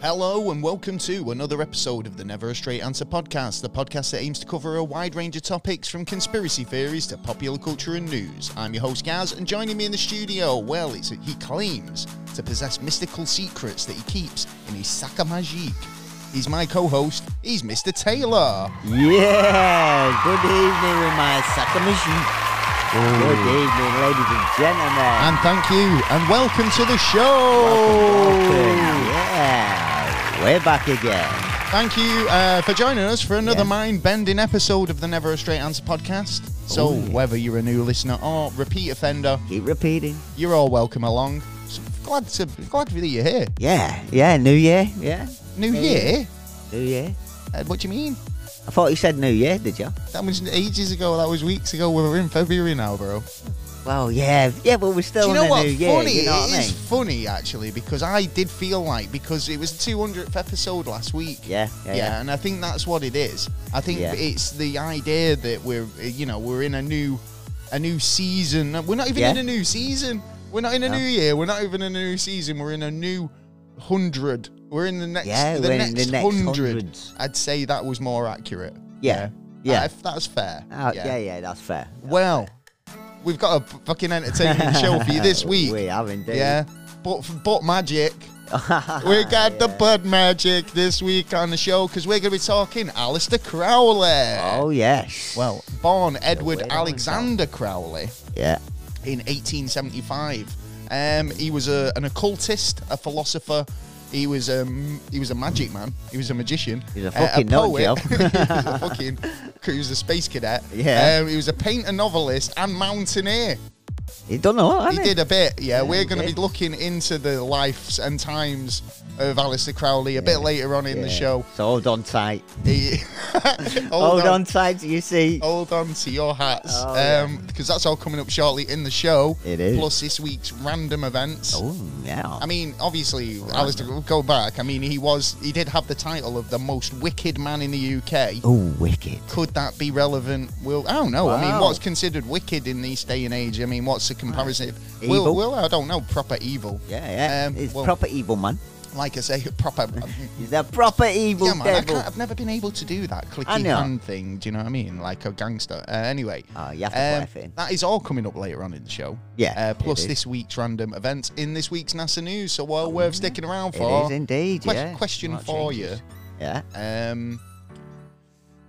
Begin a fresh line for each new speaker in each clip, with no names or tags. Hello and welcome to another episode of the Never a Straight Answer podcast, the podcast that aims to cover a wide range of topics from conspiracy theories to popular culture and news. I'm your host Gaz, and joining me in the studio, well, it's, he claims to possess mystical secrets that he keeps in his sac à magique. He's my co-host. He's Mr. Taylor.
Yeah, good evening with my Sakamishi. Good evening, ladies and gentlemen.
And thank you, and welcome to the show.
Yeah, we're back again.
Thank you uh, for joining us for another mind-bending episode of the Never a Straight Answer podcast. So,
Oh, yeah.
whether you're a new listener or repeat offender,
Keep repeating.
you're all welcome along. So glad to glad that you're here.
Yeah, yeah, New Year, yeah.
New
Yeah.
Year?
New Year.
Uh, what do you mean?
I thought you said New Year, did you?
That was ages ago. That was weeks ago. We're in February now, bro.
Well, yeah, yeah, but we're still
Do you
in
know
the
what?
New Year,
funny,
you know what
it
I
is
mean?
funny actually because I did feel like because it was the 200th episode last week.
Yeah, yeah, yeah.
and I think that's what it is. I think
Yeah.
it's the idea that we're, uh, you know, we're in a new, a new season. We're not even
Yeah.
in a new season. We're not in a
No.
new year. We're not even in a new season. We're in a new hundred. We're in the next,
Yeah,
the,
we're
next
in the next
hundred.
hundreds.
I'd say that was more accurate.
Yeah,
Uh,
yeah.
if that's fair.
Oh, yeah. yeah, that's fair.
Well, we've got a fucking entertaining show for you this week.
we have indeed.
Yeah, but but magic. we got the bud magic this week on the show because we're going to be talking Alistair Crowley.
Oh, yes.
Well, born Edward
where that
Alexander Crowley
yeah.
in 1875. Um, he was a, an occultist, a philosopher. He was um, he was a magic man. He was a magician.
He's a
uh,
fucking nut job.
he was a fucking. He was a space cadet.
Yeah.
Um, he was a painter, novelist, and mountaineer.
He done all right.
He did a bit, yeah.
Yeah,
We're
he
going to be
did.
looking into the lives and times of Alistair Crowley a bit later on in the show.
So hold on tight.
He- hold,
Hold,
on.
on. tight to your seat.
Hold on to your hats,
Oh,
because
yeah.
that's all coming up shortly in the show.
It is.
Plus this week's random events.
Oh, yeah.
I mean, obviously, Alistair, we'll go back. I mean, he was, he did have the title of the most wicked man in the UK.
Oh, wicked.
Could that be relevant? Well, I don't know. I mean,
Wow.
what's considered wicked in this day and age? I mean, what's the comparison? Will,
Evil.
will, I don't know. Proper evil.
Yeah, yeah.
Um,
He's
well-
proper evil, man.
like I say, proper. um,
He's a proper evil
yeah, man, I
devil.
can't, I've never been able to do that
I
clicky
know.
hand thing. Do you know what I mean? Like a gangster. Uh, anyway,
Oh, you have to put
um,
effort in.
that is all coming up later on in the show.
Yeah,
Uh, plus
it is. Oh,
this week's random events in this week's NASA news. So well worth sticking around for.
It is indeed,
Ques-
yeah.
question
Lot
for you.
changes. Yeah.
Um,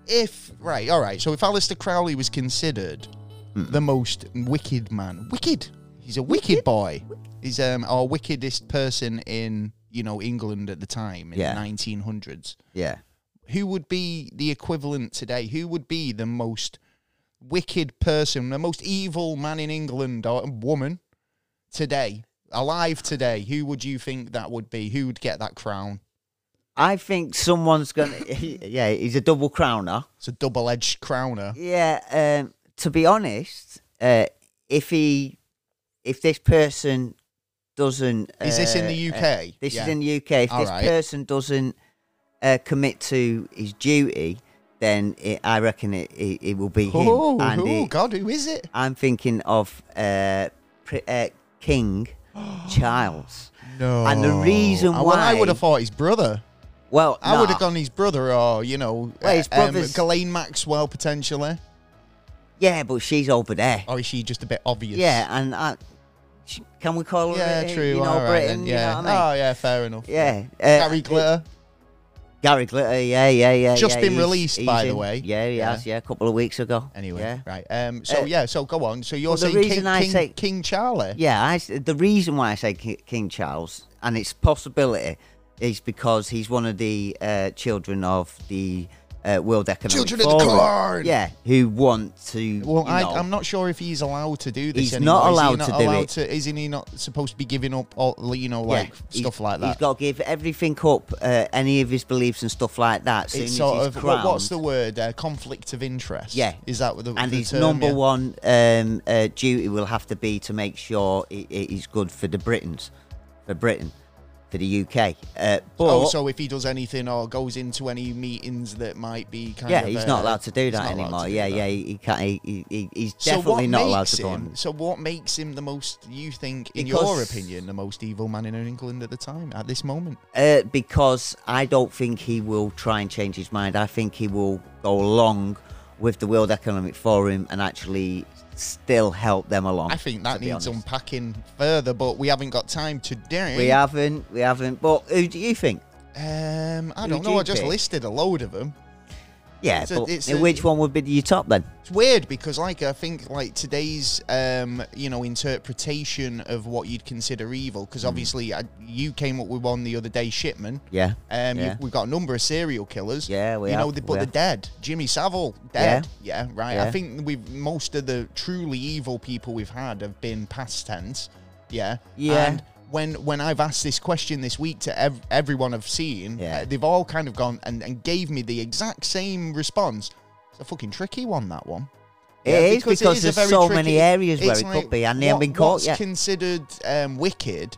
if right, all right. So if Alistair Crowley was considered the most wicked man, wicked, he's a wicked, boy. He's um our wickedest person in you know England at the time in
Yeah.
the 1900s.
Yeah.
Who would be the equivalent today? Who would be the most wicked person, the most evil man in England or woman today, alive today? Who would you think that would be? Who would get that crown?
I think someone's going to. Yeah, he's a double crowner.
It's a double-edged crowner.
Yeah, um, to be honest, uh, if he. If this person doesn't.
Is this in
uh,
the
uh,
UK?
This
Yeah.
is in the UK. If
All
this
right.
person doesn't uh, commit to his duty, then it, I reckon it, it, it will be him.
Oh,
and
oh,
it-
God, who is it?
I'm thinking of uh, pri- uh, King Charles.
No.
And the reason
Uh, well, I
why-
would have thought his brother.
Well,
I would have
nah.
gone his brother, or you know,
Well, his
uh, um,
brother's-
Ghislaine Maxwell potentially.
Yeah, but she's over there.
Or is she just a bit obvious?
Yeah, and I, sh can we call her?
Yeah,
uh,
true.
You know,
all right,
Britain.
then, yeah.
You know what I mean?
Oh, yeah, fair enough.
yeah. Uh,
Gary Glitter.
Gary Glitter. Yeah, yeah, yeah.
Just
yeah,
been
he's-
released,
he's
by
in-
the way.
Yeah, he
Yeah.
has. Yeah, a couple of weeks ago.
Anyway,
Yeah.
right. Um, so,
Uh,
yeah, so go on. So you're
well, the
saying King,
reason I
King,
say-
King Charlie?
Yeah, I s the reason why I say Ki- King Charles, and it's possibility, is because he's one of the uh, children of the uh, World Economic
Children of the
Forum.
Corn!
Yeah, who want to.
Well,
you
I,
know,
I'm not sure if he's allowed to do this.
He's
anymore.
not
Is he
allowed
not
to do
allowed
it.
To, isn't he not supposed to be giving up all, you know, like
he's-
stuff like
He's
that?
got to give everything up, uh, any of his beliefs and stuff like that. Soon
it's
as
sort
he's
of what,
crowned,
what's the word? Uh, conflict of interest.
Yeah.
is that what the
and
the
his
term,
number
yeah?
one um, uh, duty will have to be to make sure it, it is good for the Britons, for Britain, to the UK. Uh, but
oh, so if he does anything or goes into any meetings that might be kind
yeah,
of
he's
uh,
not allowed to do
he's
that
not allowed
anymore.
to do
Yeah,
that.
yeah, he, he can't. He, he- he, he's
So
definitely
what
not
makes
allowed to go
him,
on.
So what makes him the most? You think, in your
Because-
opinion, the most evil man in England at the time at this moment?
Uh, because I don't think he will try and change his mind. I think he will go along with the World Economic Forum and actually still help them along.
I think that
to be
needs
honest.
unpacking further, but we haven't got time today.
We haven't, we haven't. But who do you think?
Um, I
Who
don't
do
know.
you
I just
pick?
listed a load of them.
Yeah,
It's a-
but
it's a-
which one would be your top then?
It's weird because, like, I think like today's um, you know interpretation of what you'd consider evil. Because obviously, I, you came up with one the other day, Shipman.
Mm. Yeah.
Um,
yeah.
you, we've got a number of serial killers.
Yeah, we
You know,
have,
they,
we
but they're
have.
dead. Jimmy Savile, dead. Yeah, right. I
Yeah.
think we've most of the truly evil people we've had have been past tense. Yeah.
Yeah.
And when when I've asked this question this week to ev- everyone I've seen,
Yeah.
uh, they've all kind of gone and, and gave me the exact same response. It's a fucking tricky one, that one.
It
Yeah,
is because,
it is a
there's
very
so
tricky-
many areas where
it's
it
like,
could be, and they haven't
what-
been caught
what's
yet. Mm.
considered um, wicked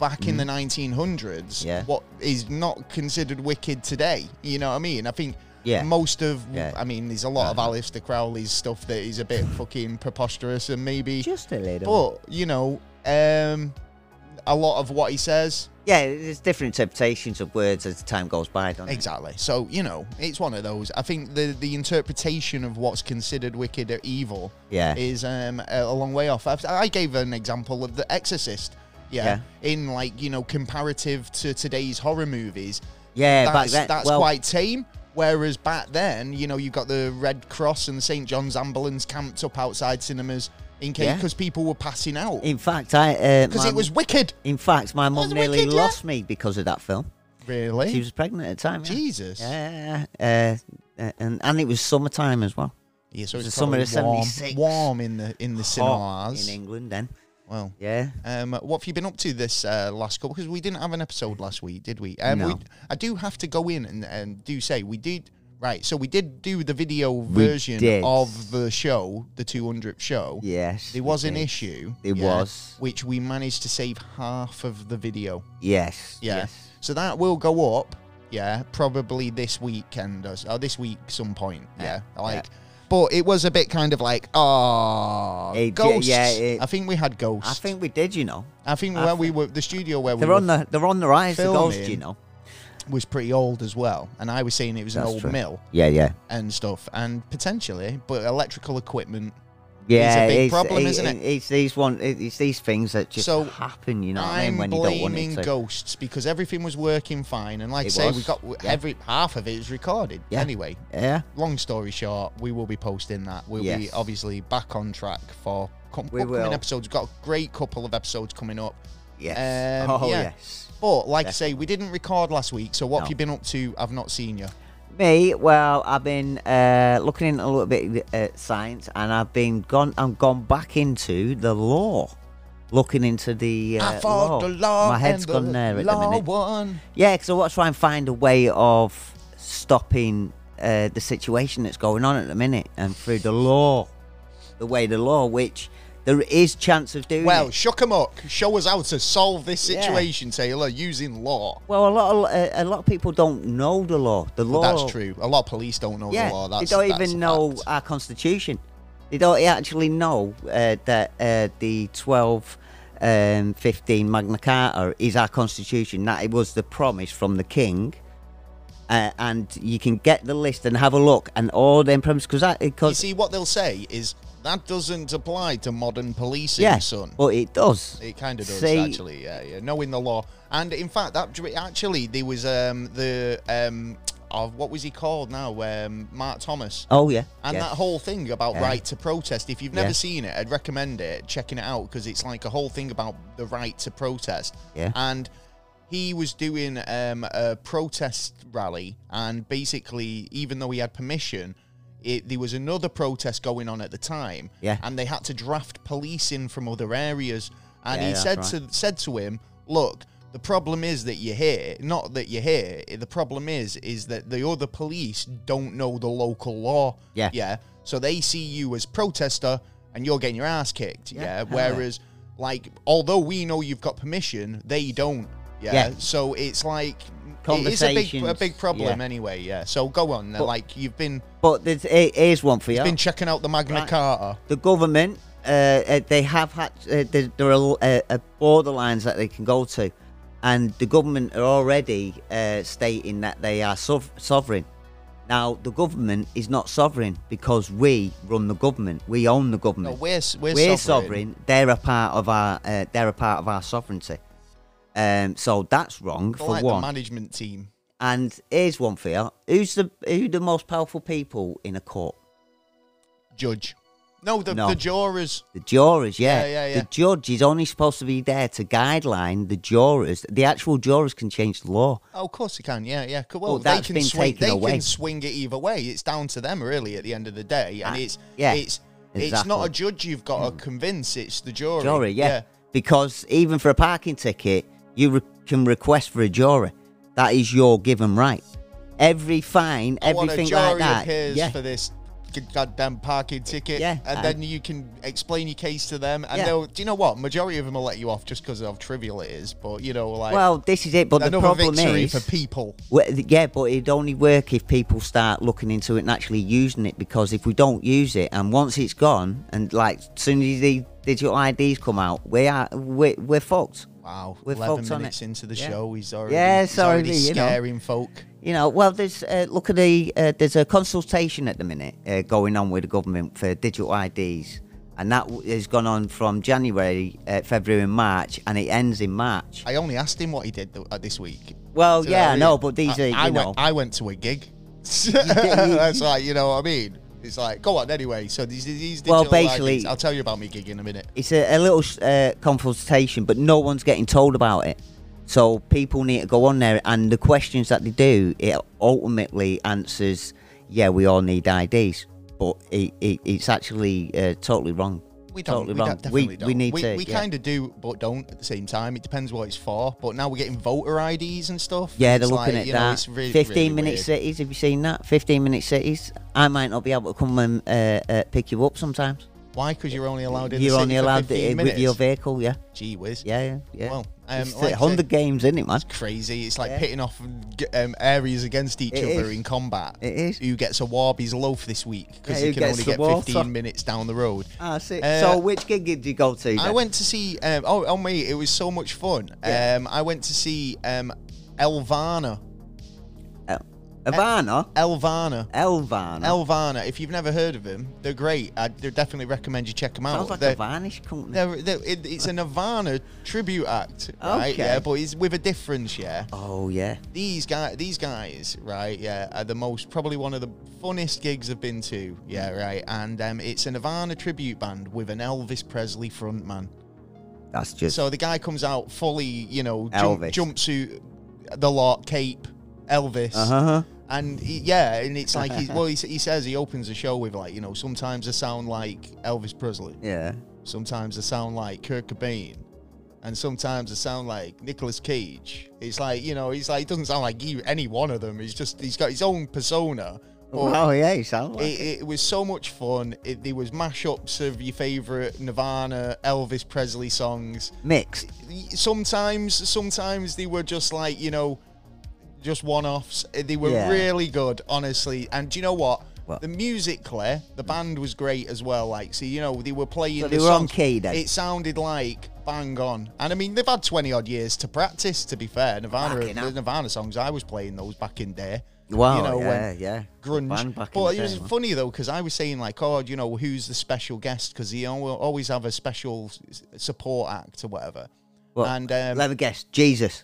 back in the 1900s,
Yeah.
what is not considered wicked today? You know what I mean? I think
Yeah.
most of,
Yeah.
I mean, there's a lot of Alistair Crowley's stuff that is a bit fucking preposterous and maybe,
Just a little.
but you know, um, a lot of what he says.
yeah, there's different interpretations of words as time goes by, don't it?
Exactly. So you know, it's one of those. I think the the interpretation of what's considered wicked or evil
Yeah.
is um, a a long way off. I've, I gave an example of The Exorcist. Yeah, In like you know, comparative to today's horror movies,
Yeah, back
that's,
then.
that's
well,
quite tame. Whereas back then, you know, you got the Red Cross and St John's ambulance camped up outside cinemas in case
Yeah.
because people were passing out
In fact, I uh,
because
my-
it was wicked.
In fact, my mum
was
nearly
wicked, yeah.
lost me because of that film.
Really?
She was pregnant at the time. yeah.
Jesus.
Yeah, yeah, yeah. Uh, and and it was summertime as well.
Yeah, so
It was
it's
the summer
probably
of
warm,
76.
warm in the in the
Hot
cinemas.
in England then.
Well,
Yeah.
um, what have you been up to this uh, last couple? Because we didn't have an episode last week, did we? Um, we
No.
I do have to go in and, and do say we did. Right, so we did do the video version
did.
of the show, the 200th show.
Yes.
There was an
okay.
issue.
There was.
Which we managed to save half of the video.
Yes.
Yeah.
Yes.
So that will go up, yeah, probably this weekend or, or this week some point. Yeah. Like but it was a bit kind of like, ah,
It-
ghosts.
yeah, it-
I think we had ghosts.
I think we did. You know,
I think
I
where we were the studio where we
they're
were
on the they're on the rise. The ghost.
filming.
You know.
was pretty old as well. And I was saying it was an
That's
old
true.
mill
Yeah. Yeah.
and stuff and potentially but electrical equipment
Yeah,
big problem,
it-
isn't it?
It's these one, it- it's these things that just
So,
happen. You know what I
I'm
mean? When you don't want
blaming
it to.
ghosts because everything was working fine, and like I
It
say, we
was,
got
yeah.
every half of it is recorded.
Yeah.
Anyway,
yeah,
long story short, we will be posting that. We'll be
Yes.
obviously back on track for com-
We
upcoming
will.
episodes. We've got a great couple of episodes coming up.
yes,
Um,
oh
yeah.
yes.
But like I say, we didn't record last week, so what
No.
have you been up to? I've not seen you.
Me, well, I've been uh, looking into a little bit at science, and I've been gone. I'm gone back into the law, looking into the. Uh,
I fought the law.
My head's
and the
gone there at the
law
minute.
Won.
Yeah, because I want to try and find a way of stopping uh, the situation that's going on at the minute, and through the law, the way the law, which there is chance of doing.
Well,
it.
shuck 'em up. Show us how to solve this
Yeah.
situation, Taylor, using law.
well, a lot of uh, a lot of people don't know the law. The law.
That's true. A lot of police don't know
Yeah,
the law. That's,
they don't
that's a
even know
fact.
our constitution. They don't actually know uh, that uh, the 12, um, 15 Magna Carta is our constitution. That it was the promise from the king. Uh, and you can get the list and have a look and all them promises because
You
because
see, what they'll say is that doesn't apply to modern policing,
yeah,
son.
but it does.
It kind of does
See-
actually, yeah, yeah. Knowing the law, and in fact, that dr- actually there was um the um of what was he called now, um Mark Thomas,
Oh yeah,
and
yeah.
that whole thing about
Yeah.
right to protest. If you've never
Yeah.
seen it, I'd recommend it, checking it out because it's like a whole thing about the right to protest.
Yeah.
and he was doing um a protest rally, and basically, even though he had permission. It, there was another protest going on at the time,
Yeah.
and they had to draft policing from other areas. And
Yeah,
he
that's
said
right.
to said to him, "Look, the problem is that you're here. Not that you're here. The problem is is that the other police don't know the local law.
Yeah.
yeah. So they see you as protester, and you're getting your ass kicked. Yeah.
Yeah, hell yeah.
Whereas, like, although we know you've got permission, they don't. Yeah.
Yeah.
So it's like it is a big a
Conversations,
big problem
yeah.
anyway. Yeah. So go on.
But-
like you've been
But there's, here- here's one for you.
been checking out the Magna
Right.
Carta.
the government, uh, uh, they have had, uh, there, there are uh, uh, borderlines that they can go to, and the government are already uh, stating that they are sov- sovereign. Now, the government is not sovereign because we run the government, we own the
No,
government.
we're s- we're,
we're sovereign.
sovereign.
They're a part of our. Uh, they're a part of our sovereignty. Um, so that's wrong
They're
for
like
one.
the management team.
and here's one for you: who's the who the most powerful people in a court?
Judge. No, the,
No.
the jurors.
The jurors, yeah.
Yeah, yeah, yeah.
The judge is only supposed to be there to guideline the jurors. The actual jurors can change the law.
Oh, of course they can. Yeah, yeah. Co- Well,
Well,
they
Oh, that's
can
been
swing.
taken
They
away.
can swing it either way. It's down to them, really, at the end of the day. And
Ah,
it's
yeah,
it's it's not
exactly. Mm.
a judge you've got to convince. It's the jury.
Jury, yeah. Because even for a parking ticket, you re- can request for a jury. That is your given right. Every fine,
I want a
everything
jury
like that.
appears
yeah.
for this g- goddamn parking ticket.
Yeah,
and
I-
then you can explain your case to them, and
Yeah.
they'll. Do you know what? Majority of them will let you off just because of how trivial it is. But you know, like
well, this is it. But the
another
problem
victory
is,
for people.
Well, th- yeah, but it'd only work if people start looking into it and actually using it. Because if we don't use it, and once it's gone, and like soon as the digital IDs come out, we are we we're fucked.
Wow,
We're
eleven
fucked on
minutes
it.
into the
Yeah.
show, he's already,
Yeah,
he's already
sorry, you know.
scaring folk.
You know, well, there's uh, look at the uh, there's a consultation at the minute uh, going on with the government for digital IDs, and that w- has gone on from January, uh, February, and March, and it ends in March.
I only asked him what he did th- uh, this week.
Well,
Do you know what
yeah,
I
I
mean?
know, but these
I,
are you
I
know,
went. I went to a gig. That's like you know what I mean. It's like go on anyway. So these these
Well,
digital IDs-
basically-
I'll tell you about me gig in a minute.
it's a, a little uh, consultation, but no one's getting told about it. So people need to go on there, and the questions that they do, it ultimately answers, yeah, we all need IDs, but it, it, it's actually uh, totally wrong.
We don't.
Totally
we
wrong.
don't- definitely
We-
don't.
we need
We,
to,
we
yeah.
kind of do, but don't at the same time. It depends what it's for. But now we're getting voter IDs and stuff.
Yeah,
and
they're
it's
looking
like,
at
you
that.
Know, it's really,
15
really
minute
weird.
cities, have you seen that? 15 minute cities. I might not be able to come and uh, uh, pick you up sometimes.
Why? Because you're only allowed in. the
You're
city
only
for
allowed
15
uh, with
minutes.
your vehicle, yeah.
Gee whiz.
Yeah, yeah, yeah.
Well, um,
it's
like I
100
said-
games, isn't it, man?
Crazy. It's like
Yeah.
pitting off g- um, areas against each
It
other
is.
in combat.
It is.
Who gets a Warby's loaf this week? Because
Yeah,
you
who
can
gets
only
the
get
water?
15 minutes down the road.
Ah, see.
Uh,
so which gig did you go to?
I
then?
went to see. Um, oh, oh, mate, it was so much fun.
Yeah.
Um, I went to see um, Elvana.
El- Ivana?
Elvana.
Elvana.
uh, Elvana, if you've never heard of them, they're great. I d- definitely recommend you check them out.
Sounds like
they're,
a varnish company.
they're- they're- it- it's a Nirvana tribute act, right?
Okay.
Yeah, but it's with a difference, yeah.
oh, yeah.
These guys, these guys, right? Yeah, are the most probably one of the funnest gigs I've been to. Yeah, right. And um, it's a Nirvana tribute band with an Elvis Presley frontman.
That's just.
So the guy comes out fully, you know, jump,
Elvis.
jumpsuit, the lot, cape, Elvis.
uh huh.
And he, yeah, and it's like he's, well, he, s- he says he opens the show with like you know sometimes I sound like Elvis Presley,
Yeah.
sometimes I sound like Kurt Cobain, and sometimes I sound like Nicolas Cage. It's like you know he's like he doesn't sound like you, any one of them. He's just he's got his own persona.
Oh,
But
yeah, you sound like. it.
it, it was so much fun. It, there was mashups of your favorite Nirvana, Elvis Presley songs
Mixed.
sometimes sometimes they were just like you know just one-offs Uh, they were
Yeah.
really good honestly and do you know what
What?
the musically the band was great as well like so you know they were playing
So
the
they were on
songs.
key then?
it sounded like bang on and i mean they've had 20 odd years to practice to be fair nirvana
Fucking hell.
the nirvana songs i was playing those back in day
Wow.
you know
yeah,
when
yeah. Band
grunge.
back in
But
the
it was
day, man.
funny though because I was saying like, oh, you know, who's the special guest? Because you know, we'll always have a special s- support act or whatever.
Well,
and um,
Let me guess. Jesus.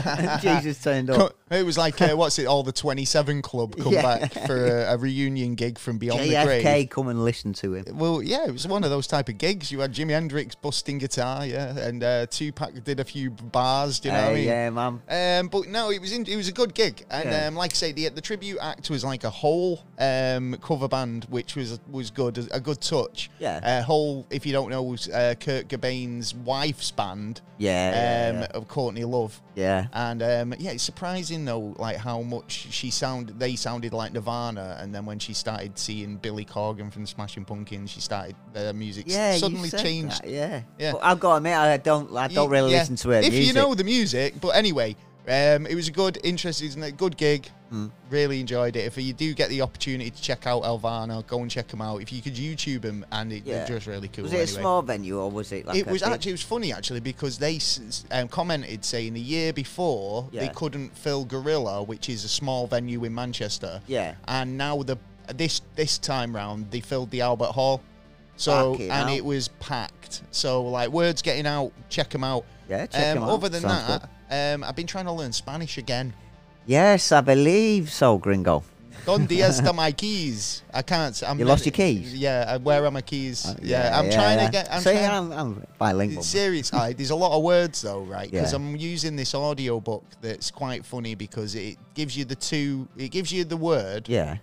Jesus turned up.
co- it was like uh, what's it? All the Twenty Seven Club come
Yeah.
back for a, a reunion gig from Beyond the Grave.
JFK, come and listen to him.
Well, yeah, it was one of those type of gigs. You had Jimi Hendrix busting guitar, yeah, and uh, Tupac did a few bars. Do you know what I
Hey,
mean?
yeah, man.
Um, but no, it was in, it was a good gig, and
Yeah.
um, like I say, the the tribute act was like a whole um, cover band, which was was good, a good touch.
Yeah.
uh, whole. If you don't know, was, uh, Kurt Cobain's wife's band,
Yeah.
um,
Yeah.
of Courtney Love,
yeah.
and um, yeah, it's surprising amazing though, like how much she sound they sounded like Nirvana, and then when she started seeing Billy Corgan from Smashing Pumpkins, she started their music s-
Yeah, you
suddenly
said
changed.
that, yeah,
Yeah.
But I've got to admit, I don't, I don't
You-
really
yeah.
listen to her
If
music.
you know the music, but anyway, um, it was a good, interesting, a good gig.
Hmm.
Really enjoyed it. If you do get the opportunity to check out Elvana, go and check him out. If you could YouTube him, and it,
Yeah.
they're just really cool.
was it a
anyway.
small venue or was it like?
it
a
was
big-
actually it was funny actually because they s- s- um, commented saying the year before they
Yeah.
couldn't fill Gorilla, which is a small venue in Manchester.
Yeah.
and now the this this time round they filled the Albert Hall, so
Fucking
and
hell.
it was packed. So like words getting out, check them out.
Yeah, check
um,
'em out.
Other than
Sounds
that, um, I've been trying to learn Spanish again.
Yes, I believe so, Gringo.
Donde está my keys? I can't. s- I'm
You lost
not-
your keys?
Yeah, uh, where are my keys? yeah, I'm trying to get. I'm
so
trying,
yeah, I'm, I'm bilingual.
Serious. I, there's a lot of words though, right? Because
Yeah.
I'm using this audio book that's quite funny because it gives you the two. It gives you the word
Yeah,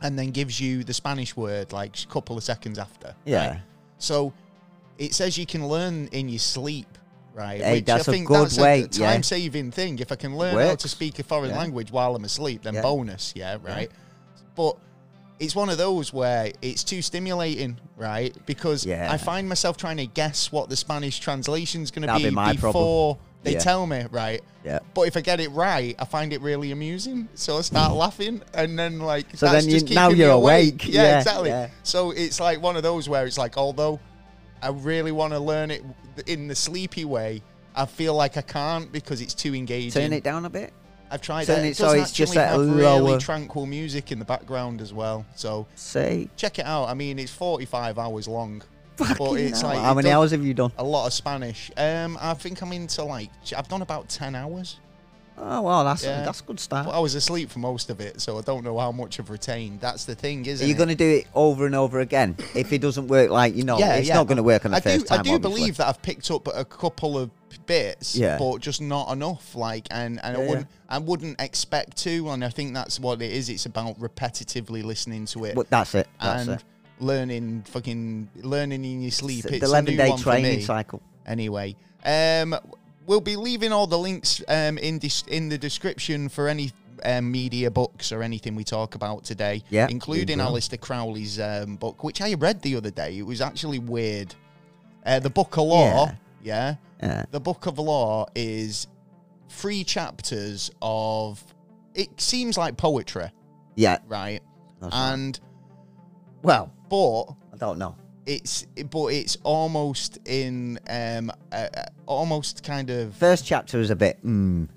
and then gives you the Spanish word like a couple of seconds after.
yeah.
right? So it says you can learn in your sleep. Right,
Hey,
which
that's
I
a
think
good
that's
way,
a
yeah.
time-saving thing. If I can learn how to
Works.
speak a foreign
Yeah.
language while I'm asleep, then
Yeah.
bonus, yeah, right. But it's one of those where it's too stimulating, right? Because
Yeah.
I find myself trying to guess what the Spanish translation's going to
That'd
be,
be my
before
problem.
they
Yeah.
tell me, right?
Yeah.
But if I get it right, I find it really amusing, so I start laughing, and then like
So
that's
then you-
just
now
keeping me
you're
awake.
awake.
Yeah,
Yeah,
exactly.
yeah.
So it's like one of those where it's like, although I really want to learn it in the sleepy way, I feel like I can't because it's too engaging.
Turn it down a bit.
I've tried
turn
it.
it
It
so
does
it's just
actually
at a
have really
lower-
tranquil music in the background as well. So
Say,
check it out. I mean, it's 45 hours long, but
fucking
it's
hell,
like
how
it
many
does
hours have you done?
A lot of Spanish. Um, I think I'm into like I've done about 10 hours.
Oh well, that's
Yeah.
that's a good start.
But I was asleep for most of it, so I don't know how much I've retained. That's the thing, isn't
Are you
it?
going to do it over and over again? If it doesn't work, like you know, it's not going to work on the
I
first
do,
time.
I do
obviously.
believe that I've picked up a couple of bits,
Yeah.
but just not enough. Like, and, and I
Yeah, yeah.
wouldn't, I wouldn't expect to. And I think that's what it is. It's about repetitively listening to it
But that's it. That's
and
it.
learning, fucking learning in your sleep. It's,
the
a new
eleven-day
one for
training
me.
cycle.
Anyway, um, we'll be leaving all the links um, in dis- in the description for any um, media books or anything we talk about today,
Yeah, we
including
will.
Alistair Crowley's um, book, which I read the other day. It was actually weird. Uh, the Book of Law, yeah.
Yeah.
The Book of Law is three chapters of. It seems like poetry,
Yeah.
right?
That's right.
And
Well,
but
I don't know.
it's but it's almost in um uh, uh, almost kind of
First chapter was a bit. Mm,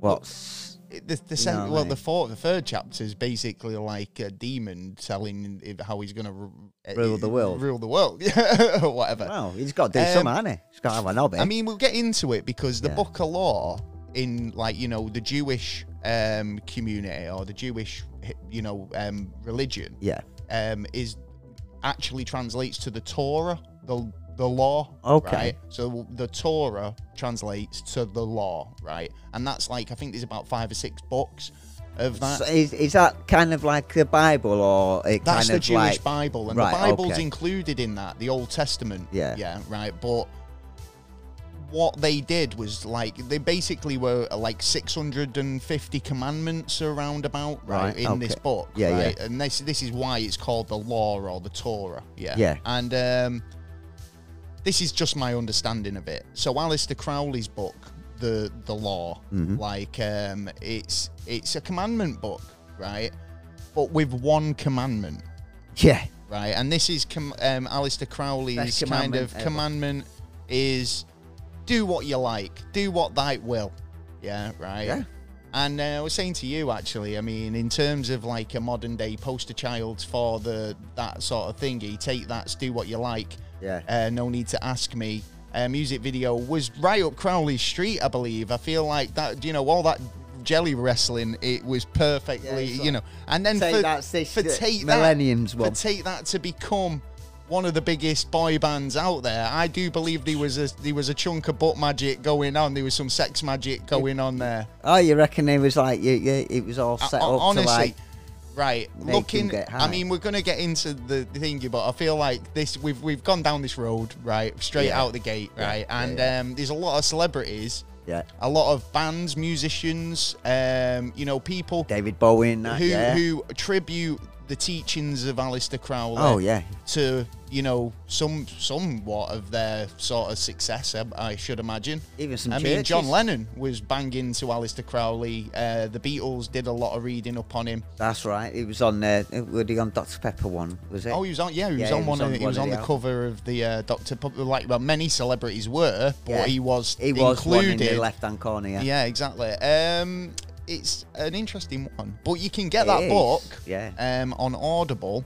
what's
the, the sen-
No
well
way.
the fourth the third chapter is basically like a demon telling him how he's going to
Rule the world.
rule the world yeah or whatever
well, he's got to do
Um,
something, hasn't he? He's got to have a knob. eh?
i mean we'll get into it because the
Yeah.
book of law in like you know the jewish um community or the jewish you know um religion
yeah.
um, is actually translates to the Torah, the the law.
Okay.
Right? So the Torah translates to the law, right? And that's like I think there's about five or six books of that.
So is, is that kind of like the Bible, or it
that's
kind
the
of
Jewish
like
Bible, and
Right,
the Bible's
okay.
included in that, the Old Testament.
Yeah.
Yeah. Right. But what they did was like they basically were uh, like 650 commandments around about right,
Right,
in this
okay.
book
Yeah, yeah.
right and this this is why it's called the law or the torah yeah
Yeah.
and um this is just my understanding of it so alistair crowley's book the the law
Mm-hmm.
like um it's it's a commandment book right but with one commandment
Yeah.
right? And this is com- um, Alistair Crowley's
Best
kind of
commandment ever.
commandment is do what you like, do what thy will. Yeah, right.
Yeah.
And uh, I was saying to you actually, I mean, in terms of like a modern day poster child for the that sort of thingy, take that, do what you like.
Yeah.
Uh, no need to ask me. Uh, music video was right up Crowley's street, I believe. I feel like that, you know, all that jelly wrestling, it was perfectly,
it's
you know. And then
Take
for,
That's this-
for
the
take
Millennium's
that,
one.
for take that to become one of the biggest boy bands out there. I do believe there was a there was a chunk of butt magic going on. There was some sex magic going on there.
Oh, you reckon it was like you, you, it was all set
Hon-
up
Uh, honestly,
to like
right?
make him
Looking,
get
I
high.
mean, we're gonna get into the thingy, but I feel like this we've we've gone down this road right straight
Yeah.
out the gate, right?
yeah,
and
yeah.
Um, there's a lot of celebrities
yeah.
A lot of bands, musicians, um, you know, people
David Bowie and that.
who
yeah.
who attribute the teachings of Alistair Crowley
oh yeah.
to you know some somewhat of their sort of success. I, I should imagine.
Even some
I mean, John
churches.
Lennon was banging to Alistair Crowley. Uh, the Beatles did a lot of reading up on him.
That's right. He was on. Uh, was he on Dr Pepper one? Was it?
Oh, he was on. Yeah, he
Yeah,
was on one. of, the- he was on the
al-
cover of the uh, Doctor. Pop- like, well, many celebrities were, but
Yeah.
he was
He was
included.
one in the left hand corner. Yeah.
Yeah, exactly. Um, it's an interesting one, but you can get
It
that
is,
book
yeah.
um, on Audible.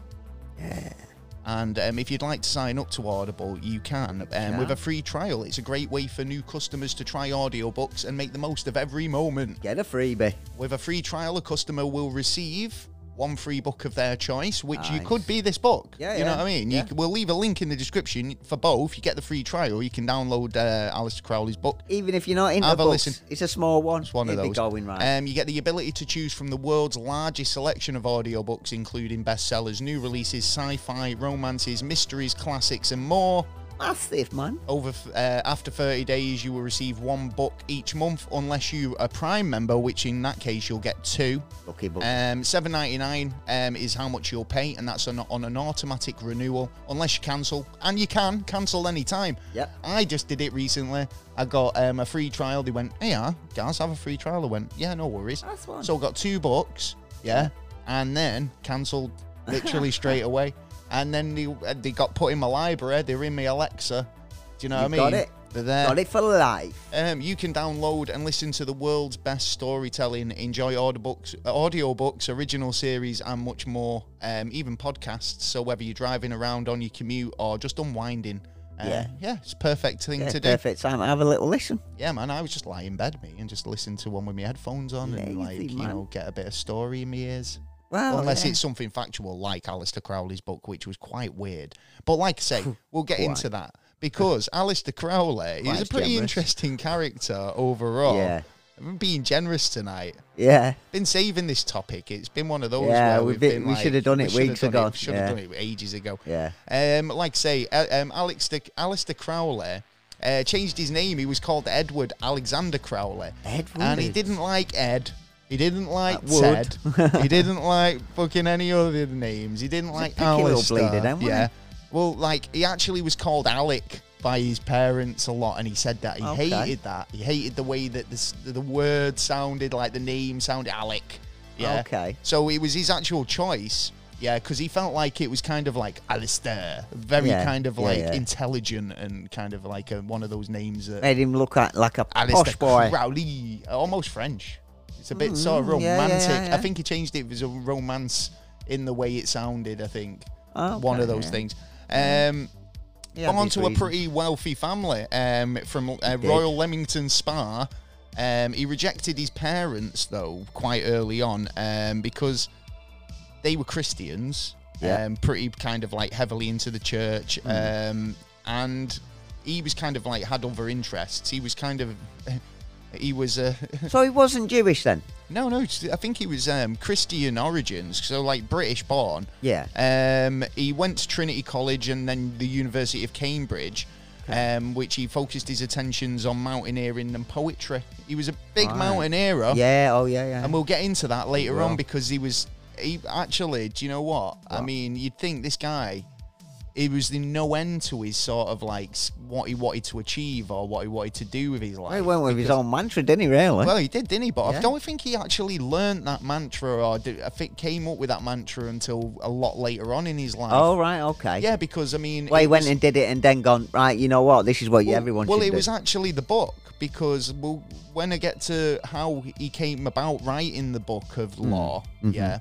And um, if you'd like to sign up to Audible, you can um, with a free trial. It's a great way for new customers to try audiobooks and make the most of every moment.
Get a freebie.
With a free trial, a customer will receive one free book of their choice, which you
Nice.
could be this book.
Yeah,
you know
yeah,
what I mean.
yeah.
You c we'll leave a link in the description for both. You get the free trial. You can download uh, Alistair Crowley's book.
Even if you're not into
Have a
books,
listen.
it's a small one.
It's one
It'd
of
Be
those.
going right.
Um, you get the ability to choose from the world's largest selection of audiobooks, including bestsellers, new releases, sci-fi, romances, mysteries, classics, and more.
Massive man.
Over f- uh, after 30 days, you will receive one book each month, unless you are a Prime member, which in that case you'll get two.
Lucky book.
Um, 7.99 um, is how much you'll pay, and that's on, on an automatic renewal, unless you cancel, and you can cancel any time.
Yep.
I just did it recently. I got um, a free trial. They went, "Hey, ah, guys, have a free trial." I went, "Yeah, no worries."
That's fine.
So I got two books, yeah, and then cancelled literally straight away. And then they uh, they got put in my library. They were in my Alexa. Do you know
You've
what I
got
mean?
it.
They're there.
Got it for life.
Um, you can download and listen to the world's best storytelling, enjoy audiobooks, uh, audiobooks, original series, and much more, um, even podcasts. So whether you're driving around on your commute or just unwinding, uh,
Yeah.
it's a perfect thing
Yeah,
to do.
perfect time. Have a little listen.
Yeah, man, I was just lie in bed, me, and just listen to one with my headphones on and, like,
Lazy,
you
man.
know, get a bit of story in my ears.
Well,
Unless
yeah.
it's something factual, like Alistair Crowley's book, which was quite weird. But like I say, we'll get into that because Alistair Crowley is
Quite
a pretty
generous.
interesting character overall.
Yeah.
I'm being generous tonight.
Yeah.
Been saving this topic. It's been one of those. where
Yeah, we've
we've
been-
been
we
like,
should have done it
should have
weeks
done
ago.
Should have
Yeah.
done it ages ago.
Yeah.
Um, like say, uh, um, Alex the Alistair Crowley uh, changed his name. He was called Edward Alexander Crowley,
Edward.
and he didn't like Ed. He didn't like
That would.
Ted. he didn't like fucking any other names. He didn't like
picky little
Alistair.
bleeder then, wasn't
yeah. Well, like he actually was called Alec by his parents a lot, and he said that he
Okay.
hated that. He hated the way that this, the word sounded, like the name sounded Alec. Yeah.
Okay.
So it was his actual choice. Yeah, because he felt like it was kind of like Alistair, very
Yeah,
kind of
yeah,
like
yeah.
intelligent and kind of like a, one of those names that
Made him look at, like a
Alistair
posh boy.
Crowley, Uh, almost French. It's a bit sort of
Mm, yeah, yeah,
romantic.
yeah.
I think he changed it. It was a romance in the way it sounded. I think
Oh,
one of
okay,
those
yeah.
things. Um,
Yeah,
born
these
to a
reasons.
pretty wealthy family um, from uh, Royal Leamington Spa. Um, he rejected his parents though quite early on um, because they were Christians,
Yeah. Hmm.
um, pretty kind of like heavily into the church, um, and he was kind of like had other interests. He was kind of he was uh,
So he wasn't Jewish then.
no no I think he was um, Christian origins, so like British born.
Yeah.
Um, he went to Trinity College and then the University of Cambridge, um, which he focused his attentions on mountaineering and poetry. He was a big
Right.
mountaineerer,
Yeah. Oh yeah. Yeah.
and we'll get into that later on
will.
because he was. He actually, do you know what? I
What?
mean, you'd think this guy. It was the no end to his sort of like s- what he wanted to achieve or what he wanted to do with his life.
Well, he went with his own mantra, didn't he? Really?
Well, he did, didn't he? But I
Yeah.
don't think he actually learnt that mantra, or did, I think came up with that mantra until a lot later on in his life.
oh right. Okay.
yeah, because I mean,
Well, he
it
went
was-
and did it, and then gone right. You know what? This is what
well-
everyone
Well,
should
it
do.
was actually the book because well, when I get to how he came about writing the book of
Mm-hmm.
law, yeah.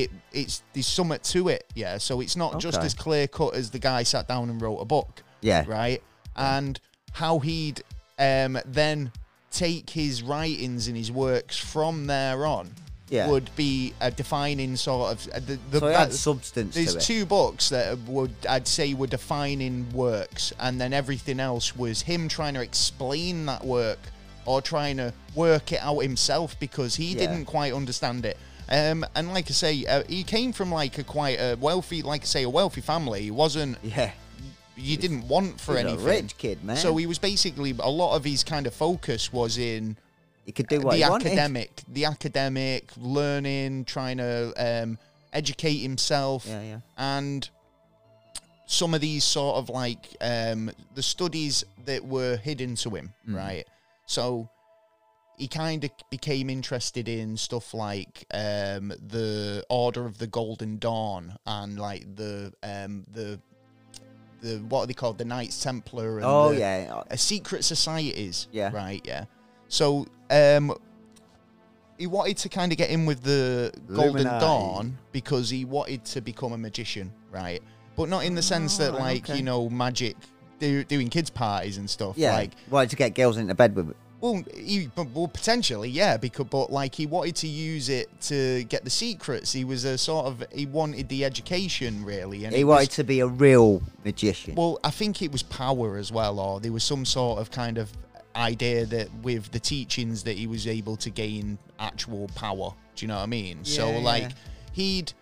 It it's there's something to it, yeah. So it's not just
Okay.
as clear cut as the guy sat down and wrote a book,
Yeah.
right? And how he'd um, then take his writings and his works from there on
Yeah.
would be a defining sort of uh, the, the
so it
that-
had substance to
there's
it.
two books that would I'd say were defining works, and then everything else was him trying to explain that work or trying to work it out himself because he
Yeah.
didn't quite understand it. Um, and like I say, uh, he came from like a quite a wealthy, like I say, a wealthy family. He wasn't
yeah.
you didn't want for
He's a
anything.
rich kid, man.
So he was basically a lot of his kind of focus was in
He could do what
the
he wanted.
academic, the academic learning, trying to um, educate himself,
Yeah, yeah.
and some of these sort of like um, the studies that were hidden to him,
Mm.
right? So he kind of became interested in stuff like um, the Order of the Golden Dawn and like the um, the the what are they called? The Knights Templar. And
Oh
the-
yeah,
uh, secret societies.
Yeah.
Right, yeah. So um he wanted to kind of get in with the Golden
Illuminati.
Dawn because he wanted to become a magician, right? But not in the sense that
Alright,
like,
Oh, okay.
you know, magic do, doing kids parties and stuff
yeah.
like
wanted to get girls into bed with.
well, he, but- well, potentially, yeah, because but like he wanted to use it to get the secrets. He was a sort of he wanted the education really, and
He
it was-
wanted to be a real magician.
well, I think it was power as well, or there was some sort of kind of idea that with the teachings that he was able to gain actual power. Do you know what I mean? so
Yeah,
like
yeah.
he'd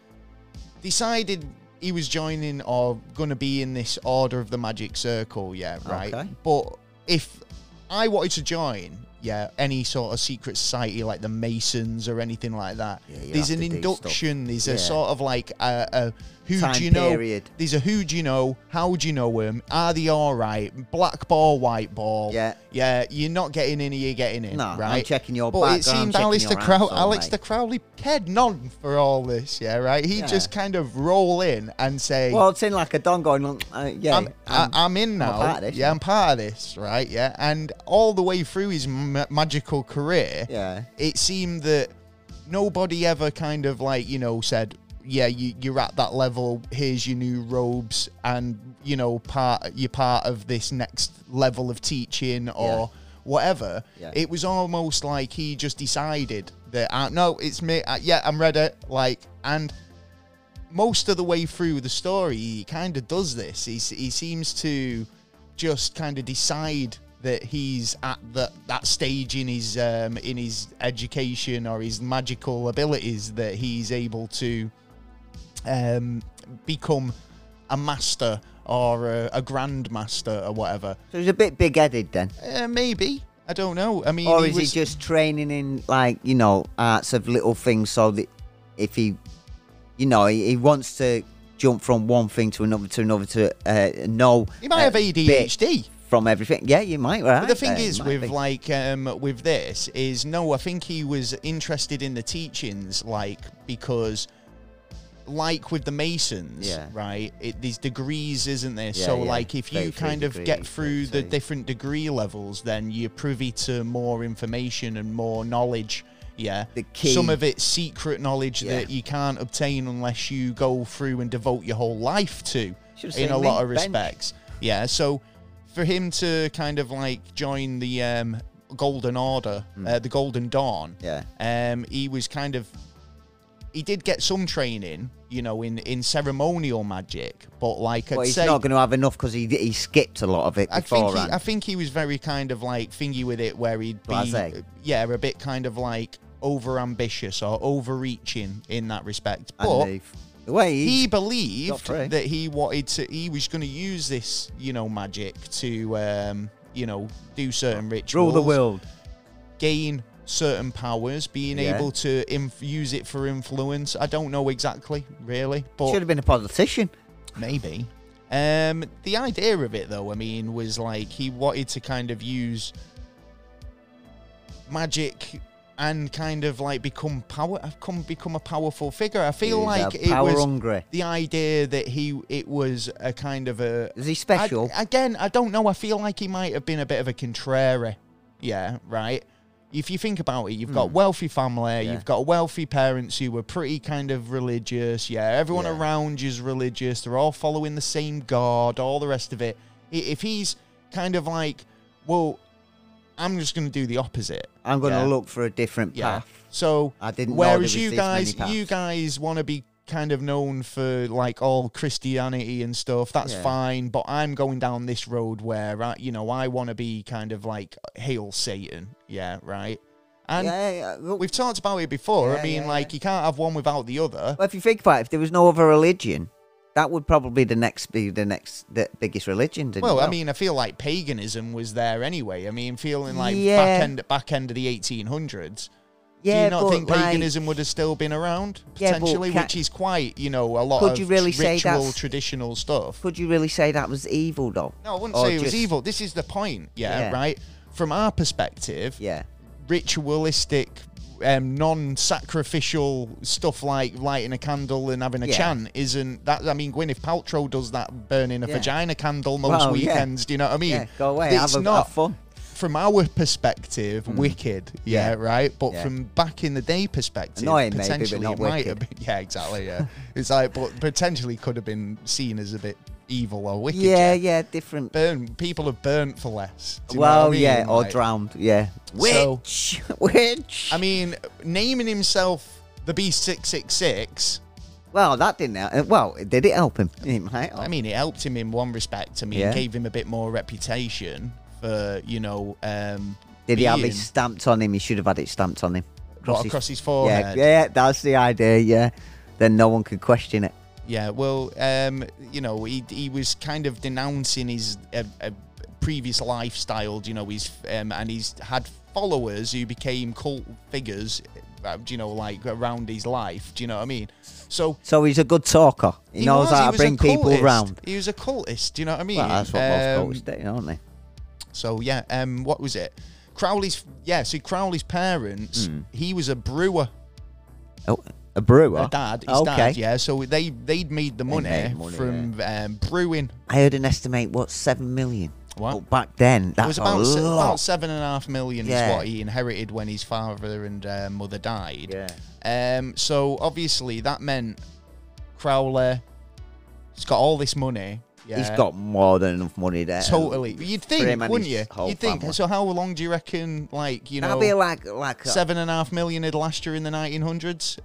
decided he was joining or gonna be in this order of the magic circle, yeah, right.
Okay.
But if I wanted to join, yeah, any sort of secret society like the Masons or anything like that,
Yeah, you
there's
have
an
to do stuff.
induction, there's
Yeah.
a sort of like a, a who
Time
do you know
period.
these are who do you know? How do you know them? Are they all right? Black ball, white ball.
Yeah.
Yeah, you're not getting in or you're getting in.
No, I'm
right?
checking your
But it
background, I'm
seemed
checking
Alex
your
the Crow-
arsehole,
Alex
mate.
the Crowley cared none for all this, yeah, right? He
Yeah.
just kind of roll in and say,
Well, it's in like a don going on. Uh, yeah,
I'm, I'm,
um,
I'm in
a
now.
part of this,
yeah, I'm part of this, right? Yeah. And all the way through his ma- magical career,
yeah.
it seemed that nobody ever kind of like you know said yeah you, you're at that level here's your new robes and you know part you're part of this next level of teaching or whatever
Yeah.
it was almost like he just decided that uh, no it's me uh, yeah i'm ready like and most of the way through the story, he kind of does this. He he seems to just kind of decide that he's at the, that stage in his um, in his education or his magical abilities that he's able to um, become a master or a, a grandmaster or whatever.
So he's a bit big-headed then,
Uh, maybe I don't know. I mean,
or
he
is
was-
he just training in like you know arts of little things so that if he, you know, he, he wants to jump from one thing to another to another to uh, know.
He might
a
have
bit
ADHD.
from everything. Yeah, you might. Right.
But the thing
there,
is
might
with
be.
like um with this is no, I think he was interested in the teachings like because like with the Masons,
Yeah.
right? It, these degrees, isn't there?
Yeah,
so,
yeah.
like, if you
33
kind of
degrees,
get through the
32.
different degree levels, then you're privy to more information and more knowledge. Yeah,
The key-
some of it's secret knowledge that
Yeah.
you can't obtain unless you go through and devote your whole life to
Should've
in
seen
a lot
me
of
bench.
respects. Yeah, so for him to kind of like join the um, Golden Order, uh, the Golden Dawn,
Hmm. Yeah.
um, he was kind of he did get some training, you know, in in ceremonial magic, but like I'd
Well, he's
say.
not going to have enough because he he skipped a lot of it
I think, he,
beforehand.
I think he was very kind of like thingy with it, where he'd be,
Blasé.
yeah, a bit kind of like over ambitious or overreaching in that respect.
And
But
the- the way he,
he
got
believed
free.
that he wanted to he was going to use this you know magic to um you know do certain rituals
rule the world.
gain certain powers being
Yeah.
able to inf- use it for influence i don't know exactly really but
Should have been a politician.
maybe um the idea of it though i mean was like he wanted to kind of use magic and kind of like become power i've come become a powerful figure i feel
He's, uh,
like it
power
was
hungry.
the idea that he it was a kind of a
Is he special?
I- again, I don't know. I feel like he might have been a bit of a contrary. Yeah, right. If you think about it, you've got wealthy family,
Hmm. Yeah.
you've got wealthy parents who were pretty kind of religious. Yeah, everyone
Yeah.
around you's religious. They're all following the same God, all the rest of it. I- If he's kind of like, well, I'm just going to do the opposite.
I'm going to
Yeah.
look for a different
Yeah.
path.
So
I didn't know there
Whereas
was
you
this many
guys,
paths.
you guys want to be kind of known for like all Christianity and stuff. That's
Yeah.
fine, but I'm going down this road where I, you know, I want to be kind of like hail Satan. Yeah, right. And
yeah, yeah, look,
we've talked about it before. I
Yeah,
mean,
yeah,
like you can't have one without the other.
well, if you think about it, if there was no other religion, that would probably the next be the next the biggest religion. Didn't
Well,
it?
I mean, I feel like paganism was there anyway. I mean, feeling like
Yeah.
back end back end of the 1800s. Do
yeah,
you not
but,
think
like,
paganism would have still been around
Yeah, but
potentially,
ca-
which is quite you know a lot
Could
of
you really
tr-
say
ritual
that's-
traditional stuff.
Could you really say that was evil though?
No, I wouldn't
Or
say it was
just-
evil. This is the point. Yeah,
Yeah.
right. From our perspective,
Yeah,
ritualistic, um, non-sacrificial stuff like lighting a candle and having a
Yeah.
chant isn't that. I mean, Gwyneth Paltrow does that, burning a
Yeah.
vagina candle most
Well, yeah.
weekends. Do you know what I mean?
yeah. Go away.
It's
Have a,
not
have fun. Hmm.
from our perspective, wicked. Yeah,
Yeah.
right. But
Yeah.
from back in the day perspective,
Annoying maybe, but
potentially
not
it might
wicked.
have been. Yeah, exactly. Yeah, it's like, but potentially could have been seen as a bit evil or wicked.
Yeah, yeah, different.
burn people have burnt for less. Do you know what I
well,
mean?
yeah, or
Like-
drowned. Yeah,
So-
witch, witch.
I mean, naming himself the Beast Six Six Six.
well, that didn't help. Well, did it help him? It might. Help.
I mean, it helped him in one respect. I mean,
Yeah.
it gave him a bit more reputation for you know. Um,
did he have
being-
it stamped on him? He should have had it stamped on him.
what, across his forehead?
yeah, yeah, that's the idea. Yeah, then no one could question it.
Yeah, well, um, you know, he he was kind of denouncing his uh, uh, previous lifestyle, you know, he's um, and he's had followers who became cult figures, uh, do you know, like around his life. Do you know what I mean? So
So he's a good talker. He, knows
was-
how to
was a
bring people
cultist.
round.
He was a cultist. Do you know what I mean?
Well, that's what
Um,
most cultists do, aren't they?
So yeah, um, what was it? Crowley's yeah. So Crowley's parents,
Hmm.
he was a brewer.
Oh, a brewer.
A dad, his
okay.
dad, yeah. So they they'd made the money,
made money,
from um, brewing
I heard an estimate. What seven million?
What?
Well, back then,
it was
that's
about,
a
se-
lot.
about seven and a half million is
Yeah.
what he inherited when his father and uh, mother died.
Yeah.
Um, so obviously that meant Crowley, he's got all this money. Yeah.
He's got more than enough money there.
totally. You'd think,
Um, him and
wouldn't you?
his whole
You'd think.
family.
So how long do you reckon? Like you
That'd
know,
be like like. a-
seven and a half million had last year in the 1900s.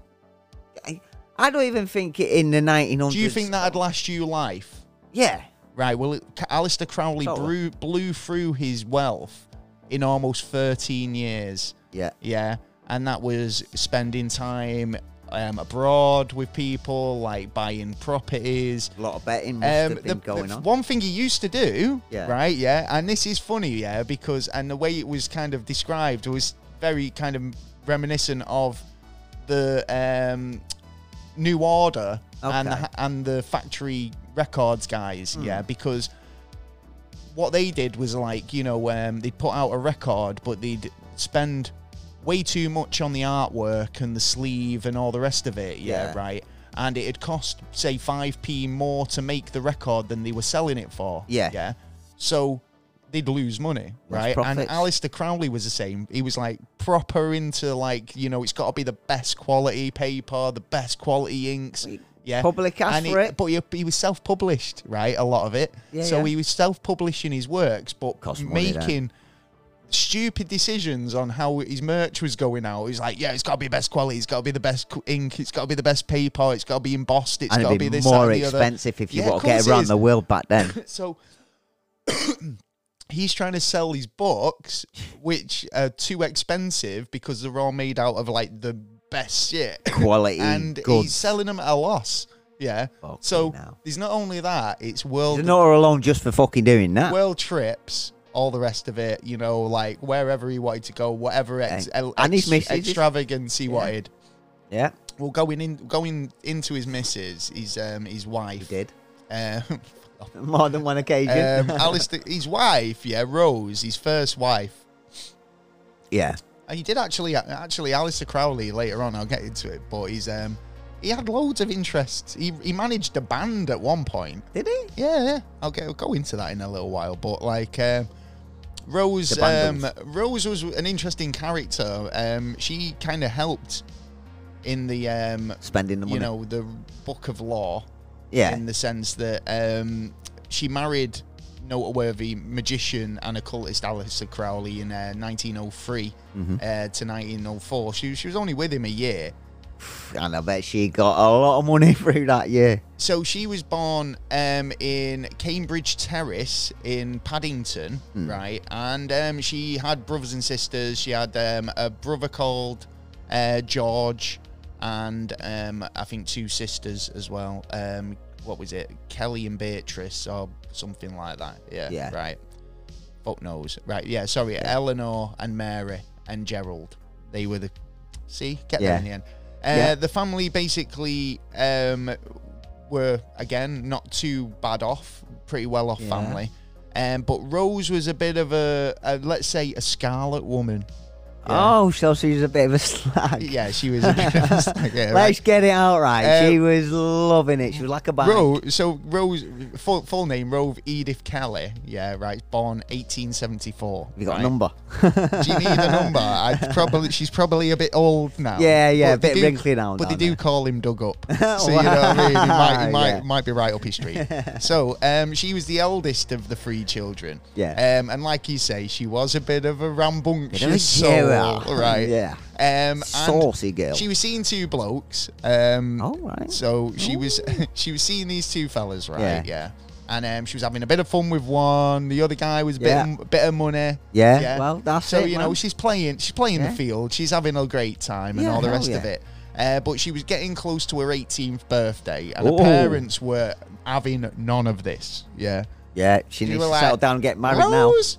I- I don't even think it in the 1900s.
Do you think that'd last you life?
Yeah.
Right. Well, it, Alistair Crowley
Totally.
blew, blew through his wealth in almost 13 years.
Yeah.
yeah and that was spending time um, abroad with people like buying properties
A lot of betting must
um,
have been going on.
one thing he used to do
Yeah.
right yeah and this is funny yeah because and the way it was kind of described was very kind of reminiscent of the um, new order and
Okay. Hmm.
the, and the factory records guys yeah because what they did was like you know um, they'd put out a record but they'd spend way too much on the artwork and the sleeve and all the rest of it yeah,
Yeah.
right and it had cost say 5p more to make the record than they were selling it for
Yeah.
yeah so they'd lose money right
Lost
and
profits.
alistair crowley was the same he was like proper into like you know it's got to be the best quality paper the best quality inks
Well,
yeah
public asked
And he-
for it.
but he, he was self-published right a lot of it
Yeah,
so
yeah.
he was self-publishing his works but
Cost money, that.
making stupid decisions on how his merch was going out. He's like, yeah, it's got to be best quality, it's got to be the best co- ink, it's got to be the best paper, it's got to be embossed, it's
and
got to
it'd
be
be,
this, that,
more
and the other.
expensive if you
Yeah,
want
of
to get
course it
around
is.
the world back then.
So he's trying to sell his books, which are too expensive because they're all made out of like the best shit.
Quality
and
goods.
he's selling them at a loss. Yeah.
Fucking
so
hell.
there's not only that, it's
They're
world
not alone just for fucking doing that.
world trips, all the rest of it, you know, like wherever he wanted to go, whatever ex-
Hey,
el-
and his
ex-
missus is-
extravagance he wanted.
yeah,
Well, going in, going into his missus, his um, his
he
wife,
did.
uh,
More than one occasion.
um, Alistair, his wife, yeah, Rose, his first wife.
yeah.
And he did actually, actually, Alistair Crowley later on. I'll get into it, but he's um, he had loads of interests. He he managed a band at one point.
Did he?
Yeah, yeah. I'll get I'll go into that in a little while. But like um, Rose,
The
um,
Bandles.
Rose was an interesting character. Um, she kind of helped in the um,
Spending the money.
you know the Book of Law
yeah.
in the sense that um, she married noteworthy magician and occultist Alistair Crowley in uh, 1903
Mm-hmm.
uh, to 1904. She, she was only with him a year.
and I bet she got a lot of money through that year.
So she was born um, in Cambridge Terrace in Paddington,
Hmm.
right? And um, she had brothers and sisters. She had um, a brother called uh, George, and um, I think two sisters as well. Um, what was it, Kelly and Beatrice or something like that. Yeah,
Yeah.
right. Fuck knows. Right, yeah, sorry, Eleanor and Mary and Gerald. They were the. See, get there
Yeah.
in the end. Uh,
Yeah.
The family basically um, were, again, not too bad off, pretty well off
Yeah.
family. Um, but Rose was a bit of a, a let's say, a scarlet woman. Yeah.
Oh, so she's a bit of a slag.
Yeah, she was a bit of a slag, yeah, right.
Let's get it out right.
Uh,
she was loving it. She was like a bag.
Ro, so Rose, full, full name Rove Edith Kelly. Yeah, right. Born 1874.
You got
right?
a number.
Do you need a number? I probably she's probably a bit old now.
Yeah, yeah, a
they
bit wrinkly now,
But they
don't
do
they?
call him Dug Up, so you know what I mean. He might, he might,
Yeah.
might be right up his street. so um, she was the eldest of the three children.
Yeah.
Um, and like you say, she was a bit of a rambunctious
girl.
soul, right?
Yeah.
Um, and
Saucy girl.
She was seeing two blokes. Um,
Oh, right.
So she was she was seeing these two fellas, right? Yeah.
Yeah.
And um, she was having a bit of fun with one. The other guy was a bit,
Yeah.
of, bit of money.
Yeah, well, that's
so
it,
you know
man.
she's playing she's playing
Yeah.
the field. She's having a great time and
Yeah,
all the
hell
rest of
yeah.
it. Uh, but she was getting close to her 18th birthday, and her
Ooh.
parents were having none of this. Yeah,
Yeah, she
You
needs
were
to
like,
settle down and get married now.
Rose,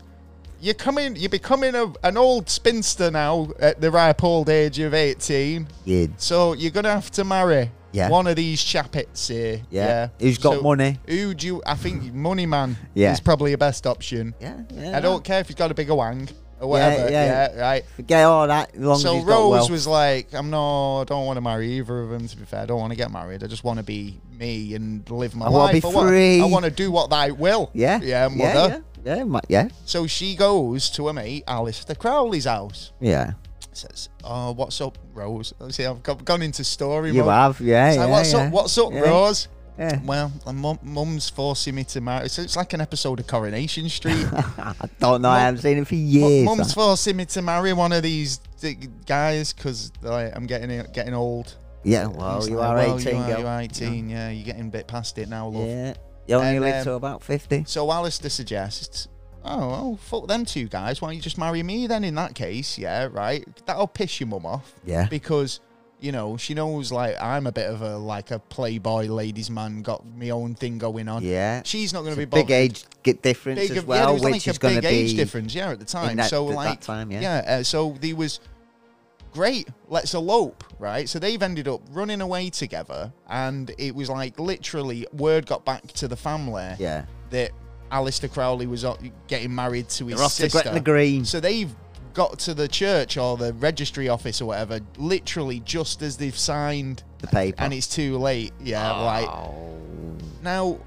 You're coming. You're becoming a, an old spinster now at the ripe old age of 18.
Yeah.
So you're gonna have to marry
Yeah.
one of these chappets here.
Yeah. Who's got money?
Who do you? I think money man
Yeah.
is probably a best option.
Yeah,
I
yeah.
don't care if he's got a bigger wang or whatever. Yeah,
yeah.
right.
Forget all that. As long as
So
he's got
Rose
wealth.
was like, "I'm no, I don't want to marry either of them. To be fair, I don't want to get married. I just want to be me and live my
I wanna
life.
be
I wanna-
free."
I want to do what I will.
Yeah.
yeah, mother.
Yeah, yeah. Yeah, ma- yeah.
So she goes to her mate Alistair Crowley's house.
yeah.
Says, "Oh, what's up, Rose? See, I've go- gone into story
You
mode.
have, yeah.
So
yeah,
what's
yeah.
up? What's up,
yeah.
Rose?
Yeah.
Well, my mum, mum's forcing me to marry. So it's like an episode of Coronation Street.
I don't know. I haven't seen him for
Mu-
years.
mum's forcing me to marry one of these d- guys because like, I'm getting getting old.
yeah,
And
well,
he's
you
like,
are
well,
18,
You are,
girl.
you're 18. Yeah, you're getting a bit past it now, love.
Yeah. You only
And,
live
um,
to about 50.
So Alistair suggests, oh, well, fuck them two guys. Why don't you just marry me then in that case? Yeah, right. That'll piss your mum off.
Yeah.
Because, you know, she knows, like, I'm a bit of a, like, a playboy ladies man, got my own thing going on.
Yeah.
She's not going to be bothered.
Big age get difference
Big
as
of- yeah, there
well,
was
which
like
is
a
going to
big
be.
age difference, yeah, at the time.
that-
so
at that
like
time, yeah.
yeah. Uh, so they was great. Let's elope, right? So they've ended up running away together, and it was like literally word got back to the family
Yeah.
that Alistair Crowley was uh, getting married to his
They're off to
sister.
Gretna Green.
So they've got to the church or the registry office or whatever, literally just as they've signed
The paper. Oh.
and it's too late. Yeah, like now,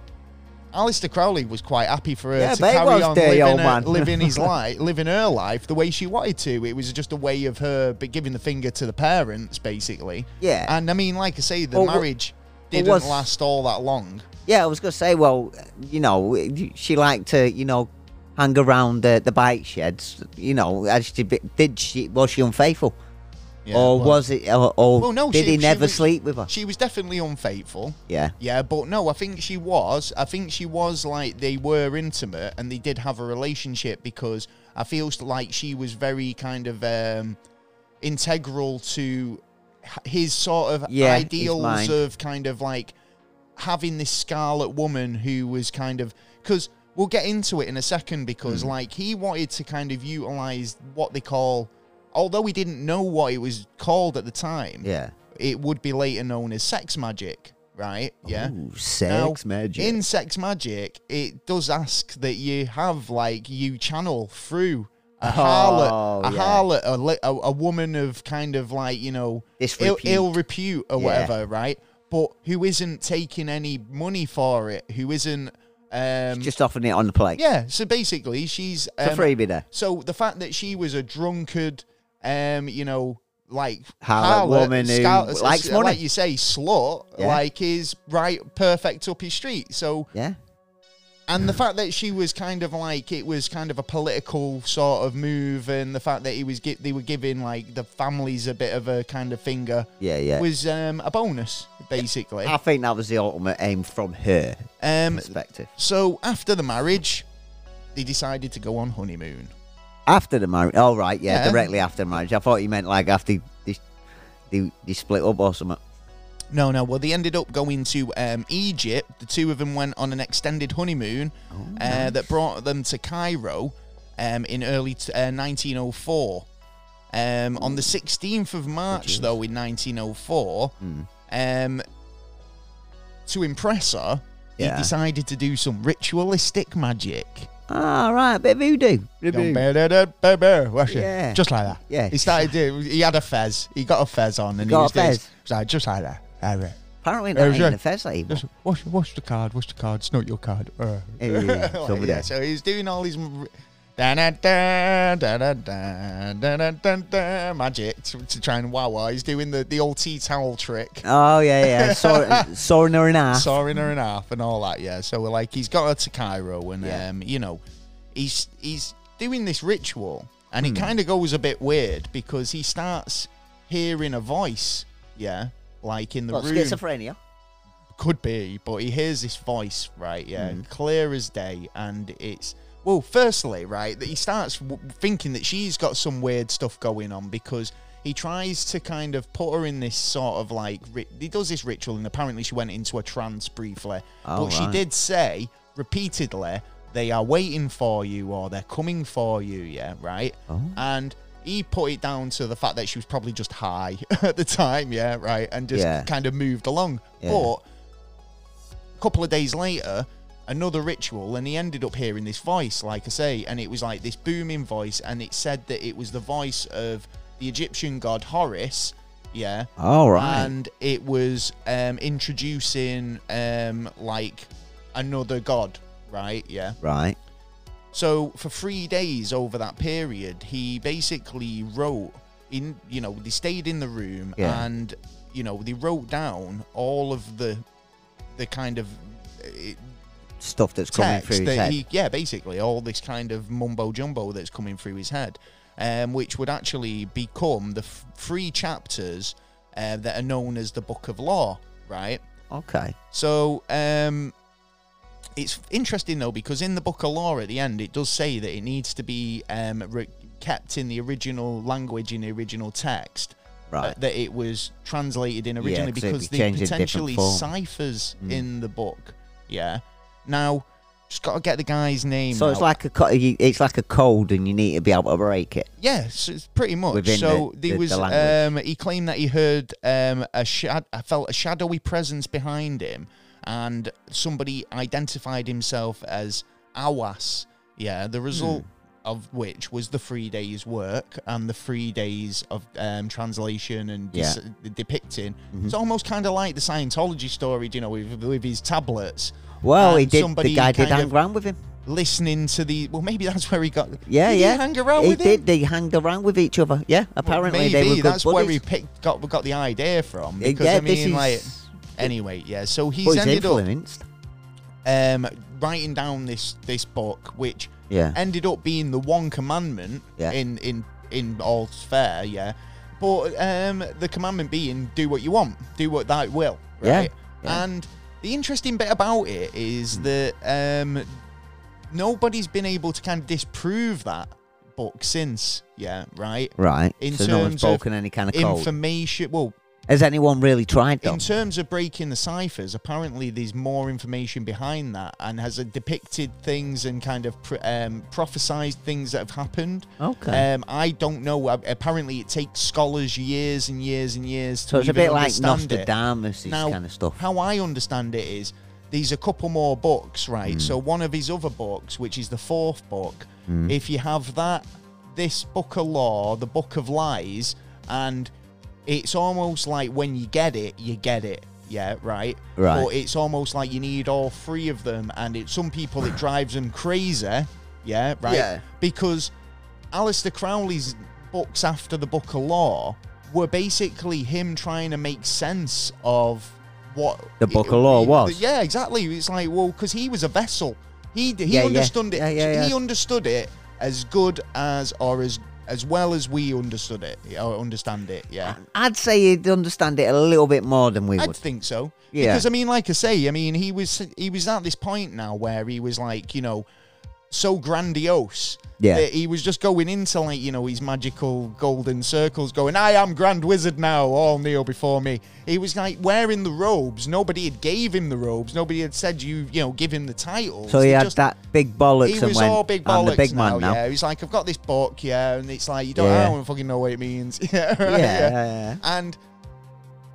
Alistair Crowley was quite happy for her
Yeah,
to
but it
carry
was
on
dirty,
living,
old
her-
man.
living his life, living her life the way she wanted to. It was just a way of her be- giving the finger to the parents, basically.
Yeah.
And I mean, like I say, the
Well, wha-
marriage
well,
didn't
was-
last all that long.
Yeah, I was going to say, well, you know, she liked to, you know, hang around the, the bike sheds. You know, as she, did she, was she unfaithful?
Yeah,
or
well-
was it, or, or
Well, no,
did
she-
he
she
never
was-
sleep with her?
She was definitely unfaithful.
yeah.
Yeah, but no, I think she was. I think she was like they were intimate and they did have a relationship because I feel st- like she was very kind of um, integral to h- his sort of
Yeah, his
ideals
mind.
of kind of like having this scarlet woman who was kind of because we'll get into it in a second because
Hmm.
like he wanted to kind of utilize what they call although he didn't know what it was called at the time
Yeah.
it would be later known as sex magic, right? Yeah.
Ooh,
Now,
sex magic.
In sex magic, it does ask that you have like you channel through a harlot, a
Oh, yeah.
harlot, a, li- a, a woman of kind of like you know ill,
Disrepute.
ill repute or
Yeah.
whatever, right? But who isn't taking any money for it? Who isn't? Um,
Just offering it on the plate.
yeah. So basically, she's
It's a
um,
freebie there.
so the fact that she was a drunkard, um, you know, like
Harlot woman who likes
s-
money.
like you say, slut,
Yeah.
like is right perfect up his street. So
Yeah.
and the fact that she was kind of like it was kind of a political sort of move, and the fact that he was gi- they were giving like the families a bit of a kind of finger
Yeah, yeah.
was um, a bonus basically.
I think that was the ultimate aim from her
Um,
perspective.
so after the marriage, they decided to go on honeymoon.
After the marriage. Oh, right. Yeah,
Yeah.
directly after marriage. I thought you meant like after they, they, they split up or something.
No, no. Well, they ended up going to um, Egypt. The two of them went on an extended honeymoon
Oh,
uh, that brought them to Cairo um, in early t- uh, 1904. Um, on the 16th of March, though, in 1904,
Hmm.
um, to impress her,
Yeah.
he decided to do some ritualistic magic.
Ah, right, a bit of voodoo. Yeah.
Yeah. Just like that.
Yeah.
He started. To, he had a fez. He got a fez on, and
Got
he
a
was doing-
fez.
he was like, just like that. All right.
Apparently not
Uh,
even
yeah.
a fez label.
Just, what's, what's the card? What's the card? It's not your card. Uh.
Yeah,
Like,
over
yeah,
there.
so he's doing all these m- da da da da da da da da da da magic to, to try and wow her. He's doing the, the old tea towel trick,
Oh yeah, yeah. Sor- Soaring her in half.
sawing her in half and all that. Yeah, so we're like he's got her to Cairo, and
Yeah.
um, you know, he's he's doing this ritual, and
Hmm.
it kind of goes a bit weird because he starts hearing a voice. Yeah, like in the
What,
room.
schizophrenia?
could be, but he hears this voice, right? Yeah,
Hmm.
clear as day, and it's well. Firstly, right, that he starts w- thinking that she's got some weird stuff going on because he tries to kind of put her in this sort of like ri- he does this ritual, and apparently she went into a trance briefly,
Oh,
but she
right.
did say repeatedly they are waiting for you or they're coming for you. Yeah, right,
Oh.
and. He put it down to the fact that she was probably just high at the time, yeah, right, and just
Yeah.
kind of moved along.
Yeah.
But couple of days later, another ritual, and he ended up hearing this voice, like I say, and it was like this booming voice, and it said that it was the voice of the Egyptian god Horus, yeah,
All right.
and it was um, introducing um, like another god, right? Yeah.
right.
So for three days over that period, he basically wrote in. You know, they stayed in the room
Yeah.
and you know they wrote down all of the the kind of eh,
Stuff that's coming
text
through his
that
head.
he yeah basically all this kind of mumbo jumbo that's coming through his head, um, which would actually become the f- three chapters uh, that are known as the Book of Law, right?
Okay.
So um, it's interesting though because in the book of law at the end it does say that it needs to be um, re- kept in the original language in the original text.
Right.
that it was translated in originally
'cause it'd
because
be
they
changed in different
potentially
form. Mm.
ciphers in the book. Yeah. Now, just got to get the guy's name.
So it's
out.
like a co- you- it's like a code, and you need to be able to break it.
Yes, it's pretty much.
Within
so
the-
there
the-
was.
the language.
um, he claimed that he heard um, a shad- I felt a shadowy presence behind him, and somebody identified himself as Awas. Yeah, the result
Hmm.
of which was the three days' work and the three days of um, translation and dis- depicting.
Mm-hmm.
It's almost kind of like the Scientology story, do you know, with, with his tablets.
Well, he
and
did. The
somebody
guy did
kind
hang
of
around with him.
listening to the. Well, maybe that's where he got.
Yeah,
Did he
yeah.
hang around
he
with him?
did. They hanged around with each other. Yeah. Apparently
Maybe
they were good
that's
buddies.
where he picked got got the idea from.
Yeah,
Because I
this
mean, like,
is-
anyway, yeah. So he's
Well, he's
ended up
influenced.
um, writing down this this book, which
Yeah.
ended up being the one commandment
Yeah.
in in in all's fair, yeah. But um, the commandment being, do what you want, do what thy will,
Yeah,
right?
yeah. Hmm.
And the interesting bit about it is that um, nobody's been able to kind of disprove that book since, yeah, right.
Right.
In
so no one's
terms of
broken any kind of code.
Information, well,
Has anyone really tried them?
in terms of breaking the ciphers, apparently there's more information behind that and has uh, depicted things and kind of pr- um, prophesized things that have happened.
Okay.
Um, I don't know. A- Apparently, it takes scholars years and years and years to
so it's a
even
bit like
understand it.
Nostradamus
Now,
kind of stuff.
How I understand it is there's a couple more books, right?
Mm.
So one of his other books, which is the fourth book, if you have that, this book of law, the book of lies, and it's almost like when you get it, you get it. Yeah, right.
Right.
But it's almost like you need all three of them, and it some people it drives them crazy. Yeah, right.
Yeah.
Because Alistair Crowley's books after the Book of Law were basically him trying to make sense of what
The Book of Law was.
Yeah, exactly. It's like well, because he was a vessel. He d- he
Yeah, yeah.
understood it.
Yeah, yeah,
He
yeah.
understood it as good as or as as well as we understood it or understand it. Yeah.
I'd say you'd understand it a little bit more than we
I'd
would.
think so.
Yeah.
Because I mean, like I say, I mean, he was he was at this point now where he was like, you know, so grandiose
Yeah.
that he was just going into like you know his magical golden circles, going, "I am Grand Wizard now, all kneel before me." He was like wearing the robes. Nobody had gave him the robes. Nobody had said you you know give him the title.
So he had that big bollocks
He
and
was
went,
all big
I'm
bollocks
the big
now,
man now.
Yeah, he's like, I've got this book, yeah, and it's like you don't, I
Yeah.
don't fucking know what it means. yeah, right,
Yeah, yeah, yeah.
and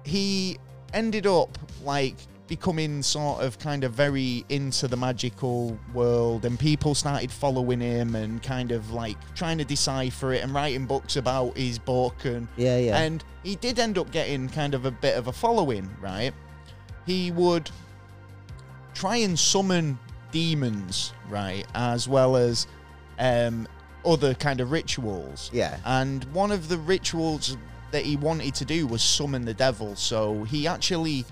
he ended up like becoming sort of kind of very into the magical world and people started following him and kind of like trying to decipher it and writing books about his book and
Yeah, yeah.
and he did end up getting kind of a bit of a following right he would try and summon demons right as well as um other kind of rituals
Yeah.
and one of the rituals that he wanted to do was summon the devil. So he actually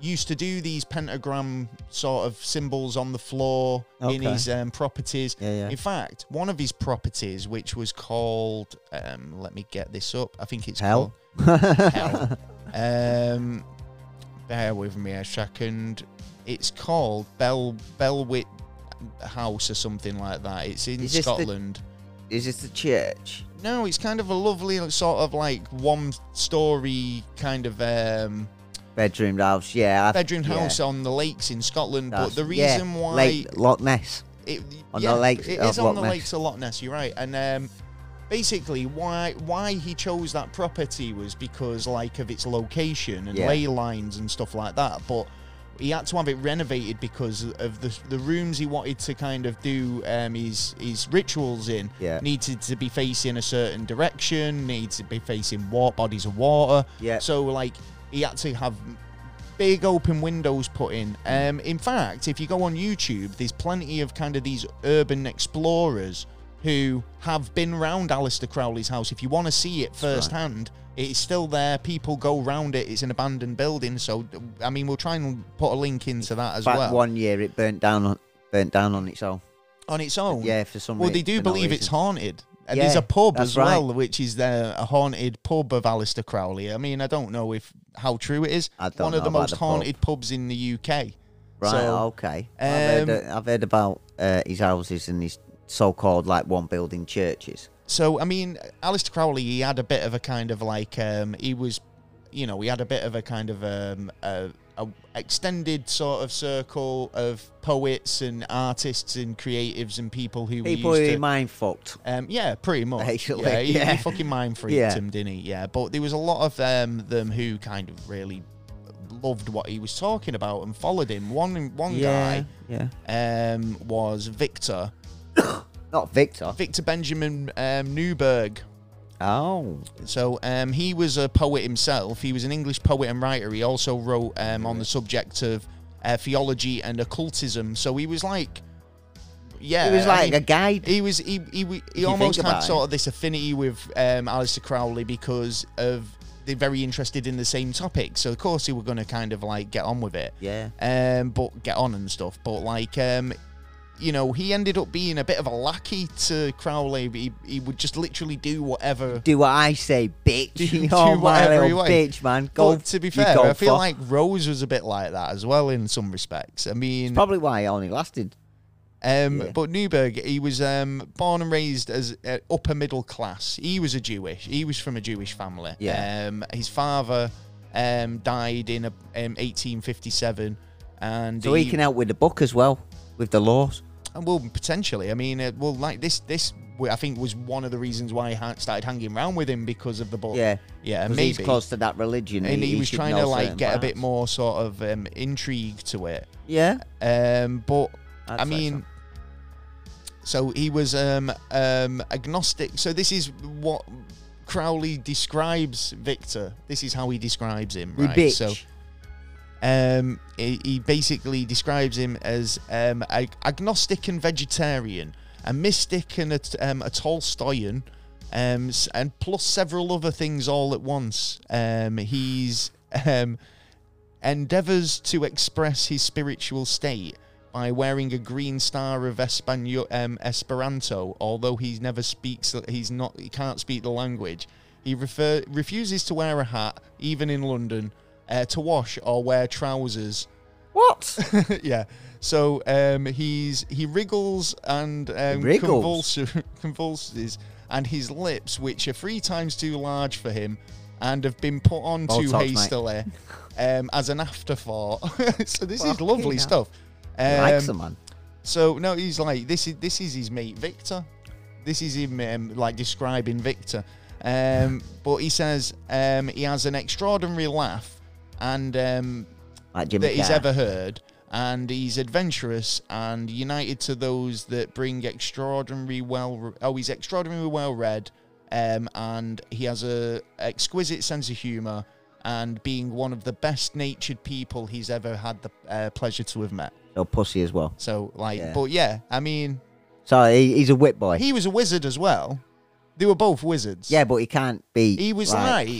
used to do these pentagram sort of symbols on the floor in
Okay.
his um, properties.
Yeah, yeah.
In fact, one of his properties, which was called, um, let me get this up. I think it's
Hell?
called Hell. Um, bear with me a second. It's called Bell Belwit House or something like that. It's in
Is this the-
Scotland.
Is this the church?
No, it's kind of a lovely sort of like one story kind of um,
Bedroom house, yeah. I-
bedroom
yeah,
house on the lakes in Scotland.
that's-
But the
yeah,
reason why
Lake Loch Ness.
it,
on the
yeah,
lakes
it
of
is on
Loch
the
Ness.
lakes of Loch Ness. You're right, and um, basically why why he chose that property was because like of its location and
Yeah.
ley lines and stuff like that. But he had to have it renovated because of the the rooms he wanted to kind of do um, his his rituals in
Yeah.
needed to be facing a certain direction, needed to be facing water bodies of water.
Yeah.
So like he had to have big open windows put in. Um, in fact, if you go on YouTube, there's plenty of kind of these urban explorers who have been round Alistair Crowley's house. If you want to see it firsthand, it's still there. People go round it. It's an abandoned building. So, I mean, we'll try and put a link into that as
Back
well
one year, it burnt down on burnt down on its own.
on its own.
Yeah, for some
Oh. Well,
rea-
they do
for no
believe it's
reason.
haunted. And there's
Yeah,
a pub
that's
as well, which is uh, a haunted pub of Alistair Crowley. I mean, I don't know if how true it is.
I don't
One of
know
the
about
most
the pub.
haunted pubs in the UK.
Right, oh,
So,
okay.
Um,
I've, heard, I've heard about uh, his houses and his so-called like one-building churches.
So I mean, Alistair Crowley, he had a bit of a kind of like um, he was, you know, he had a bit of a kind of um, a, a extended sort of circle of poets and artists and creatives and people who
People
were
who
used
he
to.
mind fucked.
um, yeah, pretty much.
Basically,
yeah, he,
yeah.
he fucking mind freaked
Yeah.
him, didn't he? Yeah, but there was a lot of um, them who kind of really loved what he was talking about and followed him. One one
Yeah, yeah.
guy um, was Victor
Not Victor.
Victor Benjamin um, Newberg.
Oh,
So um, he was a poet himself. He was an English poet and writer. He also wrote um, on the subject of uh, theology and occultism. So he was like, yeah,
he was
I
like
mean,
a guide.
He was he he, he,
you
almost
think
had
about it.
sort of this affinity with um, Alistair Crowley because of they're very interested in the same topic. So of course he were going to kind of like get on with it
Yeah.
um, but get on and stuff. But like, um, you know, he ended up being a bit of a lackey to Crowley. He, he would just literally do whatever.
Do what I say, bitch.
Do-
you
do
know, Oh, my
whatever you
little
want.
bitch, man. Go.
but to be
you
fair,
go
I feel
fuck.
like Rose was a bit like that as well in some respects. I mean,
probably why it only lasted.
um,
yeah.
but Newberg, he was um, born and raised as uh, upper middle class. He was a Jewish. He was from a Jewish family.
Yeah.
Um, his father um, died in a, um, 1857, and
So he can help with the book as well, with the laws.
And well, potentially. I mean, uh, well, like this, this w- I think was one of the reasons why I ha- started hanging around with him because of the book.
Yeah,
yeah,
'Cause
maybe.
he's close to that religion,
and he, was
should
trying
know
to like
certain
get a
parts.
bit more sort of um, intrigue to it.
Yeah,
Um, but
I'd
I
say
mean, so. he was um, um, agnostic. So this is what Crowley describes Victor. This is how he describes him.
you
Right.
bitch.
So um, he, he basically describes him as um, ag- agnostic and vegetarian, a mystic and a, t- um, a Tolstoyan, um, s- and plus several other things all at once. Um, he's um, endeavors to express his spiritual state by wearing a green star of Espanol, um, Esperanto, although he never speaks, he's not, he can't speak the language. He refer, refuses to wear a hat, even in London, uh, to wash or wear trousers.
What?
yeah. So um, he's he wriggles and um,
Wriggles?
convulsi- convulses, and his lips, which are three times too large for him, and have been put on too
Botox, mate.
hastily, um, as an afterthought. so this is
Fucking
lovely
hell.
stuff. Um,
Likes a man.
so no, he's like this is this is his mate Victor. This is him um, like describing Victor. Um, but he says um, he has an extraordinary laugh and um,
Like Jimmy
that he's
Carr.
ever heard, and he's adventurous and united to those that bring extraordinary well. Oh, he's extraordinarily well read, um, and he has a exquisite sense of humour, and being one of the best natured people he's ever had the uh, pleasure to have met.
Or pussy as well.
So, like,
Yeah.
but yeah, I mean,
So he, he's a whip boy.
he was a wizard as well. They were both wizards.
yeah, but he can't be.
he was like,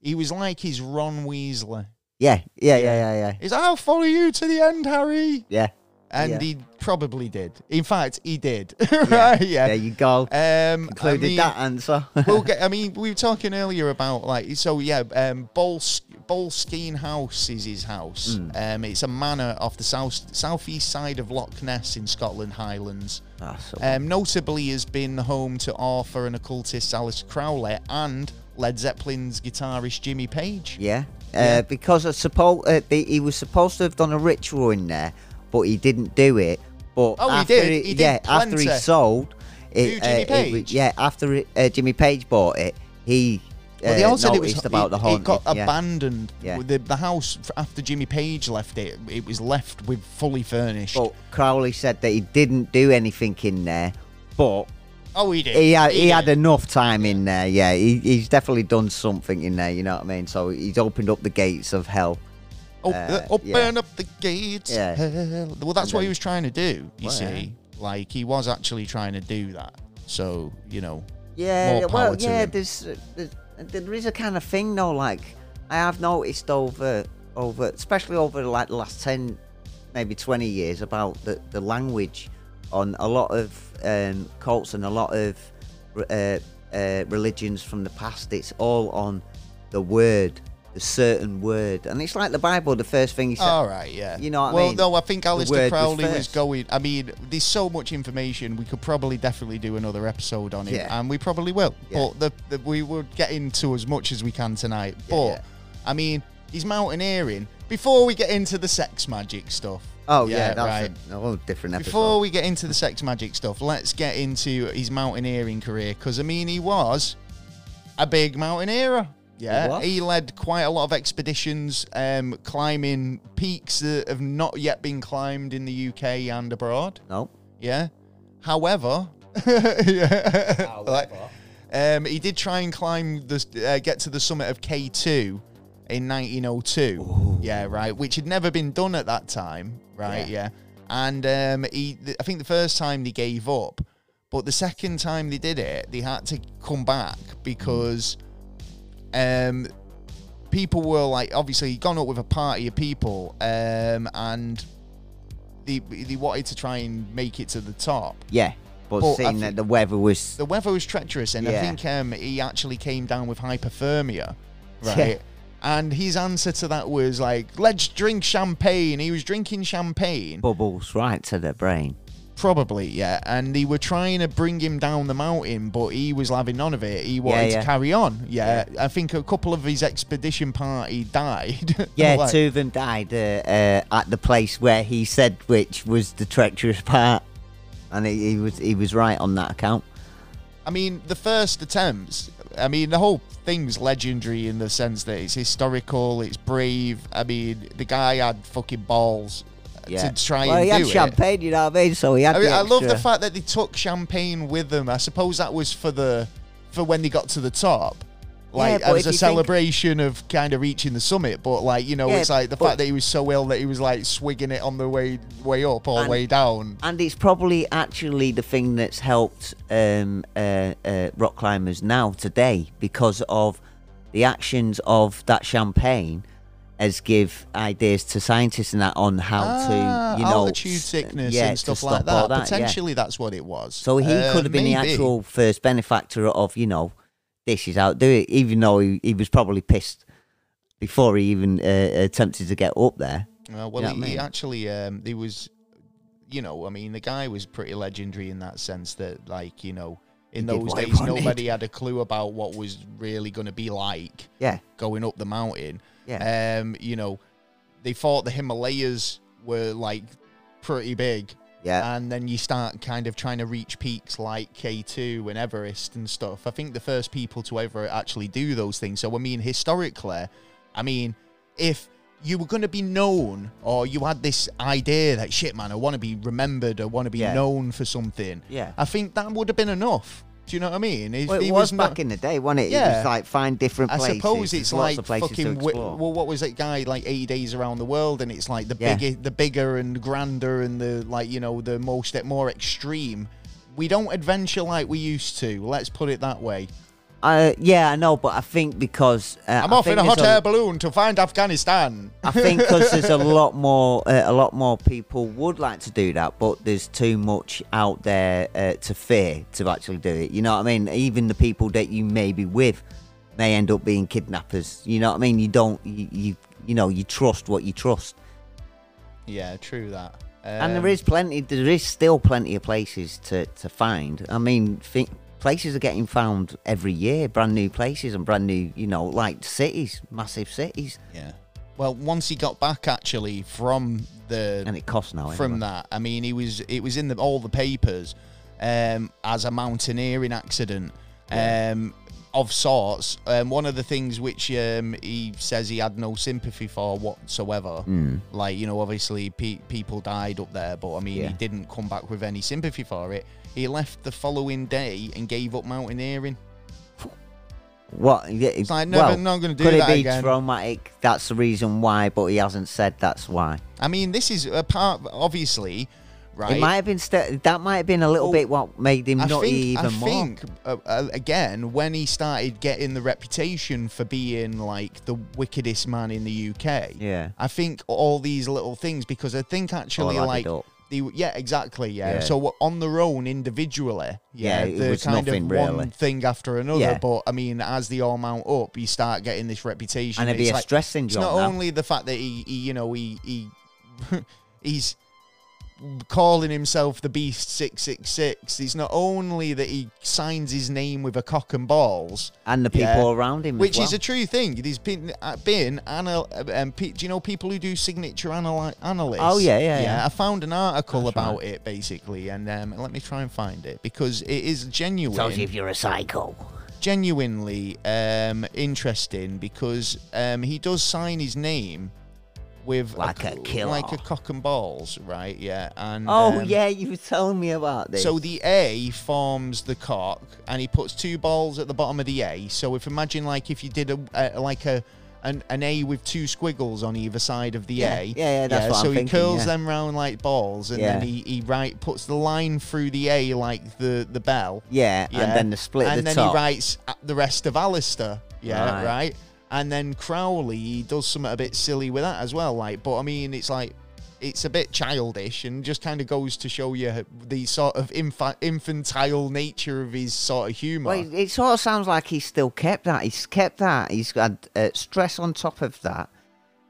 he was like his Ron Weasley.
Yeah, yeah, yeah, yeah, yeah.
He's I'll follow you to the end, Harry.
Yeah.
And
Yeah.
he probably did. In fact, he did. right? Yeah.
There you go.
Um,
Included
I mean,
that answer.
we'll get. I mean, we were talking earlier about like so. Yeah. Um, Bols- Bolskine House is his house.
Hmm.
Um, it's a manor off the south southeast side of Loch Ness in Scotland Highlands.
Ah, so-
Um, notably, has been home to author and occultist Alice Crowley and Led Zeppelin's guitarist Jimmy Page.
yeah.
yeah.
Uh, because I suppose uh, the, he was supposed to have done a ritual in there, but he didn't do it. But
Oh, he
after
did. He did
yeah, after he
plenty.
sold,
Who, Jimmy
it was-
Page?
yeah, after it, uh, Jimmy Page bought it, he uh,
Well, they all said it
noticed
was
about
it,
the haunted.
It got
yeah.
abandoned.
Yeah.
The, the house f- after Jimmy Page left it, it was left with fully furnished.
But Crowley said that he didn't do anything in there, but
oh, he did.
he had, he had
did.
enough time in there. Yeah, he, he's definitely done something in there. You know what I mean? So he's opened up the gates of hell.
Op-
uh,
open
yeah.
up the gates.
Yeah.
Hell. Well, that's
And
what he
then-
was trying to do. You
Well,
see,
yeah.
like he was actually trying to do that. So you know,
Yeah,
More
well,
power to
yeah.
him.
There's, there's there is a kind of thing though. Like I have noticed over over, especially over like the last ten, maybe twenty years, about the the language on a lot of um, cults and a lot of uh, uh, religions from the past. It's all on the word, the certain word, and it's like the Bible. The first thing he said,
all right, yeah.
you know what I
well,
mean?
no, I think Alistair
word was
Crowley was
first.
going. I mean, there's so much information. We could probably definitely do another episode on it,
Yeah.
and we probably will.
Yeah.
But the, the, we will get into as much as we can tonight.
Yeah,
but
yeah.
I mean, he's mountaineering. Before we get into the sex magic stuff.
"Oh yeah, that's a, a whole different episode."
Before we get into the sex magic stuff, let's get into his mountaineering career because I mean he was a big mountaineerer. Yeah,
was.
he, led quite a lot of expeditions, um, climbing peaks that have not yet been climbed in the UK and abroad.
no,
Yeah, however, yeah. Like, um, he did try and climb the uh, get to the summit of K two in 1902. Yeah, right, which had never been done at that time. Right, yeah, and um, he th- I think the first time they gave up, but the second time they did it, they had to come back because um, people were like obviously he'd gone up with a party of people um, and. They, they wanted to try and make it to the top,
yeah, but,
But I
seeing
think-
that the weather was
the weather was treacherous, and I
Yeah.
think um, he actually came down with hypothermia,
Yeah.
right? And his answer to that was like, "Let's drink champagne." He was drinking champagne,
bubbles right to the brain.
probably, yeah. And they were trying to bring him down the mountain, but he was having none of it. He wanted
yeah.
to carry on. Yeah. I think a couple of his expedition party died.
Yeah,
Like-
two of them died uh, uh, at the place where he said, which was the treacherous part, and he, he was he was right on that account.
I mean, the first attempts. I mean, the whole thing's legendary in the sense that it's historical, it's brave. I mean, the guy had fucking balls
Yeah,
to try
well,
and
he had
do it.
champagne, you know what I mean? So he had.
I, mean,
the
I love the
extra-
fact that they took champagne with them. I suppose that was for the for when they got to the top. Like
but
it was
if
a
you think-
celebration of kind of reaching the summit, but like you know,
Yeah,
it's like the
but-
fact that he was so ill that he was like swigging it on the way way up or
And-
way down.
And it's probably actually the thing that's helped um, uh, uh, rock climbers now today because of the actions of that champagne, as give ideas to scientists and that on how
Ah,
to you know
altitude
s-
sickness
yeah,
and
to
stuff like
stop all
that.
yeah.
Potentially, that's what it was.
So he
Uh,
could have been
maybe.
the actual first benefactor of, you know, this is how do it, even though he, he was probably pissed before he even uh, attempted to get up there.
Uh, well,
Yeah,
he,
I
he
mean.
actually, um, he was, you know, I mean, the guy was pretty legendary in that sense that, like, you know, in
He did
those
what he
days,
wanted.
nobody had a clue about what was really going to be like
Yeah,
going up the mountain.
yeah,
Um, you know, they thought the Himalayas were like pretty big,
yeah.
and then you start kind of trying to reach peaks like K2 and Everest and stuff. I think the first people to ever actually do those things. So, I mean, historically, I mean, if you were going to be known or you had this idea that shit, man, I want to be remembered, I want to be
Yeah.
known for something,
Yeah.
I think that would have been enough. Do you know what I mean? If
Well, it
he
was,
not-
back in the day, wasn't it? It
Yeah.
was like find different
I
places.
suppose it's
There's lots
like
of places to
fucking. Wi-
explore.
well, what was that guy like? Eighty days around the world, and it's like the
Yeah.
bigger, the bigger and grander, and the like. You know, the most more extreme. We don't adventure like we used to. Let's put it that way.
Uh, yeah, I know, but I think because uh,
I'm
I
off
think
in a
there's
hot air balloon to find Afghanistan.
I think because there's a lot more, uh, a lot more people would like to do that, but there's too much out there uh, to fear to actually do it. You know what I mean? Even the people that you may be with may end up being kidnappers. You know what I mean? You don't, you, you, you know, you trust what you trust,
Yeah, true that.
and
Um,
there is plenty. There is still plenty of places to to find. I mean, think places are getting found every year, brand new places and brand new, you know, like cities, massive cities,
Yeah. Well, once he got back actually from the
and it costs now.
from that. I mean, he was it was in the, all the papers um, as a mountaineering accident um, of sorts. Um, one of the things which um, he says he had no sympathy for whatsoever. Like you know, obviously pe- people died up there, but I mean,
Yeah.
he didn't come back with any sympathy for it. He left the following day and gave up mountaineering.
What? Yeah,
It's like, no,
well,
I'm not gonna do
could
that
it be
again.
traumatic? That's the reason why, but he hasn't said that's why.
I mean, this is a part, obviously, right?
It might have been st- that might have been a little
Oh,
bit what made him
I
not
think,
even
I
more.
think uh, uh, again when he started getting the reputation for being like the wickedest man in the UK.
Yeah.
I think all these little things because I think actually
added
like
up.
they were- yeah exactly yeah.
Yeah.
So on their own individually, yeah,
Yeah, it
they're
was
kind
nothing
of
really.
one thing after another.
Yeah.
But I mean, as they all mount up, you start getting this reputation.
And it'd be
It's
a
like-
stress syndrome.
it's not
that.
only the fact that he, he you know, he, he he's calling himself the Beast Six Six Six. It's not only that he signs his name with a cock and balls,
and the people
Yeah.
around him, as
which is
well.
a true thing. There's been uh, been anal- um, pe- do you know people who do signature analy- analysts?
Oh, yeah, yeah, yeah.
I found an article
That's
about it basically, and um, let me try and find it because it is genuine
tells you if you're a psycho.
genuinely um, interesting because um, he does sign his name with
Like a
c-
killer.
like a cock and balls, right? Yeah, and
Oh
um,
yeah, you were telling me about this.
So the A forms the cock, and he puts two balls at the bottom of the A. So if imagine like if you did a, a like a an, an A with two squiggles on either side of the
Yeah,
A.
yeah, yeah, that's what I'm
so he
thinking,
curls
yeah.
them round like balls, and then
Yeah.
he, he right puts the line through the A like the the bell.
yeah, and then the split
And
at the
then
top.
he writes uh, the rest of Alistair. Yeah,
Right.
right. And then Crowley he does something a bit silly with that as well. Like, but I mean, it's like it's a bit childish and just kind of goes to show you the sort of infa- infantile nature of his sort of humor.
Well, it, it sort of sounds like he's still kept that. He's kept that. He's had uh, stress on top of that.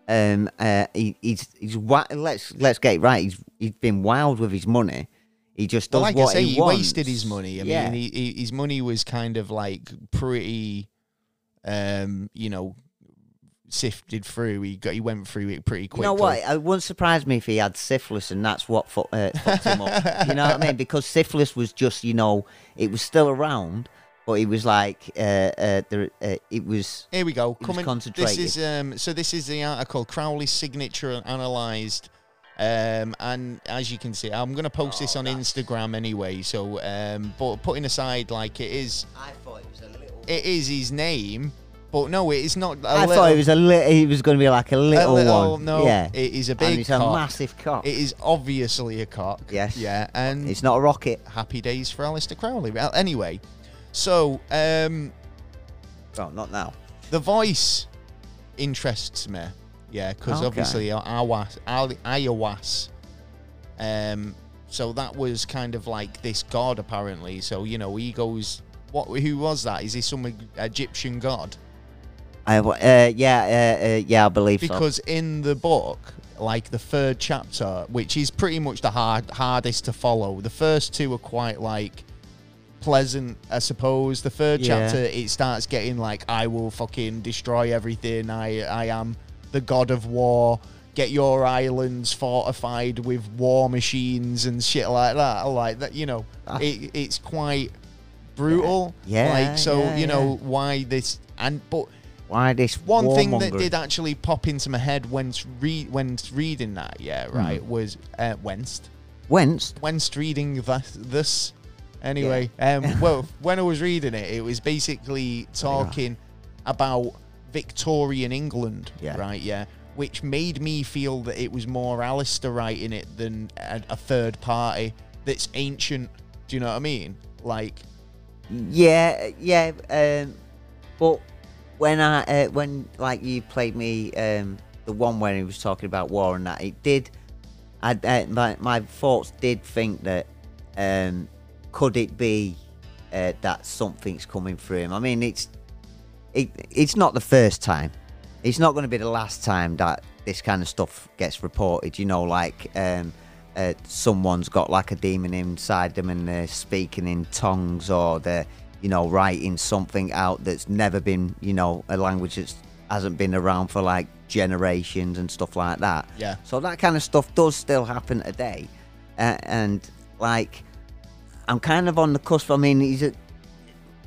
Um, uh, he, he's he's wi- let's let's get it right. He's he's been wild with his money. He just does
Well, like
what
I say,
he,
he,
wants.
wasted his money. I
yeah.
mean, he, he, his money was kind of like pretty, um, you know, sifted through. He got he went through it pretty
you
quickly.
know what? It wouldn't surprise me if he had syphilis, and that's what fu- uh, fucked him up. You know what I mean? Because syphilis was just you know it was still around, but it was like uh, uh, there, uh, it was
Here we go.
was
Coming. This
concentrated.
is um. So this is the article. Crowley's signature analysed. Um, and as you can see, I'm gonna post
Oh,
this on Instagram anyway. So um, but putting aside, like it is,
I thought it was a little.
it is his name, but no, it is not. a
I
little,
thought it was a little. It was going to be like a
a
little,
little.
one.
No,
yeah.
it is a big.
and it's
cock.
a massive cock.
It is obviously a cock.
Yes.
Yeah. And
it's not a rocket.
happy days for Alistair Crowley. Well, anyway, so um,
Oh, not now.
The voice interests me, yeah, because
Okay.
obviously Iowas, Iowas. Um, so that was kind of like this god, apparently. So you know, he goes, "What? Who was that? Is he some e-, Egyptian god?"
I, wa- uh, yeah, uh, uh, yeah, I believe so.
Because in the book, like the third chapter, which is pretty much the hard hardest to follow. The first two are quite like pleasant, I suppose. The third
Yeah.
chapter it starts getting like I will fucking destroy everything. I I am the god of war. Get your islands fortified with war machines and shit like that. I Like that, you know,
Ah.
it, it's quite brutal.
Yeah,
like so,
yeah,
you know why this and but
Why this
one thing that
warmongering?
did actually pop into my head when s- re- when s- reading that, yeah, right, was uh, whenst
Whence?
whenst reading that this. Anyway, um, well, when I was reading it, it was basically talking about Victorian England,
Yeah.
right? Yeah, which made me feel that it was more Alistair writing it than a, a third party that's ancient. Do you know what I mean? Like,
Yeah, yeah. Um, but when I uh, when like you played me um, the one where he was talking about war and that, it did. I uh, my my thoughts did think that um, could it be uh, that something's coming through him? I mean, it's it, it's not the first time. It's not going to be the last time that this kind of stuff gets reported. You know, like um, uh, someone's got like a demon inside them and they're speaking in tongues or they're, you know, writing something out that's never been, you know, a language that hasn't been around for like generations and stuff like that.
Yeah.
So that kind of stuff does still happen today. Uh, and like, I'm kind of on the cusp. I mean, he's a,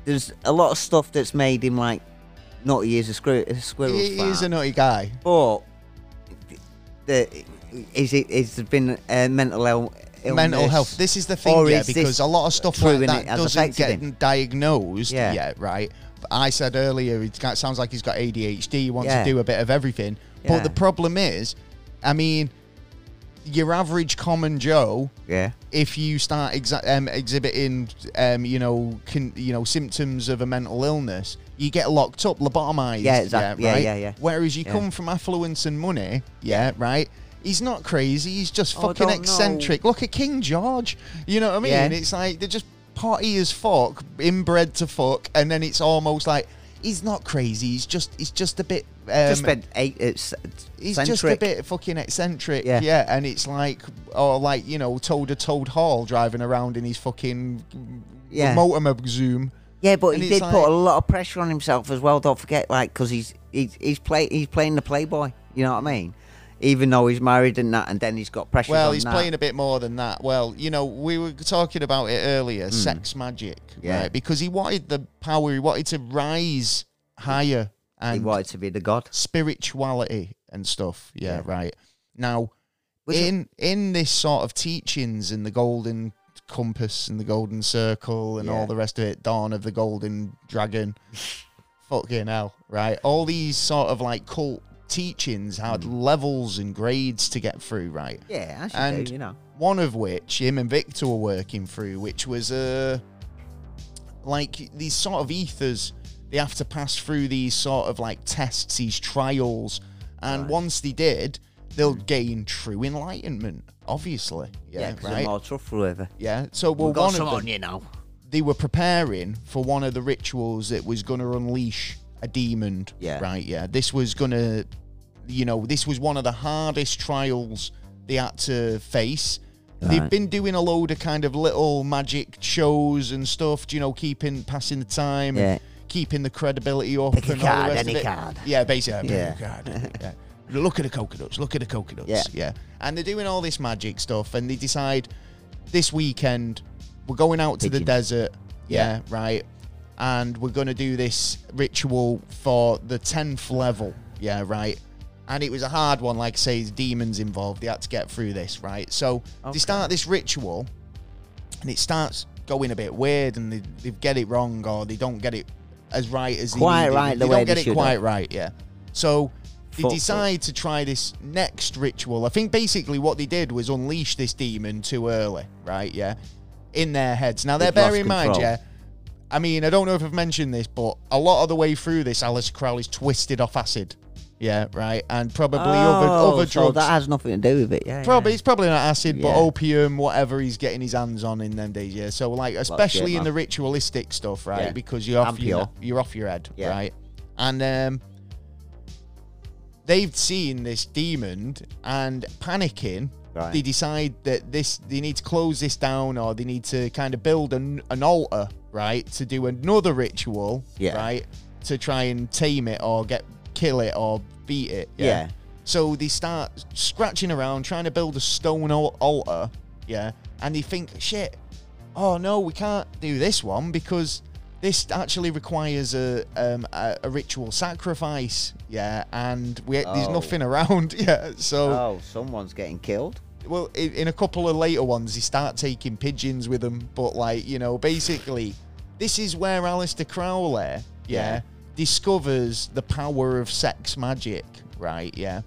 there's a lot of stuff that's made him like naughty as a, screw, a squirrel.
he is a nutty guy.
but the, is it is there been a mental ill, illness?
mental health. This is the thing,
Or
yeah,
is this
because a lot of stuff
true
like
and
that
it has
doesn't
affected
get
him?
diagnosed
Yeah.
yet, right? But I said earlier, it sounds like he's got ADHD. He wants
Yeah.
to do a bit of everything,
Yeah.
but the problem is, I mean, your average common Joe
Yeah.
if you start exa- um, exhibiting, um, you know, con- you know, symptoms of a mental illness, you get locked up, lobotomized.
Yeah, exact- yeah,
right?
yeah, yeah.
Whereas you
Yeah.
come from affluence and money, yeah, right. He's not crazy. He's just
Oh, I
fucking
don't know.
eccentric. Look at King George. You know what I mean?
Yeah.
It's like they're just potty as fuck, inbred to fuck, and then it's almost like he's not crazy. He's just, he's just a bit. Um,
Just spent eight. It's
He's just a
centric.
bit fucking eccentric,
Yeah.
yeah. And it's like, or like you know, Toad a Toad Hall driving around in his fucking
Yeah.
motorhub Zoom.
Yeah, but
And
he
it's
did put
like-
a lot of pressure on himself as well. Don't forget, like, because he's he's he's, play, he's playing the playboy. You know what I mean? Even though he's married and that, and then he's got pressure.
Well,
on
he's
that.
playing a bit more than that. Well, you know, we were talking about it earlier, sex magic,
Hmm. Yeah.
right? Because he wanted the power, he wanted to rise higher,
He
and
wanted to be the god.
spirituality and stuff. Yeah,
Yeah.
right. Now,
Which-
in in this sort of teachings in the golden compass and the golden circle and
Yeah.
all the rest of it, Dawn of the Golden Dragon, fucking hell, right? All these sort of like cult teachings had
Hmm.
levels and grades to get through, right?
Yeah, as you
And
do, you know.
one of which him and Victor were working through, which was uh like these sort of ethers. They have to pass through these sort of like tests, these trials, and once they did, they'll gain true enlightenment. Obviously,
Hmm. Yeah,
yeah,
because
right,
I'm all tough for whoever.
yeah. So well,
We've got
one
some
of
on
them,
you now.
they were preparing for one of the rituals that was going to unleash a demon.
Yeah.
Right. Yeah. This was going to, you know, this was one of the hardest trials they had to face. They've
Right.
been doing a load of kind of little magic shows and stuff, do you know, keeping passing the time, and keeping the credibility up.
Pick a
and all the
card,
rest of
any
it.
card.
Yeah, basically.
Yeah.
Yeah. God. yeah. Look at the coconuts. Look at the coconuts.
Yeah.
Yeah. And they're doing all this magic stuff, and they decide this weekend we're going out to the
Pigeon.
desert. Yeah, right. And we're gonna do this ritual for the tenth level. Yeah, right. And it was a hard one, like I say, there's demons involved. They had to get through this, right? So
Okay.
they start this ritual, and it starts going a bit weird, and they, they get it wrong, or they don't get it as right as they
Quite
need it.
right
They
the
don't
way
get
they
it
should
quite
have.
right, yeah. So they
Thoughtful.
decide to try this next ritual. I think basically what they did was unleash this demon too early, right? Yeah, in their heads. Now they're
They've lost
bearing in mind,
control.
yeah. I mean, I don't know if I've mentioned this, but a lot of the way through this, Alice Crowley's twisted off acid. Yeah, right, and probably
oh,
other other
so
drugs.
that has nothing to do with it. Yeah,
Probably it's probably not acid, but
Yeah.
opium, whatever he's getting his hands on in them days. Yeah. So like, especially in
man.
the ritualistic stuff, right?
Yeah.
Because you're off
And
your,
pure.
you're off your head,
Yeah.
right? And um, they've seen this demon and panicking.
Right.
They decide that this they need to close this down, or they need to kind of build an, an altar, right, to do another ritual,
Yeah.
right, to try and tame it or get kill it or beat it.
Yeah.
So they start scratching around trying to build a stone al- altar, yeah, and they think, shit, oh no, we can't do this one because this actually requires a um, a, a ritual sacrifice, yeah, and we, there's
Oh.
nothing around, yeah. So,
Oh, someone's getting killed.
well, in, in a couple of later ones, they start taking pigeons with them, but like you know, basically, this is where Alistair Crowley, yeah,
Yeah.
discovers the power of sex magic, right? Yeah.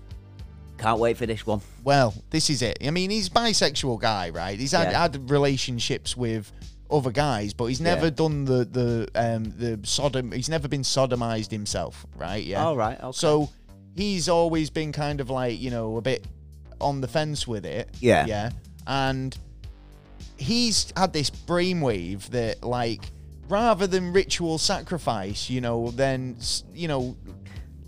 Can't wait for this one.
Well, this is it. I mean, he's a bisexual guy, right? He's had,
Yeah.
had relationships with other guys, but he's never
Yeah.
done the the um the sodom. He's never been sodomized himself, right? Yeah.
All right. Okay.
So he's always been kind of like you know a bit on the fence with it.
Yeah.
Yeah. And he's had this brainwave that like rather than ritual sacrifice, you know, then s- you know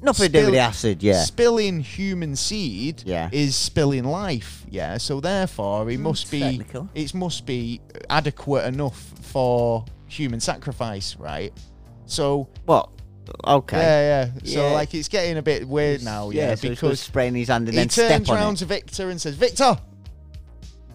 Nothing to do with
spill-
the acid. Yeah.
spilling human seed
Yeah. Hmm,
is spilling life. Yeah. So therefore, it must be
technical.
it must be adequate enough for human sacrifice, right? So
What? Okay.
yeah, yeah. So
Yeah.
like it's getting a bit weird now, yeah,
so he's just
because
spraying his hand and
he
then step
turns
on
round
it.
to Victor and says, "Victor,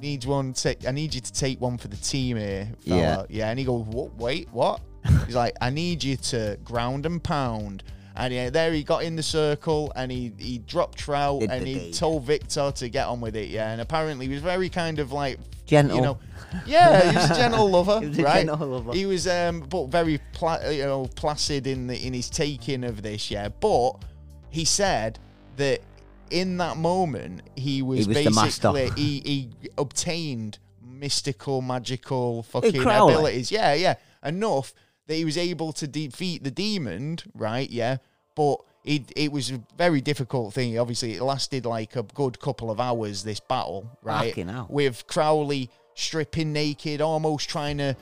needs one. Take, I need you to take one for the team here." Fella.
Yeah.
yeah. And he goes, "What? Wait, what?" He's like, "I need you to ground and pound." And yeah, there he got in the circle and he he dropped trout
Did
and
the
he
deed.
told Victor to get on with it. Yeah, and apparently he was very kind of like
Gentle.
You know, yeah, he was a gentle lover,
He was a
right?
gentle lover.
He was, um, but very pla- you know placid in the in his taking of this. Yeah, but he said that in that moment he was,
He was the master.
basically he, he obtained mystical magical fucking
Crowley.
abilities. Yeah, yeah, enough that he was able to defeat the demon. Right? Yeah, but. It, it was a very difficult thing. Obviously, it lasted like a good couple of hours. This battle, right?
Fucking hell.
With Crowley stripping naked, almost trying to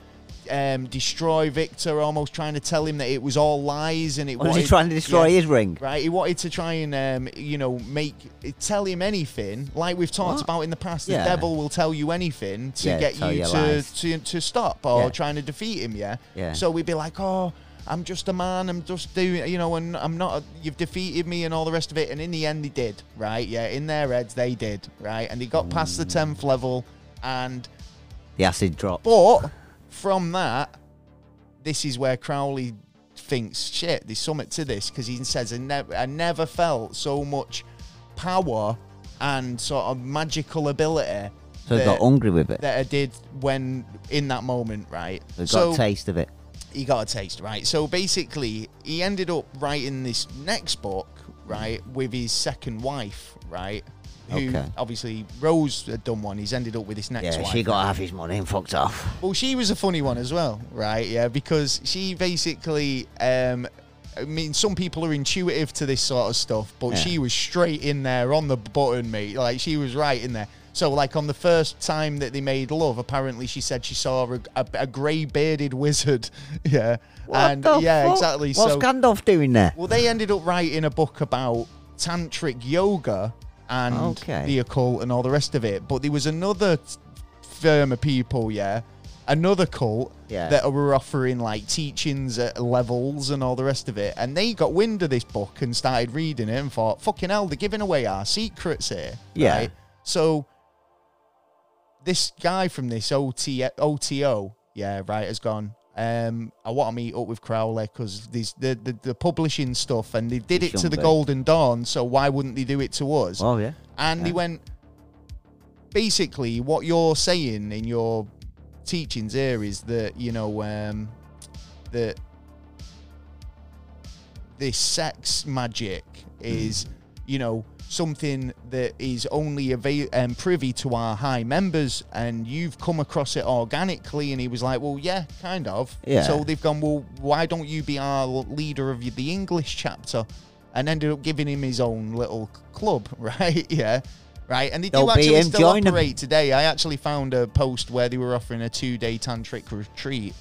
um, destroy Victor, almost trying to tell him that it was all lies and it
Was
wanted,
he trying to destroy
yeah,
his ring?
Right, he wanted to try and um, you know make tell him anything, like we've talked
What?
about in the past.
Yeah.
The devil will tell you anything to
Yeah,
get
tell
you
you
to,
lies.
to to stop or
Yeah.
trying to defeat him. Yeah.
Yeah.
So we'd be like, oh. I'm just a man. I'm just doing, you know, and I'm not. You've defeated me, and all the rest of it. And in the end, they did, right? Yeah, in their heads, they did, right? And they got past the
Mm.
tenth level, and
The acid drop.
but from that, this is where Crowley thinks, shit, there's something to this because he says, I, nev- I never felt so much power and sort of magical ability
so he
that,
got hungry with it.
that I did when in that moment, right?
He got
so
a taste of it.
he got a taste, right? So basically, he ended up writing this next book, right, with his second wife, right? Who
Okay.
obviously Rose had done one. He's ended up with his next
Yeah,
wife.
she got half his money and fucked off.
Well, she was a funny one as well, right? Yeah, because she basically, um, I mean, some people are intuitive to this sort of stuff, but
Yeah.
she was straight in there on the button, mate. Like she was right in there. So, like on the first time that they made love, apparently she said she saw a, a, a grey bearded wizard. Yeah,
What
and
the
yeah,
fuck?
exactly.
What's
so
Gandalf doing there?
well, they ended up writing a book about tantric yoga and
Okay.
the occult and all the rest of it. But there was another t- firm of people, yeah, another cult
Yeah.
that were offering like teachings at levels and all the rest of it. And they got wind of this book and started reading it and thought, fucking hell, they're giving away our secrets here.
Yeah.
Right? So this guy from this OT, OTO, yeah, right, has gone. Um, I want to meet up with Crowley because the, the the publishing stuff, and they did
They
it to
shouldn't
the
be.
Golden Dawn, so why wouldn't they do it to us?
Oh yeah.
and he
yeah.
went, basically, what you're saying in your teachings here is that you know um, that this sex magic is, you know, something that is only avail- um, privy to our high members, and you've come across it organically. And he was like, "Well, yeah, kind of."
Yeah.
So they've gone, "Well, why don't you be our leader of the English chapter?" And ended up giving him his own little club, right? yeah. Right, and they do
Don't be
actually
him,
still
join 'em.
operate today. I actually found a post where they were offering a two-day tantric retreat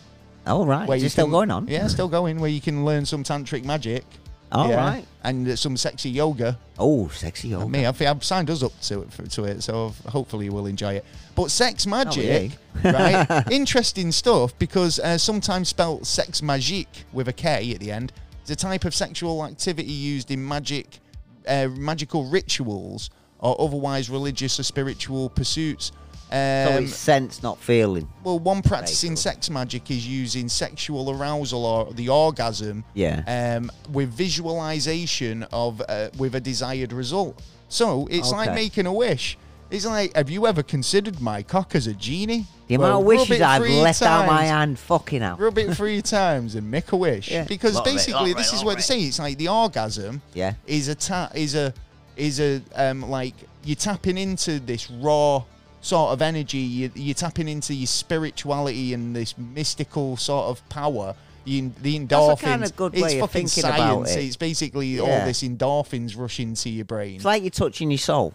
All right.
where
Is
you
it still
can-
going on?
Yeah, still going. Where you can learn some tantric magic,
All right.
And uh, some sexy yoga.
Oh, sexy yoga.
Me, I think I've signed us up to it, for, to it so I've- hopefully you will enjoy it. But sex magic, right? Interesting stuff because uh, sometimes spelled sex magic with a K at the end, it's a type of sexual activity used in magic, uh, magical rituals or otherwise religious or spiritual pursuits.
so
Um,
it's sense, not feeling.
well, one practicing
Basically.
sex magic is using sexual arousal or the orgasm
Yeah.
um, with visualization of uh, with a desired result. So it's like
Okay.
making a wish. It's like, have you ever considered my cock as a genie?
the
Well,
amount of
rub
wishes
it
I've
three
left out my
times.
hand, fucking out.
Rub it three times and make a wish.
Yeah.
Because
Love it,
basically,
love
this
it,
is
love
what
it.
they say. It's like the orgasm
Yeah.
is a ta- is a is a um like you're tapping into this raw sort of energy you, you're tapping into your spirituality and this mystical sort of power you, the endorphins
a kinda good
it's
way of
fucking
thinking
science
about it.
it's basically all
Yeah.
this endorphins rushing to your brain
It's like you're touching your soul.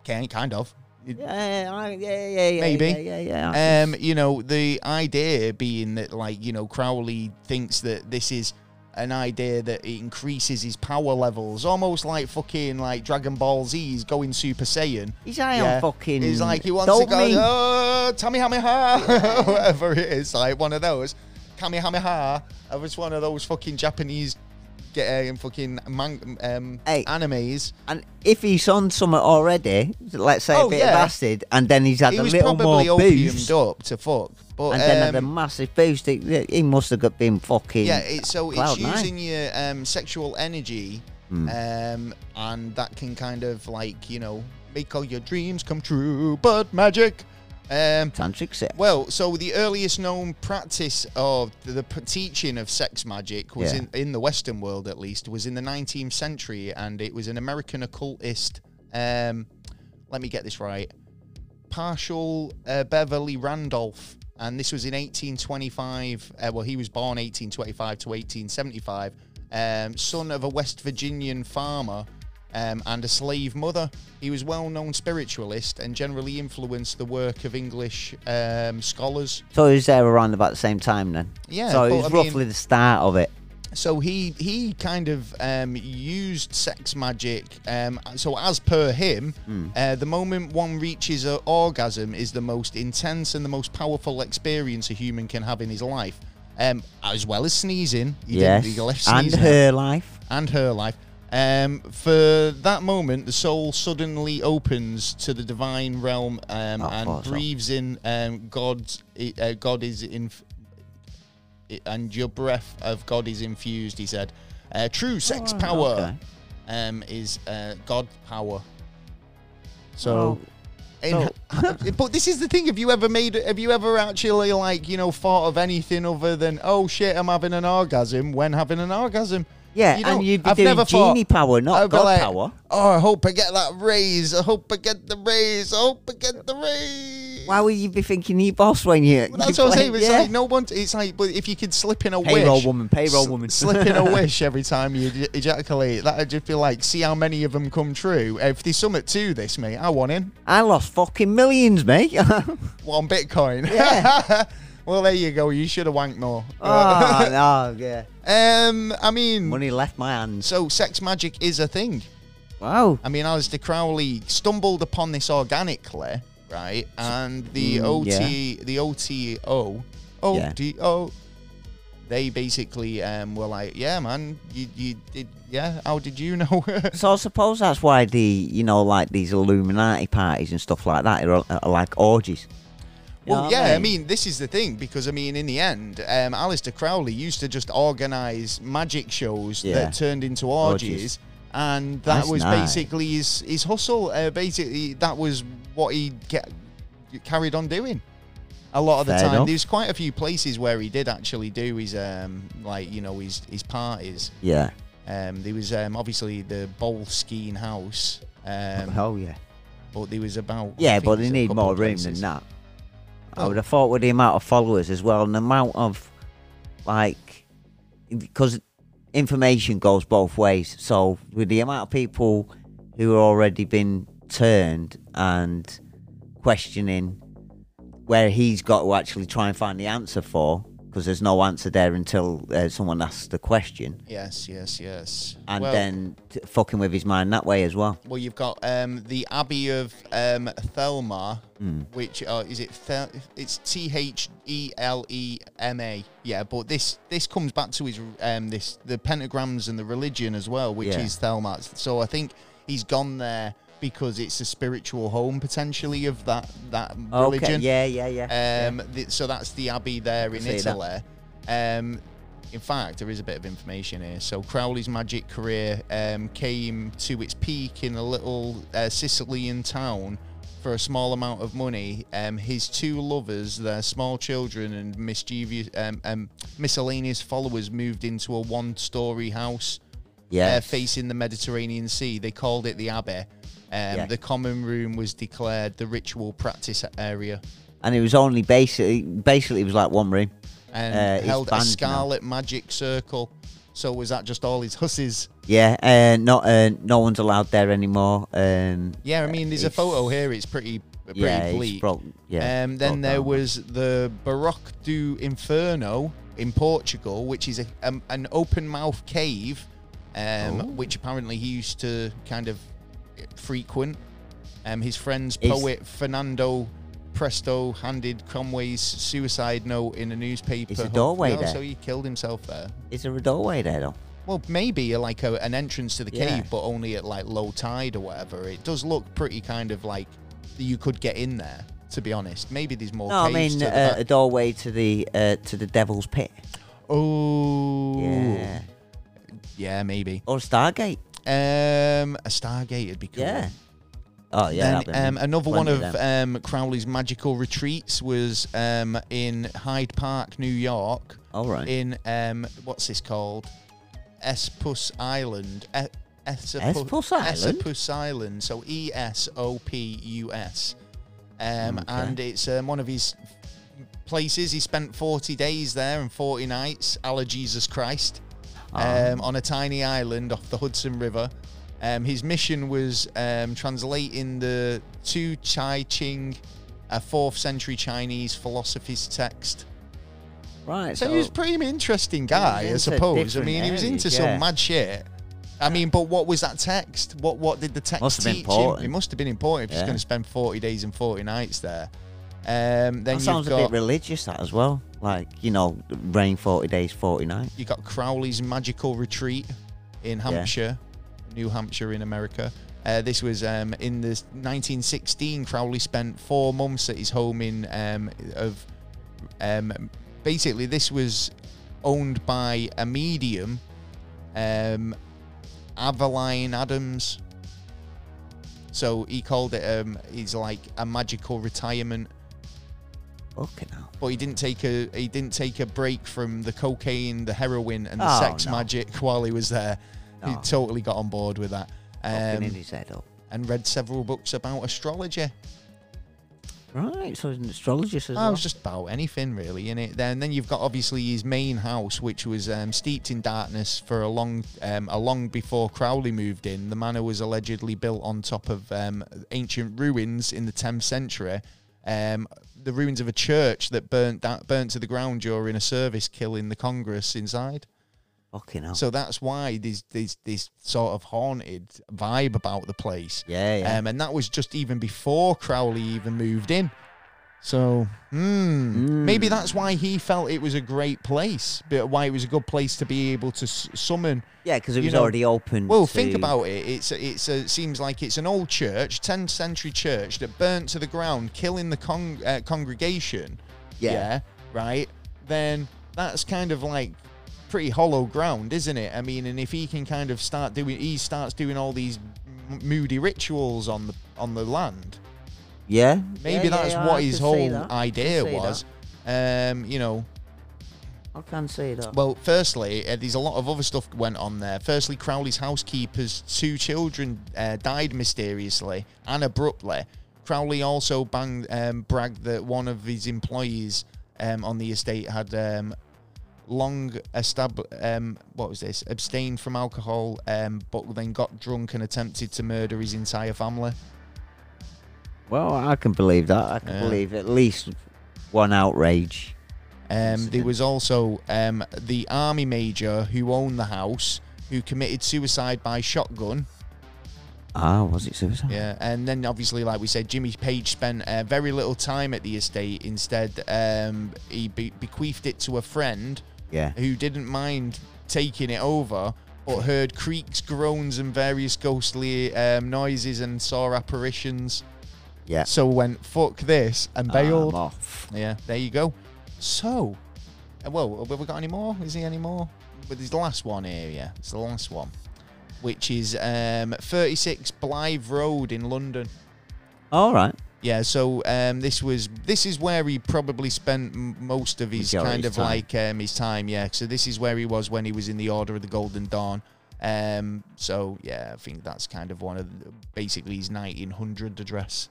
okay kind of It-
Yeah, I- yeah, yeah, yeah.
Maybe.
Yeah, yeah, yeah.
um, you know, the idea being that, like, you know, Crowley thinks that this is an idea that it increases his power levels, almost like fucking like Dragon Ball Z is going Super Saiyan.
He's high on fucking
He's like he wants to go.
dopamine.
Oh, Tamihameha, whatever it is, like one of those. Kamehameha. I was one of those fucking Japanese, get um, fucking man, um,
Hey.
animes.
and if he's on something already, let's say
Oh,
a bit
yeah.
of acid, and then he's had
He
a
was
little
probably
more boost,
opiumed up to fuck, but
and then
um,
had a massive boost, he, he must have got been fucking.
Yeah, it, so it's
cloud nine. Hmm.
using your um, sexual energy, um, and that can kind of like you know make all your dreams come true, but magic. Um,
tantric sex.
well, so the earliest known practice of the, the p- teaching of sex magic was
Yeah.
in, in the Western world, at least, was in the 19th century, and it was an American occultist. Um, let me get this right. Partial uh, Beverly Randolph, and this was in 1825. Uh, well, he was born 1825 to 1875, um, son of a West Virginian farmer um, and a slave mother. He was well-known spiritualist and generally influenced the work of English um, scholars.
So he was there around about the same time then.
Yeah,
So it
but
was
I mean-
roughly the start of it.
So he he kind of um, used sex magic. Um, so as per him,
Hmm.
uh, the moment one reaches an orgasm is the most intense and the most powerful experience a human can have in his life, um, as well as sneezing. He
yes.
didn't- he left
and
sneezing out
her life.
and her life. Um, for that moment, the soul suddenly opens to the divine realm um,
Oh,
and
awesome.
breathes in um, God's. Uh, God is in, and your breath of God is infused. He said, uh, "True sex
Alright,
power
Oh, okay.
um, is uh, God power." So,
Oh.
in, but this is the thing. Have you ever made? Have you ever actually like you know thought of anything other than oh shit, I'm having an orgasm when having an orgasm?
Yeah,
You don't-
and you'd be
I've
doing
never thought-
genie power, not
I'd be
god
like,
power.
Oh, I hope I get that raise. I hope I get the raise. I hope I get the raise.
Why would you be thinking you boss when you?
Well, that's what I'm saying. It's
yeah.
like no one. It's like, but if you could slip in a
Payroll
wish,
woman, payroll
s-
woman.
slip in a wish every time you ej- ejaculate. That'd just be like, see how many of them come true. If there's something to this, mate, I want in.
I lost fucking millions, mate. Oh,
One Bitcoin.
Yeah.
well, there you go. You should have wanked more.
oh no, yeah.
um, I mean,
Money left my hands.
so sex magic is a thing.
Wow.
I mean, Alistair Crowley stumbled upon this organically, right? And the
Mm,
OT, the OTO,
Yeah.
OTO, they basically um, were like, "Yeah, man, you, you did, yeah. How did you know?"
So I suppose that's why the you know like these Illuminati parties and stuff like that are, are like orgies. You know
well,
what
yeah. I mean, this is the thing because I mean, in the end, um, Alistair Crowley used to just organise magic shows
Yeah.
that turned into orgies.
Orgies.
And that
That's
was
nice.
basically his, his hustle. Uh, basically, that was what he get, carried on doing. a lot of the
Fair
time.
enough.
There's quite a few places where he did actually do his um like you know his his parties.
Yeah.
Um, there was um obviously the bowl skiing house. Um,
oh yeah.
but there was about I
Yeah,
think
but they
there's a
need
couple
more
of
room
places.
than that.
Oh.
I would have thought with the amount of followers as well, and the amount of like because information goes both ways. So with the amount of people who are already been turned and questioning where he's got to actually try and find the answer for, because there's no answer there until uh, someone asks the question,
Yes, yes, yes.
and
well,
then t- fucking with his mind that way as well.
well, you've got um, the Abbey of um, Thelma,
Hmm.
which uh, is it? Thel- it's T H E L E M A. Yeah, but this this comes back to his um, this the pentagrams and the religion as well, which
Yeah.
is Thelma. So I think he's gone there because it's a spiritual home potentially of that that religion.
Okay, yeah, yeah, yeah.
Um, th- so that's the abbey there in
see
Italy.
that.
Um, in fact, there is a bit of information here. So Crowley's magic career um, came to its peak in a little uh, Sicilian town. For a small amount of money, um, his two lovers, their small children, and mischievous, um, um, miscellaneous followers moved into a one-story house
yeah.
uh, facing the Mediterranean Sea. They called it the Abbey. Um,
Yeah.
The common room was declared the ritual practice area.
and it was only basically basically it was like one room. Uh,
and
it's
held a
banned now.
scarlet magic circle. So was that just all his hussies?
Yeah, uh, not uh, no one's allowed there anymore. Um,
Yeah, I mean, there's a
It's-
photo here. It's pretty, pretty
yeah, it's
bleak.
broke- yeah.
um,
it's
then
broke
there
down.
was the Baroque do Inferno in Portugal, which is a, um, an open mouth cave, um,
Oh.
which apparently he used to kind of eh, frequent. Um, his friends,
Is-
poet Fernando Presto, handed Cromwell's suicide note in a newspaper.
a doorway
No,
there?
So he killed himself there.
Is there a doorway there though?
Well, maybe uh, like a, an entrance to the
Yeah.
cave, but only at like low tide or whatever. It does look pretty kind of like you could get in there. To be honest, maybe there's more.
No, I
caves to
mean
the
uh,
back.
a doorway to the uh, to the Devil's Pit.
oh,
Yeah,
Yeah, maybe.
or Stargate.
Um, a Stargate would be cool.
Yeah. Oh yeah. that'd
then,
been
um, another one
plenty
of
them.
um, Crowley's magical retreats was um, in Hyde Park, New York.
All right.
In um, what's this called? Espus Island. E- Esopu-
Espus Island?
Esopus Island. So E S O P U S. Um,
Okay.
And it's um, one of his places. He spent 40 days there and 40 nights, Allah Jesus Christ,
Ah.
um, on a tiny island off the Hudson River. Um, his mission was um, translating the Tu Chai Ching, a fourth century Chinese philosophy's text.
right.
So
So,
he was pretty interesting guy, I
into
suppose. I
different
mean, he was into
areas,
some
yeah.
mad shit. I mean, but what was that text? What what did the text
Must have been
teach him?
important.
It must have been important if he's
Yeah.
going to spend forty days and forty nights there. Um, then
that
you've
sounds a
got
bit religious, that as well. Like you know, rain forty days, forty nights.
you got Crowley's magical retreat in Hampshire, New Hampshire in America. Uh, this was um, in the 1916. Crowley spent four months at his home in um, of um, basically this was owned by a medium, um, Aveline Adams. So he called it um, he's like a magical retirement
Fucking hell.
but he didn't take a he didn't take a break from the cocaine, the heroin, and the
Oh,
sex
no.
magic while he was there. He
No.
totally got on board with that,
Fucking in
um,
his head up.
and read several books about astrology.
Right. So he's an astrologist as
I
well.
was Oh, just about anything really in it. Then, then you've got obviously his main house, which was um, steeped in darkness for a long, um, a long before Crowley moved in. The manor was allegedly built on top of um, ancient ruins in the 10th century, um, the ruins of a church that burnt that burnt to the ground during a service killing the Congress inside.
Fucking hell.
So that's why there's there's this sort of haunted vibe about the place.
yeah. Yeah.
Um, and that was just even before Crowley even moved in. So, hmm, maybe that's why he felt it was a great place, but why it was a good place to be able to s- summon.
Yeah, because it
you
was
know,
already open.
Well,
to-
think about it. It's a- it's a, it seems like it's an old church, 10th century church that burnt to the ground, killing the con- uh, congregation.
Yeah.
right. Then that's kind of like pretty hollow ground, isn't it? I mean, and if he can kind of start doing, he starts doing all these m- moody rituals on the on the land.
Yeah,
Maybe
yeah,
that's
yeah,
what
I
his
can see
whole
that.
idea
I can see
was. Um, you know,
that. I can see that.
well, firstly, uh, there's a lot of other stuff went on there. Firstly, Crowley's housekeeper's two children uh, died mysteriously and abruptly. Crowley also banged, um, bragged that one of his employees um, on the estate had um, long estab- um, what was this abstained from alcohol, um, but then got drunk and attempted to murder his entire family.
Well, I can believe that. I can
Yeah.
believe at least one outrage.
Um, there was also um, the army major who owned the house who committed suicide by shotgun.
Ah, was it suicide?
Yeah, and then obviously, like we said, Jimmy Page spent uh, very little time at the estate. Instead, um, he be- bequeathed it to a friend
Yeah.
who didn't mind taking it over, but heard creaks, groans, and various ghostly um, noises and saw apparitions.
Yeah.
So went fuck this and
I'm
bailed.
off.
Yeah, there you go. So, uh, well, have we got any more? Is there any more? But there's the last one here, yeah. It's the last one, which is um, 36 Blythe Road in London.
All right.
Yeah, so um, this was this is where he probably spent m- most of his
Majority
kind
of
of
his time.
like um, his time. Yeah, so this is where he was when he was in the Order of the Golden Dawn. Um, so yeah, I think that's kind of one of the, basically his 1900 address.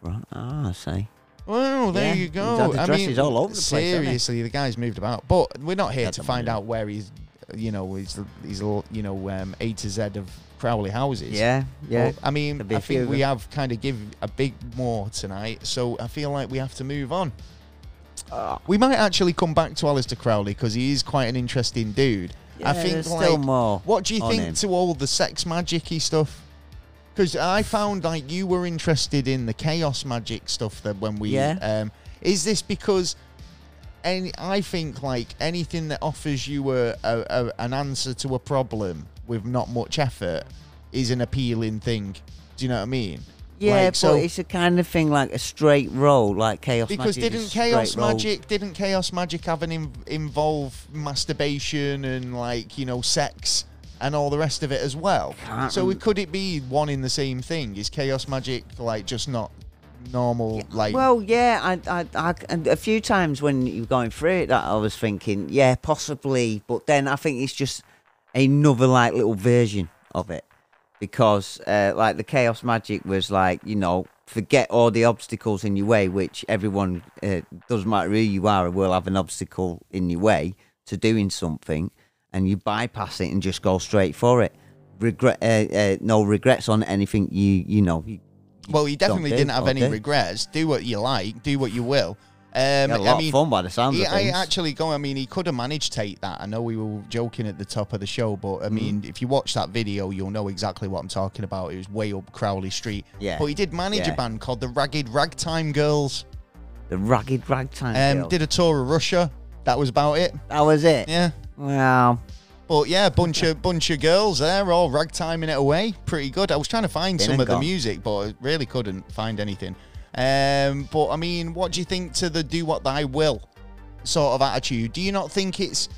Right. Ah, I see.
Oh, there
Yeah,
you
he's
go.
had the
I
dresses
mean,
all over the place, hasn't he?
seriously, the guy's moved about, but we're not here
Had
to
the
find
money.
out where he's, you know, he's he's you know um, A to Z of Crowley houses.
Yeah. Yeah.
Well, I mean,
There'd be
I
a few
think
of
we
them.
have kind of give a big more tonight, so I feel like we have to move on.
Ah,
We might actually come back to Alistair Crowley because he is quite an interesting dude. I
yeah,
think
there's still
like,
more.
what do you
on
think
him.
to all the sex magicy stuff? Because I found like you were interested in the chaos magic stuff that when we
Yeah.
um, is this because any I think like anything that offers you a, a, a an answer to a problem with not much effort is an appealing thing. Do you know what I mean?
Yeah,
Like,
but it's a kind of thing like a straight roll, like chaos
because
magic.
didn't
is straight
chaos
roll.
magic didn't chaos magic have an in, involve masturbation and like you know sex and all the rest of it as well
Can't
so
rem-
it, could it be one in the same thing is chaos magic like just not normal like
Well, yeah, I, I, I, and a few times when you were going through it, that I was thinking, yeah, possibly, but then I think it's just another like little version of it because uh, like the chaos magic was like you know forget all the obstacles in your way, which everyone uh, doesn't matter who you are will have an obstacle in your way to doing something, and you bypass it and just go straight for it. Regret, uh, uh, no regrets on anything you you know. You,
well he definitely
do,
didn't have
don't
any
do.
regrets do what you like do what you will um
you had a lot
i mean
of fun by the sounds
He,
of
I
things.
actually go. I mean, he could have managed to take that. I know we were joking at the top of the show, but
Mm-hmm.
I mean, if you watch that video, you'll know exactly what I'm talking about. It was way up Crowley Street.
Yeah.
But he did manage a
Yeah.
band called the Ragged Ragtime Girls.
The ragged ragtime
Um,
girl.
did a tour of Russia. That was about it.
that was it.
Yeah.
Wow.
But yeah, bunch of bunch of girls there, all ragtiming it away. Pretty good. I was trying to find
Been
some
and
of the
gone.
music, but I really couldn't find anything. Um, but I mean, what do you think to the "do what thy will" sort of attitude? Do you not think it's?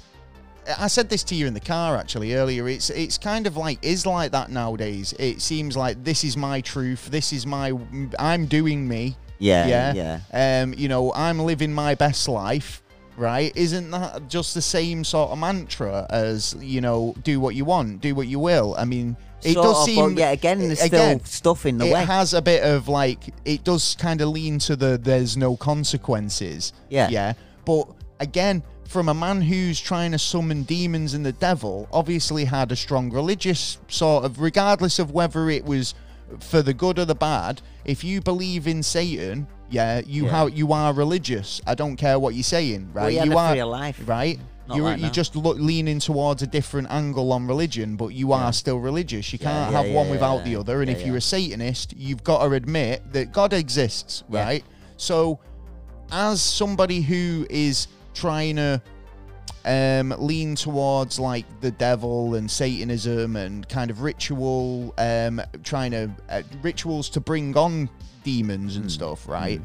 I said this to you in the car actually earlier. It's it's kind of like is like that nowadays. It seems like this is my truth. This is my I'm doing me.
Yeah,
yeah. Um, you know, I'm living my best life, right? Isn't that just the same sort of mantra as you know, do what you want, do what you will? I mean, it
Sort
does
of,
seem
But yeah, again, there's
again,
still stuff in the
it
way.
has a bit of like it does kind of lean to the there's no consequences.
Yeah.
Yeah. But again, from a man who's trying to summon demons and the devil, obviously had a strong religious sort of regardless of whether it was for the good or the bad, if you believe in Satan, yeah, you
Yeah.
how you are religious. I don't care what you're saying, right?
Well, yeah,
you
the
are
free life.
right?
Not
you're
like
you're
now.
just lo- leaning towards a different angle on religion, but you are still religious. You
Yeah,
can't
yeah,
have
yeah,
one
yeah,
without
yeah.
the other. And
Yeah,
if
yeah.
you're a Satanist, you've got to admit that God exists,
Yeah.
right? So, as somebody who is trying to um, lean towards like the devil and Satanism and kind of ritual, um, trying to uh, rituals to bring on demons
Hmm.
and stuff, right?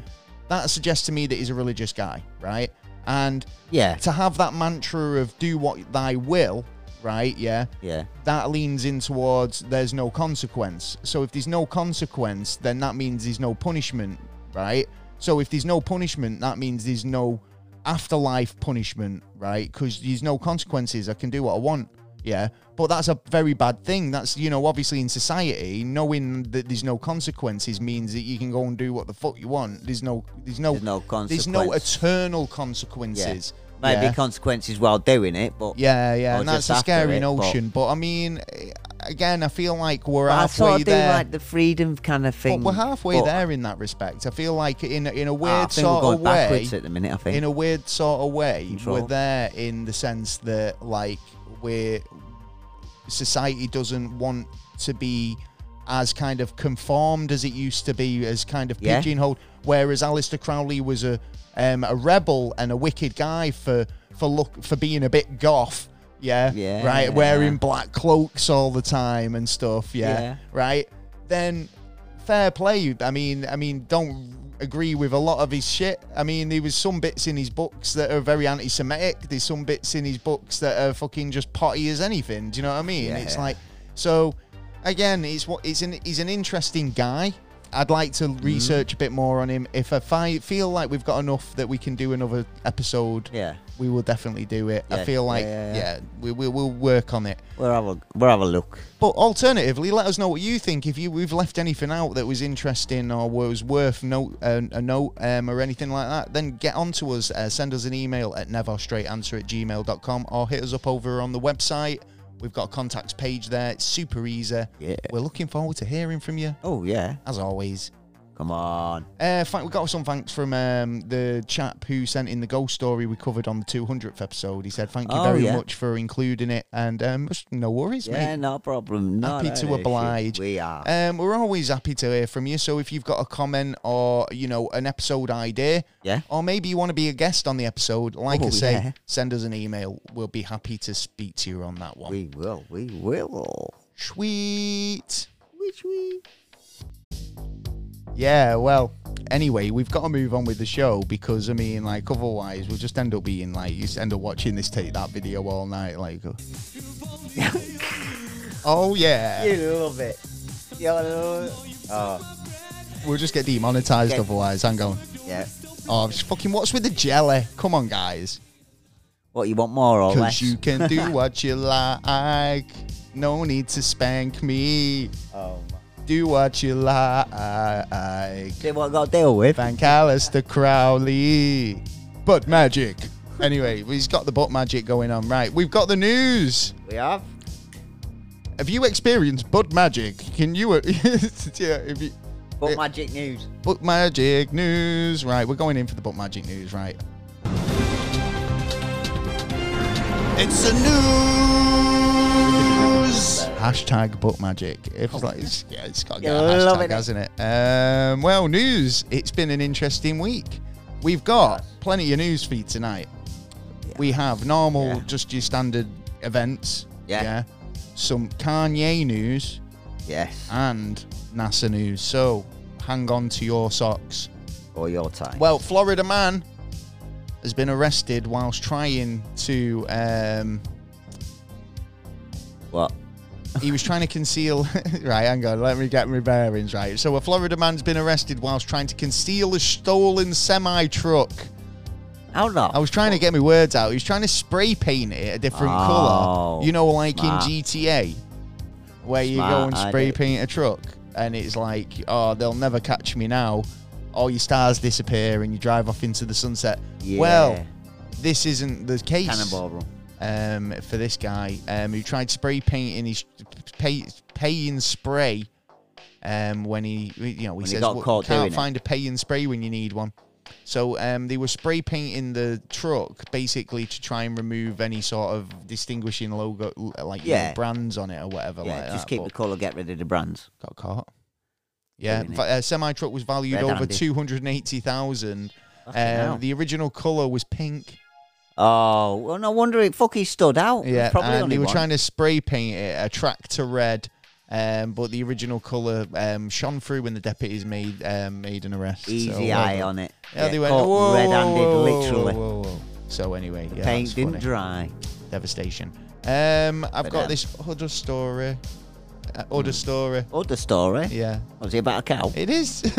That suggests to me that he's a religious guy, right? And
Yeah,
to have that mantra of do what thy will, right? Yeah.
yeah,
That leans in towards there's no consequence. So if there's no consequence, then that means there's no punishment, right? So if there's no punishment, that means there's no afterlife punishment, right? Because there's no consequences. I can do what I want. Yeah. But that's a very bad thing. That's, you know, obviously in society, knowing that there's no consequences means that you can go and do what the fuck you want. There's no, there's no,
There's no
there's no
consequence.
eternal
yeah.
consequences.
Maybe
Yeah.
consequences while doing it, but
Yeah, yeah,
Or
and that's
just
a
after
scary
it, but-
notion. But, I mean, I- again, I feel like we're
But I
halfway
sort of do
there.
like the freedom kind of
But
thing.
we're halfway
but
there in that respect. I feel like in in a
I
weird
think we're
sort
going
of way,
backwards at the minute. I think.
in a weird sort of way,
Control.
we're there in the sense that like we're society doesn't want to be as kind of conformed as it used to be, as kind of
Yeah.
pigeonholed. Whereas Alistair Crowley was a um, a rebel and a wicked guy for for look for being a bit goth. Yeah,
Yeah.
right. Wearing black cloaks all the time and stuff. Yeah,
Yeah.
right. Then fair play. I mean, I mean, don't agree with a lot of his shit. I mean, there was some bits in his books that are very anti-Semitic. There's some bits in his books that are fucking just potty as anything. Do you know what I mean?
Yeah.
It's like so. Again, it's what it's an he's an interesting guy. I'd like to
Mm.
research a bit more on him. If I fi- feel like we've got enough that we can do another episode,
yeah,
we will definitely do it. I
Yeah,
feel
yeah,
like
yeah,
yeah,
yeah.
we, we we'll work on it.
we'll have a we'll have a look.
But alternatively, let us know what you think. If you we've left anything out that was interesting or was worth note, uh, a note um, or anything like that, then get on to us. Uh, send us an email at neverstraightanswer at gmail.com or hit us up over on the website. We've got a contacts page there. It's super easy.
Yeah.
We're looking forward to hearing from you,
Oh yeah,
as always.
come on.
Uh, fact, we got some thanks from um, the chap who sent in the ghost story we covered on the 200th episode. He said, Thank you
Oh,
very
yeah.
much for including it. And um, just no worries, mate.
Yeah, no problem. No,
Happy
no,
to
no shit.
oblige.
We are.
Um, we're always happy to hear from you. So if you've got a comment or you know an episode idea,
Yeah.
or maybe you want to be a guest on the episode, like
Oh,
I say,
yeah.
send us an email. We'll be happy to speak to you on that one.
We will. We will.
Sweet.
Which we.
Yeah. Well. Anyway, we've got to move on with the show because I mean, like, otherwise we'll just end up being like, you just end up watching this take that video all night, like. uh, oh yeah,
You love it. You love it. Oh
we'll just get demonetized
Okay.
otherwise. Hang on.
yeah.
Oh, just fucking what's with the jelly? Come on, guys.
What you want more or
Because
Oh, less?
you can do what you like. No need to spank me.
Oh. man.
Do what you like.
See what I got to deal with.
Thank Alistair Crowley. Butt magic. Anyway, he's got the butt magic going on. Right, we've got the news.
We have.
Have you experienced butt magic? Can you. yeah, if you
But
Yeah.
magic news.
butt magic news. Right, we're going in for the butt magic news, right? It's the news. Hashtag butt magic. It was like, it's, yeah, it's got to get a
Oh. You're
hashtag,
loving it.
hasn't it? Um, well, news. It's been an interesting week. We've got plenty of news for you tonight. We have normal,
Yeah.
just your standard events.
Yeah.
Some Kanye news
Yes.
and NASA news. So hang on to your socks.
Or your time.
Well, Florida man has been arrested whilst trying to. Um,
what?
he was trying to conceal. right, hang on. Let me get my bearings right. So, a Florida man's been arrested whilst trying to conceal a stolen semi truck.
How not?
I was trying to get my words out. He was trying to spray paint it a different
Oh,
color. You know, like
smart.
in GTA, where you go
Smart
and spray
idea.
paint a truck, and it's like, oh, they'll never catch me now. All your stars disappear, and you drive off into the sunset.
Yeah.
Well, this isn't the case
Cannonball run.
um, for this guy um, who tried spray painting his pay, paying spray um, when he you know he
he
says
got
"Well,
caught
can't
doing it."
find a paying spray when you need one. So um, they were spray painting the truck basically to try and remove any sort of distinguishing logo like you know,
Yeah.
brands on it or whatever.
Yeah,
like
just
that,
keep
but-
the colour, get rid of the brands.
got caught. Yeah,
Doing
fa- uh, semi truck was valued
Red
over
handed.
two hundred and eighty thousand.
Fucking hell.
Um, the original color was pink.
Oh, well, no wonder it fucking stood out. There's
Yeah,
probably
and
only
they were
one.
trying to spray paint it a tractor red, um, but the original color um, shone through when the deputies made um, made an arrest. so,
Easy
well
eye
done.
on it.
Yeah, they
Get
went
caught
"Whoa,
red-handed,
whoa, whoa,
literally.
whoa, whoa." So anyway, yeah,
Paint
that's
didn't
funny.
dry.
devastation. Um, I've
But, Hmm.
got
um,
this other story. Uh, other story.
Other story.
Yeah,
Was it about a cow?
it is.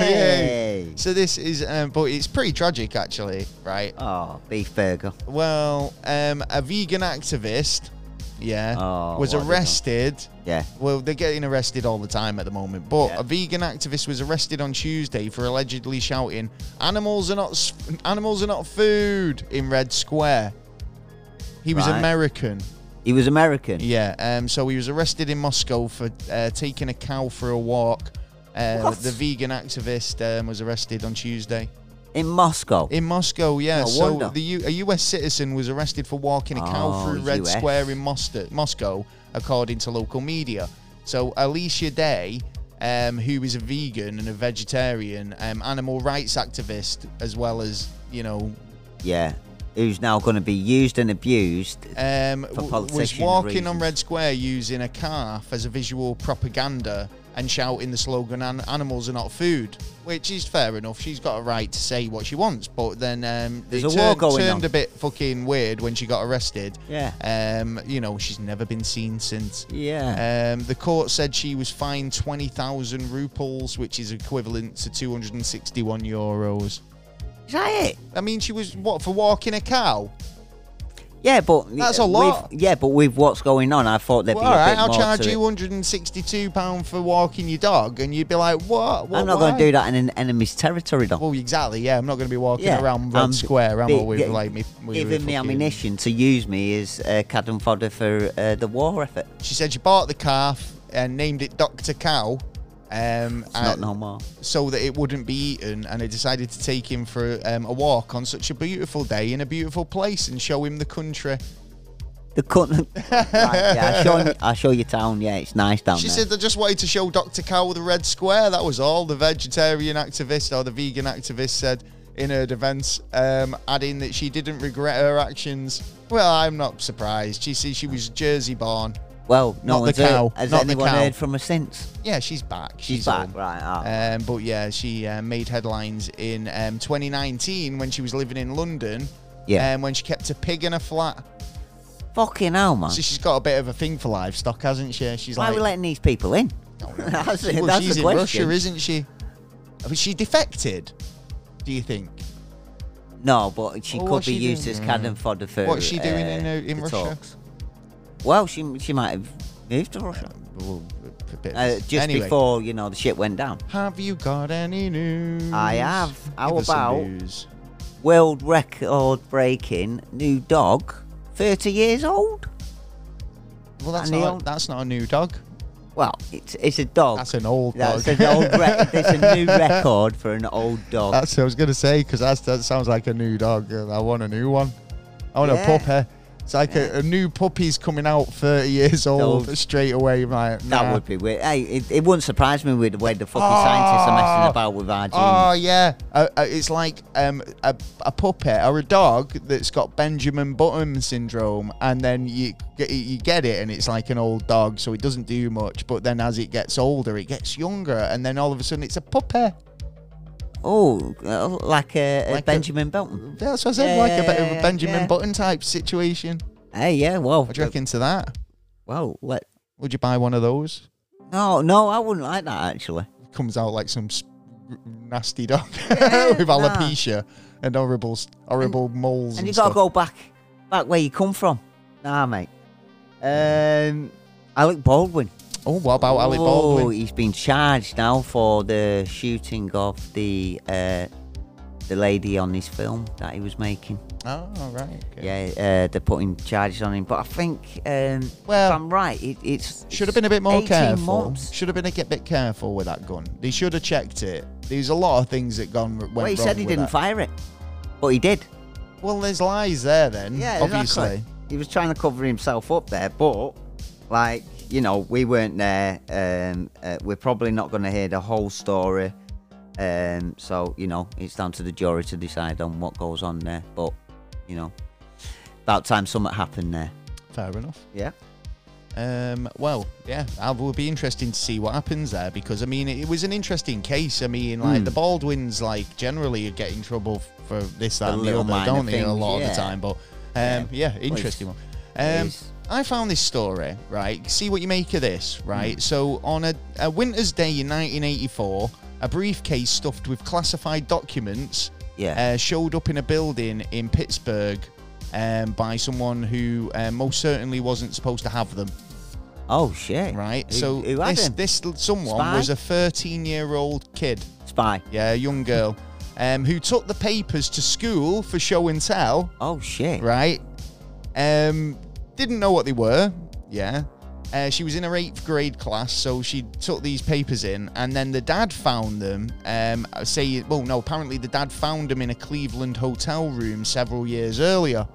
Hey.
So this is, um, but it's pretty tragic actually, right?
Oh, beef burger.
Well, um, a vegan activist, yeah, was
Oh, what have they done?
arrested.
Yeah.
Well, they're getting arrested all the time at the moment. But
Yeah.
a vegan activist was arrested on Tuesday for allegedly shouting, "Animals are not s- animals are not food" in Red Square. He was
Right.
American,
He was American.
Yeah. Um, so he was arrested in Moscow for uh, taking a cow for a walk. Uh,
What?
The vegan activist um, was arrested on Tuesday
In Moscow.
in Moscow. Yeah.
No
so
wonder.
the U- a U.S. citizen was arrested for walking a cow
Oh,
through Red
US.
Square in Mosta- Moscow, according to local media. So Alicia Day. Um, who is a vegan and a vegetarian, um, animal rights activist, as well as you know
yeah. Who's now going to be used and abused.
um, w- was
politician
walking on
reasons.
Red Square using a calf as a visual propaganda and shouting the slogan "An- "Animals are not food," which is fair enough. She's got a right to say what she wants, but then um,
There's
it
a war
turned,
going
turned
on.
a bit fucking weird when she got arrested.
Yeah.
Um, you know, she's never been seen since.
Yeah.
Um, the court said she was fined 20,000 ruples, which is equivalent to 261 euros. uh,
Is that it?
I mean, she was, what, for walking a cow?
Yeah, but
That's a lot.
With, yeah, but with what's going on, I thought there'd
Well,
be a
all right,
bit
I'll
more
charge
to
you
it.
162 pound for walking your dog, and you'd be like, "What? What-
I'm not
why?"
going to do that in an enemy's territory, though.
Well, exactly. Yeah, I'm not going to be walking
Yeah,
around Red
I'm
Square, am I?
big-
With
yeah,
like me, with
Giving
fucking-
me ammunition to use me as uh, cannon fodder for uh, the war effort.
She said she bought the calf and named it Doctor Cow, um,
It's
uh,
not no more.
so that it wouldn't be eaten. And I decided to take him for um, a walk on such a beautiful day in a beautiful place and show him the country.
The cut. right, yeah, I show, I show you town. Yeah, it's nice down
She
there.
said, I just wanted to show Dr. Cow the red square. That was all the vegetarian activist or the vegan activist said in her defense, um, adding that she didn't regret her actions. Well, I'm not surprised. She says she was Jersey born.
well, no
not the
one's heard-
cow,
has
not the
anyone
cow.
heard from her since?
Yeah, she's back. She's,
She's, back,
home.
right? ah.
Um, but yeah, she uh, made headlines in um, 2019 when she was living in London.
Yeah.
Um, when she kept a pig in a flat.
Fucking hell, man.
So she's got a bit of a thing for livestock, hasn't she? She's
Why are
like,
we letting these people in? that's it-
well,
that's
she's
the
in
question.
Russia, isn't she? Was she defected? Do you think?
No, but she
Well,
could
what's
be
she
used
doing?
as cannon fodder for.
What's she doing
uh,
in, uh, in
the
Russia?
talks. Well, she she might have moved to Russia
Well, a bit-
uh, just
anyway,
before you know the shit went down.
Have you got any news?
I have. How
Give us some
about-
news.
World record breaking new dog, thirty years old.
Well, that's
and the
not,
old-
that's not a new dog.
Well, it's it's a dog.
That's an old
Oh, That's
dog.
an old re- There's a new record for an old dog.
That's what I was gonna say because that sounds like a new dog. and I want a new one. I want
Yeah.
a puppy. It's like a, a new puppy's coming out, thirty years old,
Dog.
straight away. Like,
that
nah.
would be weird. Hey, it, it wouldn't surprise me with the way the fucking scientists are
Oh.
messing about with our genes.
Oh yeah, uh, uh, it's like um, a a puppet or a dog that's got Benjamin Button syndrome, and then you get you get it, and it's like an old dog, so it doesn't do much. But then as it gets older, it gets younger, and then all of a sudden it's a puppet.
Oh, uh, like a, a
Like a-
Benjamin Belton.
That's what I said, like a bit of a
Yeah,
Benjamin
yeah.
Button type situation.
Hey, yeah, well,
What do you reckon to that?
well, let.
Would you buy one of those?
No,
Oh,
no, I wouldn't like that actually.
Comes out like some s- nasty dog
Yeah,
with
nah.
alopecia and horrible s- horrible moles.
And
And,
you got
stuff.
to go back, back where you come from. Nah, mate. Um, Alec Baldwin.
Oh, what about Alec Baldwin?
Oh, he's been charged now for the shooting of the uh, the lady on his film that he was making.
Oh, right. Okay.
Yeah, uh, they're putting charges on him. But I think, um,
Well,
if I'm right, it, it's
Should have
it's
been a bit more
18
careful.
Months.
Should have been a get- bit careful with that gun. They should have checked it. There's a lot of things that gone went
Well, he
wrong
said he
with
didn't
that.
fire it, but he did.
Well, there's lies there then.
Yeah,
obviously.
exactly. He was trying to cover himself up there, but like you know, we weren't there. Um, uh, we're probably not going to hear the whole story. Um, so you know, it's down to the jury to decide on what goes on there. But you know, about time something happened there.
Fair enough.
Yeah.
Um, well, yeah, it will be interesting to see what happens there because I mean, it was an interesting case. I mean,
Hmm.
like the Baldwins, like generally, get in trouble f- for this, that,
The
and the
little
other,
minor
don't they? A
things,
lot of the
yeah.
time, but um, yeah,
it's-
interesting one.
it
Um,
is.
I found this story right. See what you make of this,
Hmm.
right? So on a, a winter's day in 1984, a briefcase stuffed with classified documents
Yeah.
uh, showed up in a building in Pittsburgh. Um, by someone who uh, most certainly wasn't supposed to have them
oh shit.
right?
Who-
so
who had
this
him?
this l- someone
Spy?
was a 13 year old kid,
Spy.
yeah, a young girl, um, who took the papers to school for show and tell,
Oh shit.
right? Um, Didn't know what they were. Yeah. Uh, she was in her eighth grade class, so she took these papers in, and then the dad found them. Um, say, well, no, apparently the dad found them in a Cleveland hotel room several years earlier.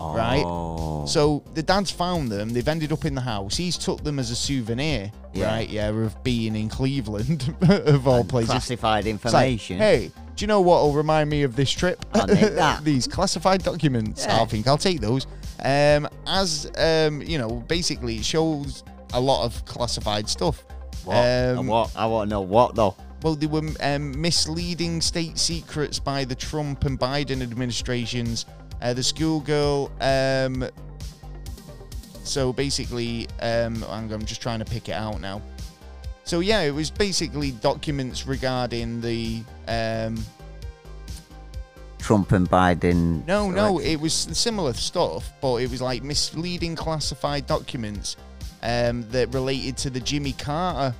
Right.
Oh.
So the dad's found them. They've ended up in the house. He's took them as a souvenir,
Yeah.
right? Yeah, of being in Cleveland of all places.
classified
It's like,
information.
hey, do you know what will remind me of this trip?
I'll need that.
These classified documents.
Yeah.
I think I'll take those. Um, as um, you know, basically it shows a lot of classified stuff.
what?
Um,
And what? I want to know what though.
well, they were um, misleading state secrets by the Trump and Biden administrations. Uh, the schoolgirl. Um, so basically, um, hang on, I'm just trying to pick it out now. So yeah, it was basically documents regarding the. Um,
Trump and Biden.
no, no, it was similar stuff, but it was like misleading classified documents um, that related to the Jimmy Carter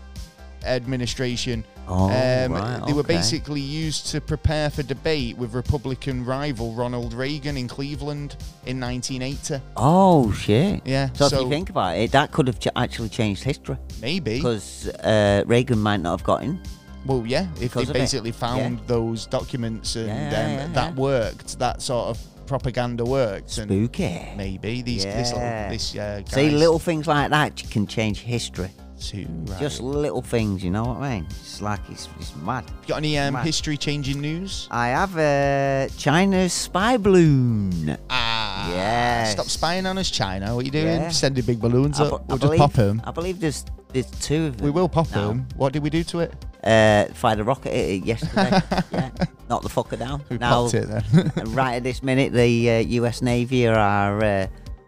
administration. Um,
Oh, right,
They were
okay.
basically used to prepare for debate with Republican rival Ronald Reagan in Cleveland in 1980.
Oh shit.
Yeah,
So, if
so-
you think about it, that could have ch- actually changed history
Maybe.
because uh, Reagan might not have gotten.
Well, yeah, if
Because
they
of it.
basically found those documents and
Yeah,
um,
yeah,
that
yeah.
worked, that sort of propaganda worked, and
Spooky.
maybe these this
Yeah.
little, this uh, guys
See, little things like that ch- can change history.
too, right.
Just little things, you know what I mean? It's like it's, it's mad.
Got any um,
Mad.
history changing news?
I have uh, China's spy balloon.
Ah,
Yes.
Stop spying on us, China. What are you doing?
Yeah.
Sending big balloons
I
up.
bu- I
we'll just
believe-
pop them.
I believe there's there's two of them.
We will pop
now.
them. What did we do to it?
Uh, fired a rocket at it yesterday. yeah, knocked the fucker down.
We
now,
popped it then.
right at this minute, the uh, U.S. Navy are uh,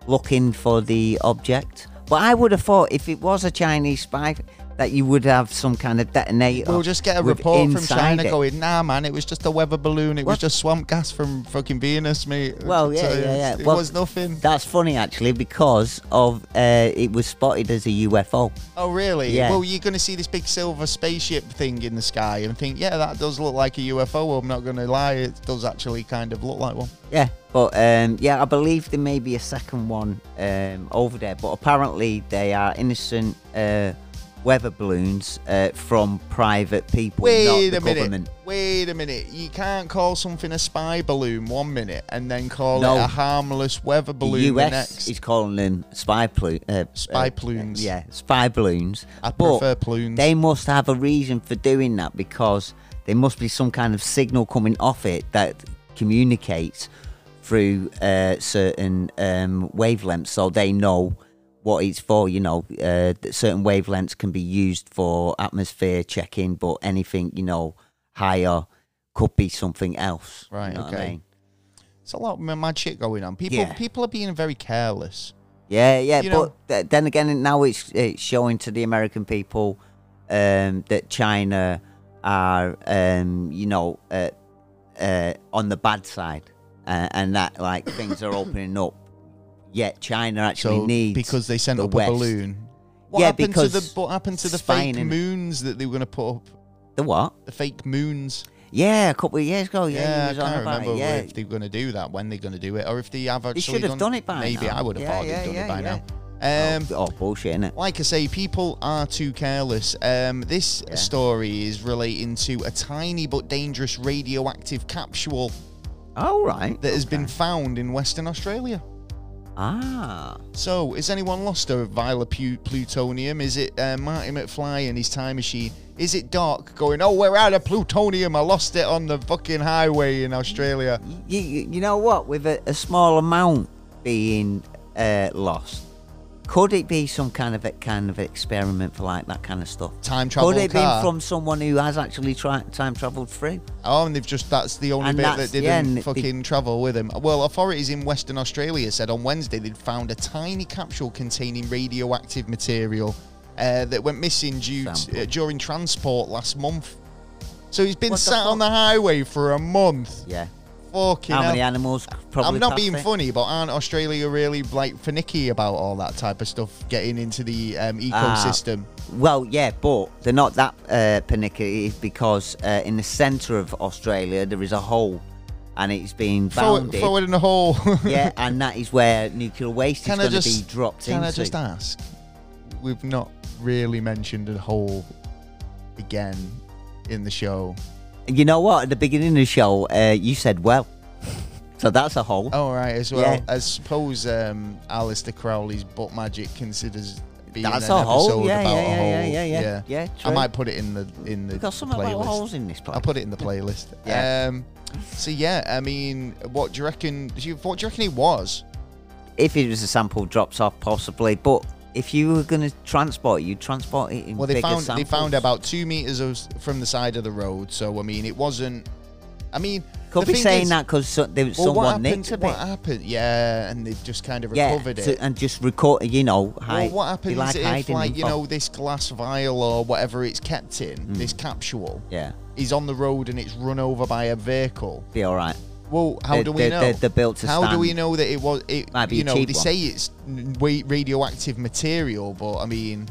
looking for the object. But I would have thought if it was a Chinese spy, that you would have some kind of detonator.
we'll just get a
with
report from
inside
China
it.
going, nah, man, it was just a weather balloon. It was
What?
just swamp gas from fucking Venus, mate.
Well, yeah,
So,
yeah, yeah.
It
Well-
was nothing.
That's funny actually because of uh, it was spotted as a UFO.
Oh, really?
Yeah.
Well, you're going to see this big silver spaceship thing in the sky and think, yeah, that does look like a UFO. I'm not going to lie. It does actually kind of look like one.
Yeah, but um, yeah, I believe there may be a second one um, over there. But apparently, they are innocent uh, weather balloons uh, from private people,
Wait
not
a
the
minute.
government.
Wait a minute. You can't call something a spy balloon one minute and then call
No.
it a harmless weather balloon
the US
the next.
is calling them spy plu- uh,
Spy
uh,
balloons.
yeah, spy balloons.
I
But
prefer balloons.
They must have a reason for doing that because there must be some kind of signal coming off it that communicates through uh, certain um, wavelengths, so they know what it's for. You know, uh, that certain wavelengths can be used for atmosphere checking, but anything you know higher could be something else.
Right,
You know what I
okay.
mean?
It's a lot of mad shit going on. People
Yeah.
people are being very careless.
Yeah, yeah,
You know-
but th- then again, now it's it's showing to the American people um, that China are, um, you know, uh, uh, on the bad side, uh, and that like things are opening up. Yet China actually
So
needs
because they sent
the
up
West.
a balloon. What
Yeah,
happened to the
because
what happened to the
spying
fake
in-
moons that they were going to put up?
the what?
The fake moons.
Yeah, a couple of years ago. Oh, Yeah,
Yeah,
he was
I
on
can't
about
remember
it. Yeah,
if they were going to do that, when they're going to do it, or if they have actually
should have done it by
Maybe
now.
I would have
Yeah,
thought they'd
yeah,
done
yeah,
it by
yeah.
now. Um,
oh bullshit, innit?
Like I say, people are too careless. Um, this story is relating to a tiny but dangerous radioactive capsule
All right.
that has been found in Western Australia.
Ah,
So, is anyone lost a vial of pu- plutonium? Is it uh, Marty McFly and his time machine? Is it Doc going, oh, we're out of plutonium. I lost it on the fucking highway in Australia?
you, you know what? With a, a small amount being uh, lost, could it be some kind of a kind of experiment for like that kind of stuff?
Time travel
Could it
car.
be from someone who has actually tri- time travelled through?
Oh, and they've just, that's the only
And
bit
that's
that
the
didn't
end.
fucking travel with him. Well, authorities in Western Australia said on Wednesday they'd found a tiny capsule containing radioactive material uh, that went missing due
Sample.
to, uh, during transport last month. So he's been
What the
sat on the
fuck?
highway for a month.
Yeah.
Fucking
How many
hell.
animals? Probably.
I'm not
passed
being
it?
funny, but aren't Australia really like finicky about all that type of stuff getting into the um,
Ah,
ecosystem?
well, yeah, but they're not that uh, panicky because uh, in the centre of Australia there is a hole and it's been
Forward,
bounded.
forward in the hole.
yeah, and that is where nuclear waste
Can I
is going to
just-
be dropped
Can
into.
I just ask? We've not really mentioned a hole again in the show.
You know what? At the beginning of the show, uh, you said well, so that's a hole.
Oh, right, as well.
Yeah.
I suppose um, Alistair Crowley's butt magic considers being
that's
an
a hole.
episode
Yeah,
about
yeah,
a
yeah,
hole.
yeah, yeah, yeah, yeah,
I
true.
might put it in the in the
We've got some about
playlist.
holes in this place.
I'll put it in the playlist.
Yeah.
Um, so yeah, I mean, what do you reckon? Do you, what do you reckon he was?
if it was a sample, drops off possibly, but. If you were going to transport it, you'd transport it in
Well, they
bigger
found
samples.
they found about two meters of, from the side of the road. So I mean, it wasn't. I mean,
Could
the
be
thing
saying
is-
that because so, there was
Well,
someone
what happened?
nicked a bit.
What happened? Yeah, and they've just kind of
yeah,
recovered
so-
it.
and just record. You know,
Well,
hide,
what
they
happens
like
if,
hiding
like, you
info.
know, this glass vial or whatever it's kept in, this capsule,
Mm. Yeah,
is on the road and it's run over by a vehicle?
be all right.
Well, how
They're-
do we
they're-
know?
they're- they're built to
How do we
stand.
know that it was? It,
Might be
you
a
know,
cheap
they
one.
say it's n- wa- radioactive material, but I mean,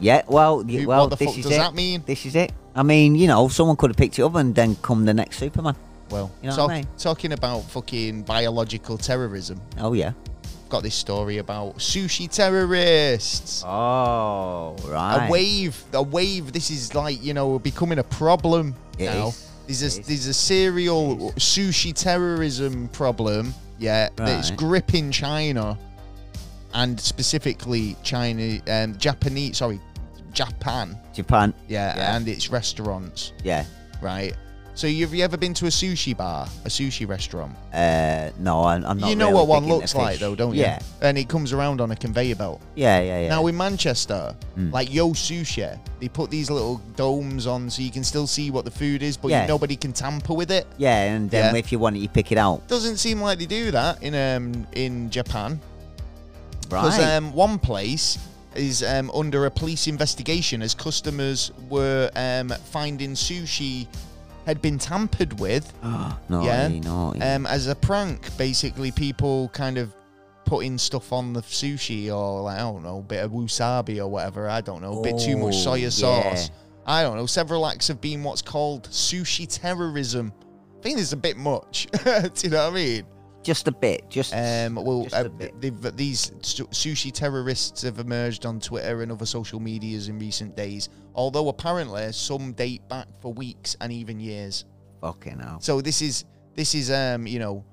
Yeah, well, y
Who-
well,
what the
this
fuck
is
does
it.
that mean?
This is it. I mean, you know, someone could have picked it up and then come the next Superman.
well,
You know
talk-
what I mean?
talking about fucking biological terrorism,
Oh yeah.
I've got this story about sushi terrorists.
Oh right.
A wave, a wave. This is like you know becoming a problem
It
now.
is.
There's
It
a
is.
there's a serial sushi terrorism problem. Yeah, that's
Right.
gripping China, and specifically China, um, Japanese. Sorry, Japan.
Japan.
Yeah,
Yeah.
and its restaurants.
Yeah.
Right. So have you ever been to a sushi bar, a sushi restaurant?
Uh, no, I'm, I'm not.
you know
really
what one
big into
looks like
fish.
though, don't you?
Yeah.
And it comes around on a conveyor belt.
Yeah. Yeah. Mm. Yeah.
Now in Manchester, like Yo Sushi, they put these little domes on so you can still see what the food is, but
Yeah.
nobody can tamper with it.
yeah, and then
Yeah.
if you want it, you pick it out.
Doesn't seem like they do that in um in Japan. Because
Right.
um, one place is um, under a police investigation as customers were um, finding sushi had been tampered with
no,
um, yeah,
no.
um, as a prank. Basically, people kind of putting stuff on the sushi or like, I don't know, a bit of wasabi or whatever. I don't know, a bit too much
Oh,
soya
yeah.
sauce. I don't know. Several acts have been what's called sushi terrorism. I think it's a bit much. Do you know what I mean?
just a bit. Just.
Um, well,
Just a
uh,
bit.
they've, these su- sushi terrorists have emerged on Twitter and other social medias in recent days, although apparently some date back for weeks and even years.
fucking hell.
So this is this is um you know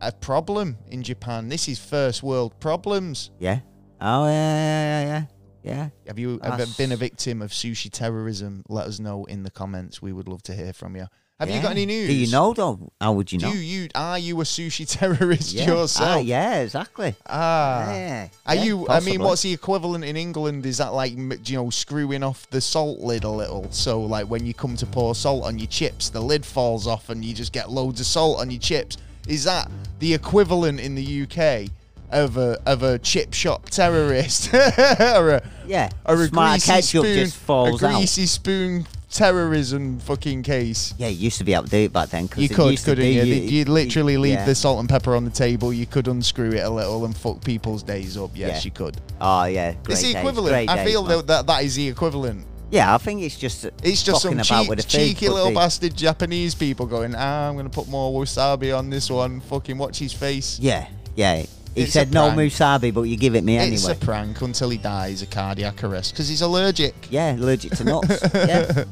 a problem in Japan. This is first world problems.
Yeah. Oh yeah. Yeah. Yeah. Yeah. yeah.
Have you ever
Us.
been a victim of sushi terrorism? Let us know in the comments. We would love to hear from you. Have you
Yeah.
got any news?
Do you know though? How would you
Do
know?
you are you a sushi terrorist
yeah.
yourself?
Ah, yeah, exactly.
Ah.
yeah.
Are
Yeah,
you? I mean,
possibly.
what's the equivalent in England? Is that like m- you know screwing off the salt lid a little? So like when you come to pour salt on your chips, the lid falls off and you just get loads of salt on your chips. Is that the equivalent in the UK of a of a chip shop terrorist or a
Yeah.
or a
Smart
greasy
ketchup
spoon
just falls
a
out.
greasy spoon terrorism fucking case?
Yeah, you used to be able to do it back then. Cause
You
it
could,
used to
couldn't
do-
you? You'd, literally leave
yeah.
the salt and pepper on the table. You could unscrew it a little and fuck people's days up. Yes,
Yeah.
you could.
Oh yeah, great
It's the
days,
equivalent.
great
I
days,
feel
man.
that, that that is the equivalent.
Yeah, I think it's just.
It's just some
fucking about
cheek,
with the food,
cheeky
but
little
the-
bastard Japanese people going, ah, I'm going to put more wasabi on this one. Fucking watch his face.
Yeah, yeah. He
It's a
said no
prank.
musabi, but you give it me
It's
anyway.
a prank until he dies a cardiac arrest because he's allergic.
yeah, allergic to nuts. yeah. Yeah, yeah,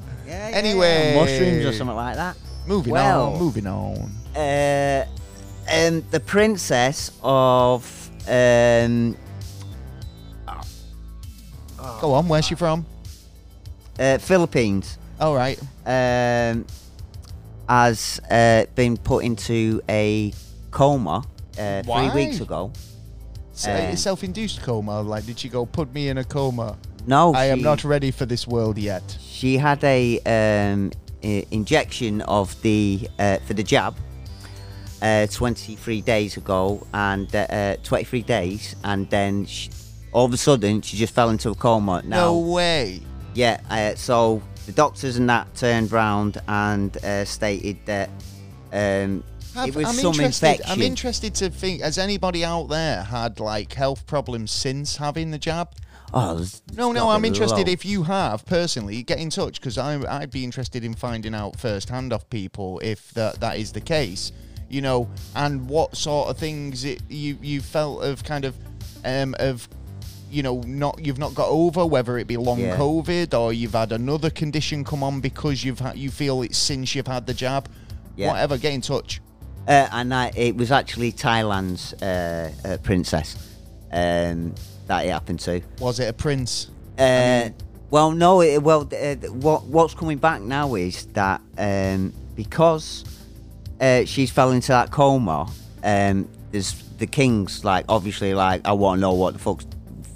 yeah.
Anyway.
mushrooms or something like that.
Moving
Well-
on, moving on.
uh, um, the princess of um,
Go on, where's she from?
uh, Philippines
All right.
um, has uh, been put into a coma uh, three
Why?
weeks ago.
So
Uh,
self-induced coma. Like, did she go put me in a coma?
No,
I am
Oh, she-
not ready for this world yet.
She had a um, i- injection of the uh, for the jab uh, 23 days ago, and uh, uh, 23 days, and then she, all of a sudden she just fell into a coma. Now,
No way.
yeah, uh, so the doctors and that turned round and uh, stated that um,
Have-
it was some
interested,
infection.
I'm interested to think, has anybody out there had like health problems since having the jab?
Oh, there's-
No,
there's
no,
gotta
I'm
be
interested.
loads.
If you have personally, get in touch because I'd be interested in finding out firsthand off people if that that is the case, you know, and what sort of things it, you you felt of kind of um of you know not you've not got over whether it be long
Yeah.
COVID or you've had another condition come on because you've had you feel it's since you've had the jab,
Yeah.
whatever. Get in touch.
Uh, and I, it was actually Thailand's uh, uh, princess um, that it happened to.
Was it a prince?
Uh, well, no. It, well, uh, what what's coming back now is that um, because uh, she's fell into that coma, um, there's the king's like obviously like I want to know what the fuck's,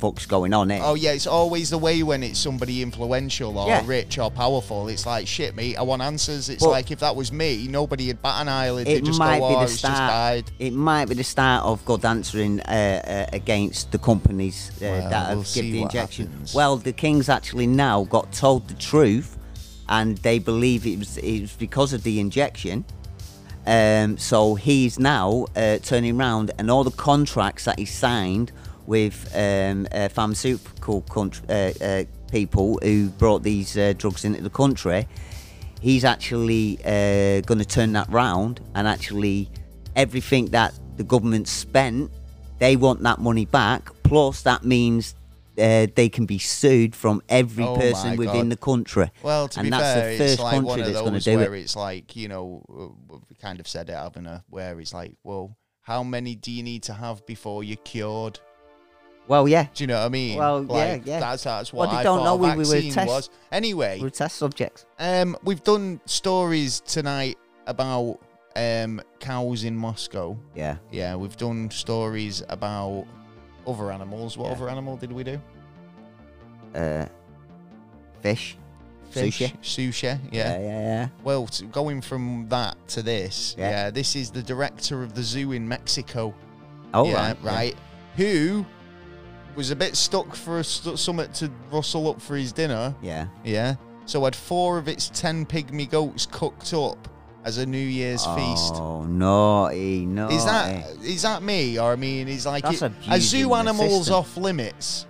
fuck's going on here.
Oh yeah, it's always the way when it's somebody influential or
Yeah.
rich or powerful. It's like shit, mate. I want answers. It's
Well-
like if that was me, nobody would bat an eyelid. They
it
just
might
go,
be
"Oh,
the
it's just
start.
died."
It might be the start of God answering uh, uh, against the companies uh,
Well,
that have
we'll see
given the
what
injection.
happens.
Well, the Kings actually now got told the truth, and they believe it was it was because of the injection. Um, so he's now uh, turning round, and all the contracts that he signed with um, uh, pharmaceutical country, uh, uh, people who brought these uh, drugs into the country, he's actually uh, going to turn that round and actually everything that the government spent, they want that money back. Plus, that means uh, they can be sued from every
Oh my
person within
God.
the country.
Well, to
and
be
that's
fair,
the first
it's like
country
one of
that's going to
those
do it.
where it's like you know, uh, we've kind of said it, haven't I? Where it's like, well, how many do you need to have before you're cured?
Well, yeah,
Do you know what I mean?
Well, yeah,
like,
yeah.
That's that's
Well,
what
they
I
don't
thought
know
a
we- we were
vaccine
test-
was. Anyway,
we're test subjects.
Um, we've done stories tonight about um, cows in Moscow.
Yeah.
Yeah, we've done stories about other animals. What
Yeah.
other animal did we do?
Uh, fish. Sushi.
Sushi, yeah.
Yeah, yeah, yeah.
Well, t- going from that to this, yeah.
Yeah.
this is the director of the zoo in Mexico.
Oh,
yeah,
right. yeah.
right. Who was a bit stuck for a st- summit to rustle up for his dinner.
Yeah.
Yeah. So had four of its ten pygmy goats cooked up as a New Year's feast.
Oh, naughty, naughty.
Is that is that me or I mean is like
Oh, eh. That's
it, a
abusing
zoo
the
animals
system.
off limits?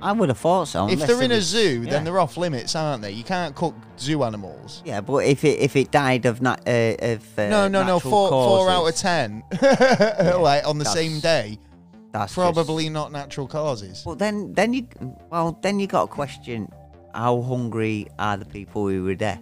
I would have thought so.
If
unless
they're
it
in a
was-
zoo,
yeah.
then they're off limits, aren't they? You can't cook zoo animals.
Yeah, but if it if it died of not uh, of uh,
no, no, no.
natural
Four four out of
causes,
ten, like on the same day,
that's just-
probably not natural causes.
But then then you well then you got to question how hungry are the people who were there?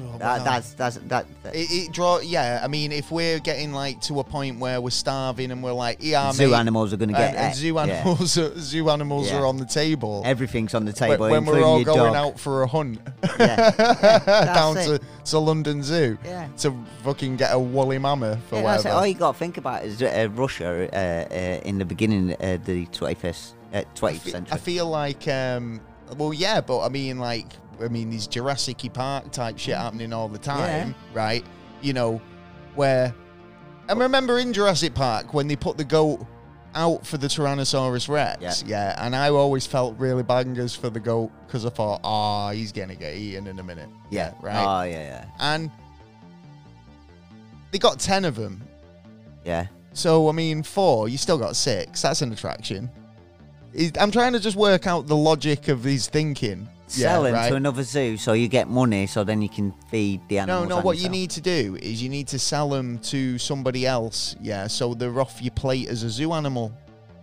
Oh,
That,
wow.
that's that's that. that-
it, it draw. Yeah, I mean, if we're getting like to a point where we're starving and we're like, yeah,
zoo
mate,"
animals are going to
and,
get
and
it.
uh, zoo
Yeah.
animals, are, zoo animals
Yeah.
are on the table.
Everything's on the
when,
table,
when we're
including
all
your
going
dog.
out for a hunt
Yeah.
down
that's
to,
it.
to London Zoo
Yeah.
to fucking get a woolly mammoth or
Yeah, that's it.
whatever.
All you got to think about is uh, Russia uh, uh, in the beginning uh, the 21st, uh, 20th century.
I feel like, um, well, yeah, but I mean, like, I mean, these Jurassic Park type shit happening all the time, right? You know, where I remember in Jurassic Park when they put the goat out for the Tyrannosaurus Rex, yeah, and I always felt really bangers for the goat because I thought, ah, he's gonna get eaten in a minute,
yeah.
right.
Oh, yeah,
and they got ten of them.
yeah. Yeah.
So I mean, four. You still got six. That's an attraction. Is- I'm trying to just work out the logic of his thinking.
Sell
yeah,
them
right.
to another zoo so you get money so then you can feed the
no,
animals.
no.
and
What you
yourself.
need to do is you need to sell them to somebody else. Yeah, so they're off your plate as a zoo animal.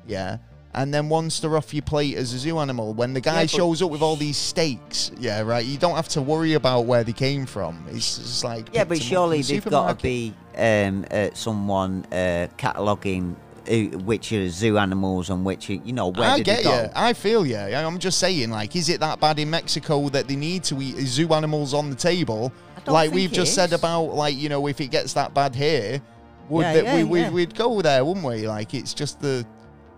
Yeah, and then once they're off your plate as a zoo animal, when the guy
Yeah, but-
shows up with all these steaks, yeah, right. You don't have to worry about where they came from. It's just like
Yeah,
picked them
but
up
surely
from the
they've got to
supermarket.
be um, uh, someone uh, cataloguing who, which are zoo animals and which are, you know where
I
did
get
they
you.
go.
I feel you. I- I'm just saying, like, is it that bad in Mexico that they need to eat zoo animals on the table?
I don't
Like
think
we've
it
just said
is.
about, like, you know, if it gets that bad here, would
Yeah,
that
yeah,
we, we,
yeah.
we'd go there, wouldn't we? Like, it's just the.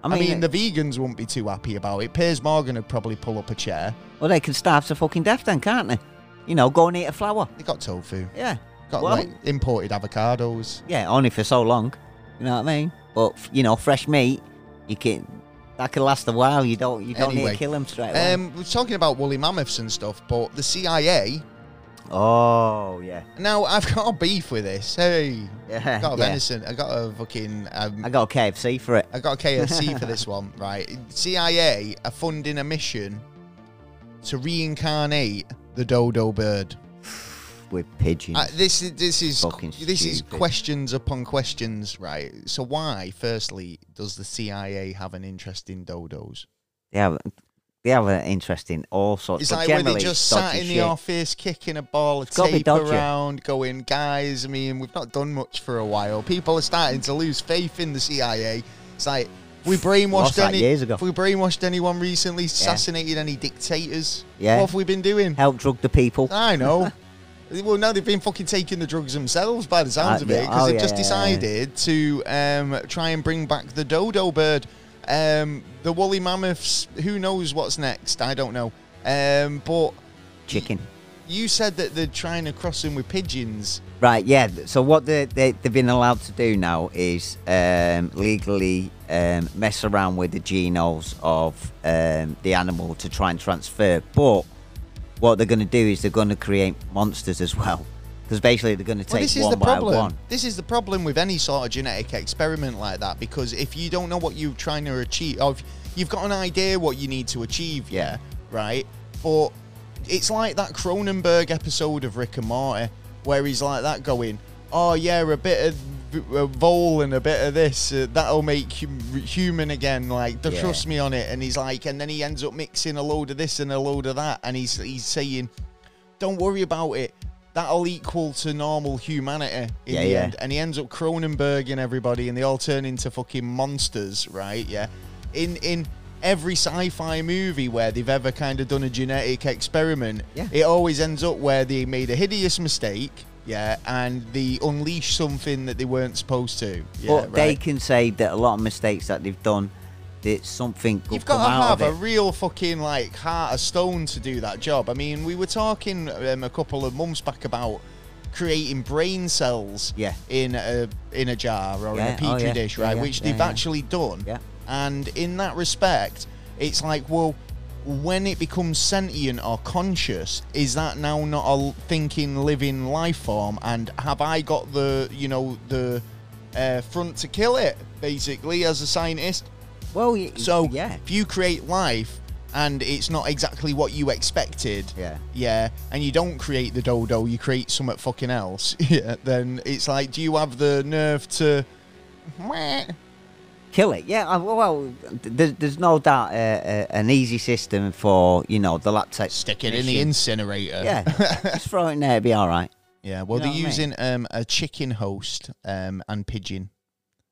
I mean,
uh,
the vegans wouldn't be too happy about it. Piers Morgan would probably pull up a chair.
well, they can starve to fucking death then, can't they? You know, go and eat a flower.
They got tofu,
Yeah.
got
Well,
like imported avocados.
yeah, only for so long. You know what I mean? But f- you know, fresh meat, you can that can last a while. You don't you don't need
Anyway,
to kill them straight away.
Um, we're talking about woolly mammoths and stuff, but the CIA
Oh yeah,
Now I've got a beef with this. Hey,
Yeah,
I got a
yeah.
venison. I got a fucking. Um,
I got a KFC for it.
I got a KFC for this one, right? CIA are funding a mission to reincarnate the dodo bird.
with pigeons.
Uh, this is this is
Fucking
this is
stupid.
questions upon questions, right? So why, firstly, does the CIA have an interest in dodos?
they have they have an interest in all sorts.
It's
but
like when
generally
they just
it's
sat
dodgy
in the
shit.
office, kicking a ball of
It's gotta be
tape
dodgy.
around, going, guys. I mean, we've not done much for a while. People are starting to lose faith in the CIA. It's like we brainwashed
Lost that
any
years ago.
We brainwashed anyone recently, assassinated any dictators.
Yeah.
What have we been doing?
Help drug the people.
I know. well, now they've been fucking taking the drugs themselves by the sounds
Uh,
of it
yeah.
because
Oh,
they've
yeah,
just
yeah, yeah.
decided to um, try and bring back the dodo bird. Um, the woolly mammoths, who knows what's next? I don't know. Um, but
Chicken.
you said that they're trying to cross them with pigeons.
Right, yeah. th- So what they, they, they've been allowed to do now is um, legally um, mess around with the genomes of um, the animal to try and transfer. But what they're going to do is they're going to create monsters as well. Because basically they're going to
Well,
take
this is
one
the
by
problem.
one.
This is the problem with any sort of genetic experiment like that because if you don't know what you're trying to achieve, or if you've got an idea what you need to achieve, yeah, right? But it's like that Cronenberg episode of Rick and Morty where he's like that going, oh, yeah, a bit of v- a vole and a bit of this, uh, that'll make hum- human again. Like, the
Yeah.
trust me on it. And he's like, and then he ends up mixing a load of this and a load of that. And he's, he's saying, don't worry about it. That'll equal to normal humanity in
Yeah,
the
yeah.
end. And he ends up Cronenberging everybody, and they all turn into fucking monsters, right? Yeah. In in every sci-fi movie where they've ever kind of done a genetic experiment,
Yeah.
it always ends up where they made a hideous mistake, yeah, and they unleash something that they weren't supposed to. Yeah,
but they
right.
can say that a lot of mistakes that they've done, that something could
You've
come
got to
out
have a
of it.
real fucking like heart of stone to do that job. I mean, we were talking um, a couple of months back about creating brain cells
Yeah.
in a in a jar or in
Yeah,
a
oh,
petri
yeah,
dish,
yeah,
right?
yeah,
Which
yeah,
they've
yeah.
actually done.
Yeah.
And in that respect, it's like, well, when it becomes sentient or conscious, is that now not a l- thinking, living life form? And have I got the, you know, the uh, front to kill it, basically, as a scientist?
well, y-
So
yeah.
if you create life and it's not exactly what you expected,
Yeah.
yeah, and you don't create the dodo, you create something fucking else, yeah, then it's like, do you have the nerve to? Meh.
kill it. Yeah, I, well, there's, there's no doubt uh, uh, an easy system for you know the lab tech.
Stick it in the
technician.
incinerator.
Yeah, just throw it in there, it'd be all right.
yeah. Well,
You
they're
know what I mean?
using um, a chicken host um, and pigeon,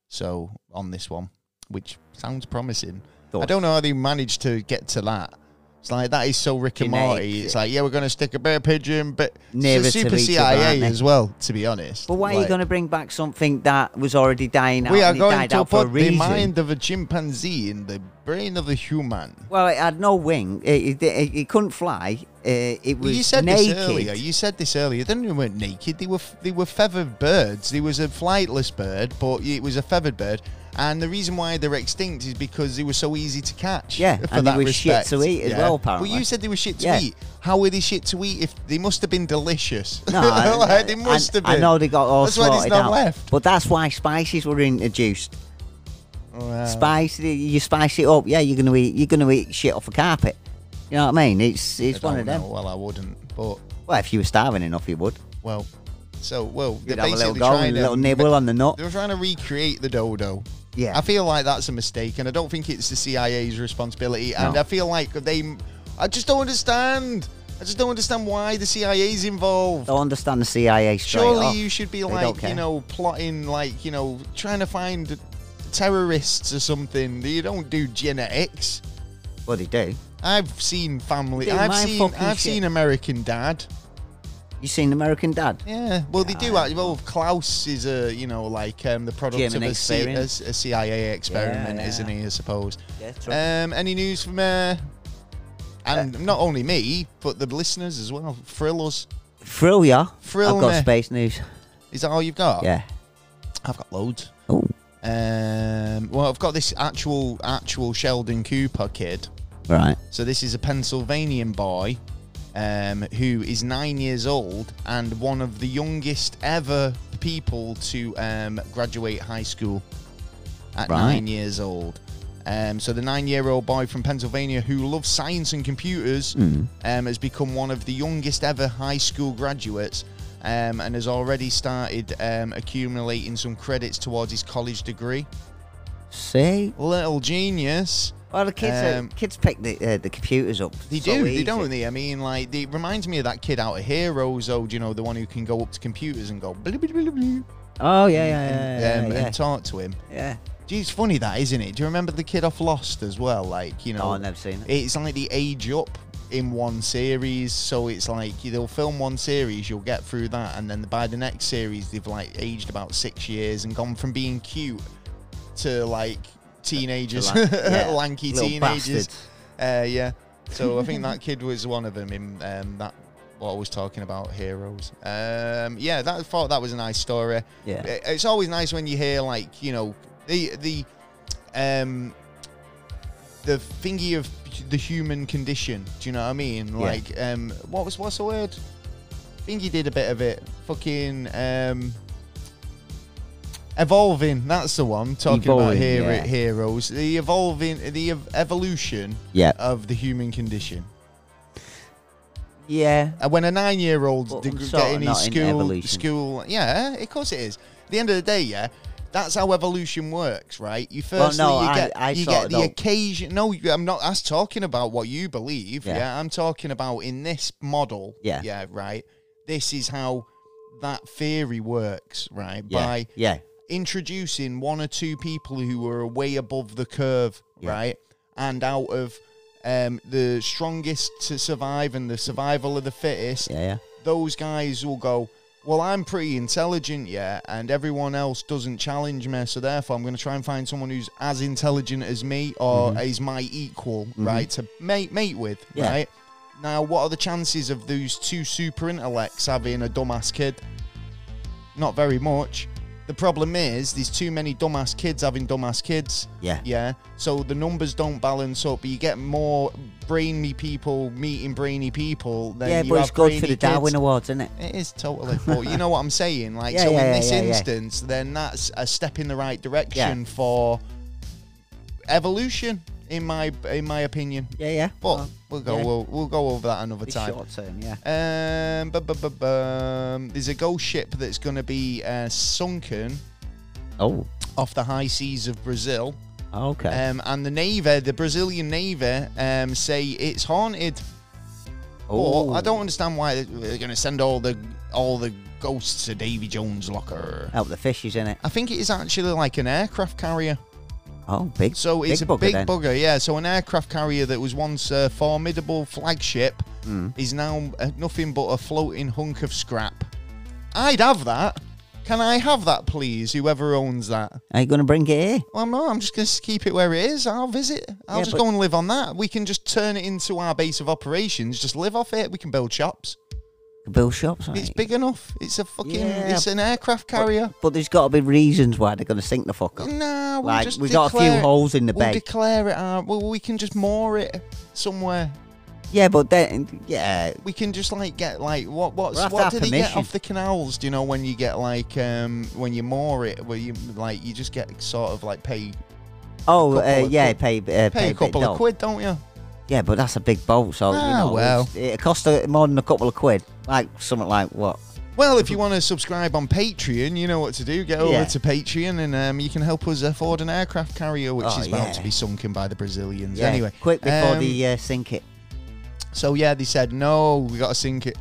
so on this one, which sounds promising. I
Thoughts?
don't know how they managed to get to that. It's like that is so Rick and
Genetic.
Morty. It's like yeah, we're gonna stick a bear pigeon, but
Nearer to
it's a super
each other,
CIA
aren't they?
as well. To be honest,
But why are you
Like,
going to bring back something that was already dying out?
We are
and it
going
died
to
out for a
put the
reason.
mind of a chimpanzee in the brain of a human.
Well, it had no wing. It, it, it, it couldn't fly. Uh, it was
you said
naked.
this earlier. You said this earlier. Then they weren't naked. They were they were feathered birds. There was a flightless bird, but it was a feathered bird. And the reason why they're extinct is because they were so easy to catch.
Yeah,
for
and they
that
were shit
respect.
to eat as
Yeah.
well,
But
apparently.
you said they were shit to
Yeah.
eat. How were they shit to eat? If they must have been delicious.
No,
Like,
I-
they must
I,
have been.
I know they got all
That's why
sorted
there's none
out.
left.
But that's why spices were introduced.
Wow.
spice you spice it up yeah you're gonna eat you're gonna eat shit off a carpet you know what i mean it's
I
it's one of
don't
them
know. Well, I wouldn't. But
well if you were starving enough you would
well, so well,
you'd
they're
have a
basically
little go
trying
and a little
to
nibble on the nut
They were trying to recreate the dodo.
Yeah.
I feel like that's a mistake, and I don't think it's the CIA's responsibility. And
No.
I feel like they. I just don't understand. I just don't understand why the CIA's involved.
don't understand the cia straight
Surely
off.
you should be
They
like,
don't
you
care.
know, plotting, like, you know, trying to find terrorists or something. You don't do genetics.
what do you do
I've seen family.
They do
I've
mind
seen.
fucking
I've
shit.
seen American Dad.
you seen american dad
Yeah, well, they
Yeah,
do.
I-
act- Well, Klaus is a you know like um, the product
German
of a, C- a, a
experience.
CIA experiment,
yeah.
isn't he? I suppose.
Yeah, true.
um, any news from uh, and not only me but the listeners as well. Thrill us.
thrill ya
Thrill
i've got
me. Oh.
space news
Is that all you've got?
yeah
I've got loads.
oh
Um, well, I've got this actual actual Sheldon Cooper kid.
right
So this is a Pennsylvanian boy um, who is nine years old and one of the youngest ever people to um, graduate high school at
Right.
nine years old. Um, so the nine-year-old boy from Pennsylvania who loves science and computers um, has become one of the youngest ever high school graduates um, and has already started um, accumulating some credits towards his college degree.
See,
Little genius.
well, the kids
Um,
are, kids pick the uh, the computers up.
They
so
do,
easy.
they don't they? I mean, like, they- it reminds me of that kid out of Heroes, oh, you know, the one who can go up to computers and go, blip, blip, blip, blip,
Oh yeah, yeah, yeah, yeah,
and, um,
yeah.
and talk to him.
yeah.
Gee, it's funny that, isn't it? Do you remember the kid off Lost as well? Like, you know,
No, Oh, I've never seen it.
it's like the age up in one series, so it's like they'll film one series, you'll get through that, and then by the next series, they've like aged about six years and gone from being cute to like teenagers,
To lan- yeah,
lanky
little
teenagers.
bastards.
Uh, yeah. So I think that kid was one of them in um, that. What I was talking about, heroes. Um, yeah, that I thought that was a nice story.
Yeah.
I- it's always nice when you hear like you know the the um the thingy of the human condition. Do you know what I mean? Like, um, what was what's the word? Thingy did a bit of it. Fucking um, evolving. That's the one. Talking about
Evolving,
hero-
yeah.
heroes. The evolving, the ev- evolution
Yeah,
of the human condition.
yeah.
And Uh, when a nine-year-old
Well,
d-
I'm sorta
getting his
not in
school,
evolution.
school, yeah, of course it is. At the end of the day, yeah, that's how evolution works, right? You
Well,
firstly
no,
you
I-
get
I
you
sorta
get the
don't-
occasion. No, you- I'm not. That's talking about what you believe. Yeah.
Yeah.
I'm talking about in this model.
Yeah.
yeah, right. This is how that theory works, right?
Yeah,
By
yeah,
introducing one or two people who were way above the curve,
Yeah.
right? And out of um, the strongest to survive and the survival of the fittest,
yeah, yeah.
those guys will go, Well, I'm pretty intelligent, yeah, and everyone else doesn't challenge me. So therefore, I'm going to try and find someone who's as intelligent as me or is my equal, right, to mate, mate with,
Yeah.
right? Now, what are the chances of those two super intellects having a dumbass kid? Not very much. The problem is there's too many dumbass kids having dumbass kids.
Yeah.
Yeah. So the numbers don't balance up. You get more brainy people meeting brainy people than
yeah,
you
but
have
it's good
brainy
for the
kids.
Darwin Awards, isn't it?
It is totally. But you know what I'm saying? Like,
Yeah,
so
yeah,
in
yeah,
this
yeah, yeah.
instance, then that's a step in the right direction for evolution, in my in my opinion.
Yeah, yeah.
But we'll go
yeah.
we'll, we'll go over that another
it's
time.
short term, yeah.
Um, bu- bu- bu- bum. there's a ghost ship that's going to be uh, sunken
Oh,
off the high seas of Brazil.
okay.
Um, and the Navy, the Brazilian Navy, um, say it's haunted.
oh,
But I don't understand why they're going to send all the all the ghosts to Davy Jones' locker.
help the fishes in it.
I think it is actually like an aircraft carrier.
Oh, big.
So it's
big
a
bugger
big
then.
bugger, yeah. So an aircraft carrier that was once a formidable flagship
Hmm.
is now uh, nothing but a floating hunk of scrap. I'd have that. Can I have that, please? Whoever owns that.
Are you going to bring it here?
Well, no, I'm just going to keep it where it is. I'll visit. I'll
Yeah,
just
but-
go and live on that. We can just turn it into our base of operations. Just live off it. We can build shops.
Bill shops.
It's
right?
big enough. It's a fucking.
Yeah,
It's an aircraft carrier.
But there's got to be reasons why they're going to sink the fucker.
Nah, we'll
like
just
we got a few
declare-
holes in the
We'll
bay.
declare it. Our, well, we can just moor it somewhere.
yeah, but then yeah,
We can just like get like what what's
We'll have to
what
have
do they get
permission.
off the canals? Do you know when you get like um when you moor it? Where you like you just get sort of like pay
oh
couple
uh,
of
yeah,
quid.
pay uh,
pay a
bit
couple of
dog.
quid, don't you?
Yeah, but that's a big boat, so
Ah,
you know,
well.
it's- it cost a, more than a couple of quid. Like something like what?
Well, if you want to subscribe on Patreon, you know what to do. Get over
Yeah.
to Patreon and um, you can help us afford an aircraft carrier, which
Oh,
is about
yeah.
to be sunken by the Brazilians.
Yeah,
anyway,
quick before
um,
the uh, sink it.
So yeah, they said no, we got to sink it.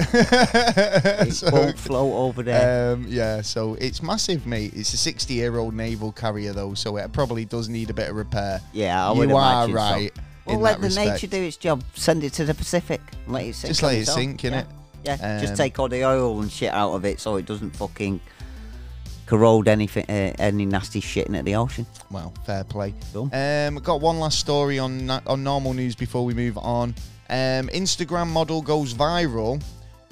It
So,
won't float over there.
um, yeah, so it's massive, mate. It's a 60-year-old naval carrier though, so it probably does need a bit of repair.
yeah, I would
you are
imagine so.
right.
Well,
in
let
that
the
respect.
nature do its job. Send it to the Pacific. And let it sink.
Just
on
let it
its own.
sink,
yeah.
innit?
Yeah.
Um,
Just take all the oil and shit out of it, so it doesn't fucking corrode anything, uh, any nasty shit into the ocean.
Well, fair play.
Done.
Um, got one last story on na- on normal news before we move on. Um, Instagram model goes viral.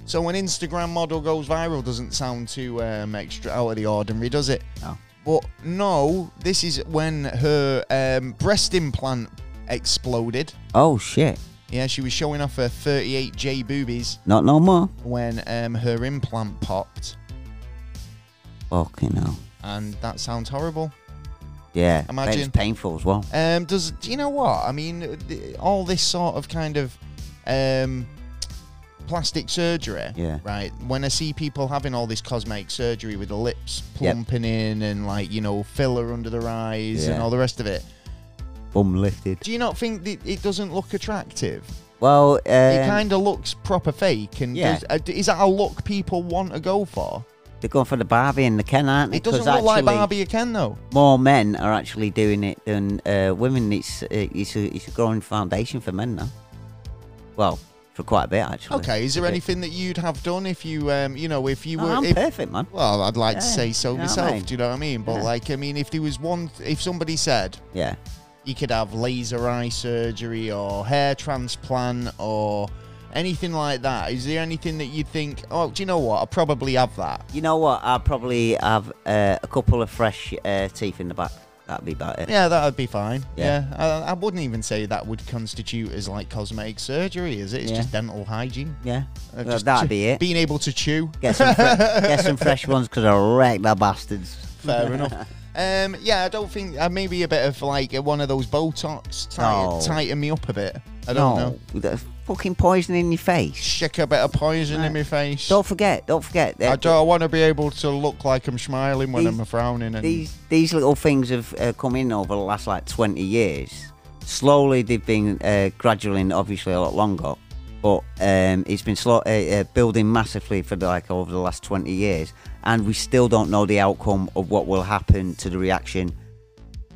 So when Instagram model goes viral, doesn't sound too um, extra out of the ordinary, does it?
No.
But no, this is when her um, breast implant exploded.
Oh shit.
Yeah, she was showing off her 38J boobies
Not no more.
when um, her implant popped,
Fucking hell.
and that sounds horrible.
Yeah.
Imagine-
It's painful as well.
Um, does do you know what I mean? th- All this sort of kind of um, plastic surgery,
Yeah.
right? When I see people having all this cosmetic surgery with the lips plumping in and like you know filler under their eyes and
Yeah.
all the rest of it,
Bum lifted.
do you not think that it doesn't look attractive?
Well, um,
it kind of looks proper fake, and
yeah.
does, uh, d- is that a look people want to go for?
they're going for the Barbie and the Ken, aren't they?
It doesn't
'Cause
look like
actually
Barbie or Ken though.
More men are actually doing it than uh, women. It's uh, it's a, it's a growing foundation for men now. Well, for quite a bit actually.
Okay, is there
Yeah.
anything that you'd have done if you, um, you know, if you
No,
were,
Oh, I'm
if,
perfect, man.
Well, I'd like to
Yeah,
say so
you know what I
myself.
mean?
Do you know what I mean? But
Yeah.
like, I mean, if there was one, if somebody said
Yeah.
you could have laser eye surgery or hair transplant or anything like that, is there anything that you think? Oh, do you know what? I'll probably have that.
You know what? I'll probably have uh, a couple of fresh uh, teeth in the back. That'd be about it.
Yeah, that'd be fine. Yeah,
Yeah.
I, I wouldn't even say that would constitute as like cosmetic surgery, is it? It's
Yeah.
just dental hygiene.
Yeah.
Uh,
Well,
just
that'd
chew-
be it.
Being able to chew.
Get some, fre- get some fresh ones because I wrecked that bastards.
Fair enough. Um, yeah, I don't think uh, maybe a bit of like uh, one of those Botox tight,
No.
tighten me up a bit. I don't
no,
know.
the fucking poison in your face.
Stick a bit of poison in my face.
Don't forget, don't forget. that
I don't want to be able to look like I'm smiling when
These-
I'm frowning. And
these these little things have uh, come in over the last like 20 years. Slowly, they've been uh, gradually, and obviously a lot longer, but um, it's been slow, uh, uh, building massively for like over the last 20 years, and we still don't know the outcome of what will happen to the reaction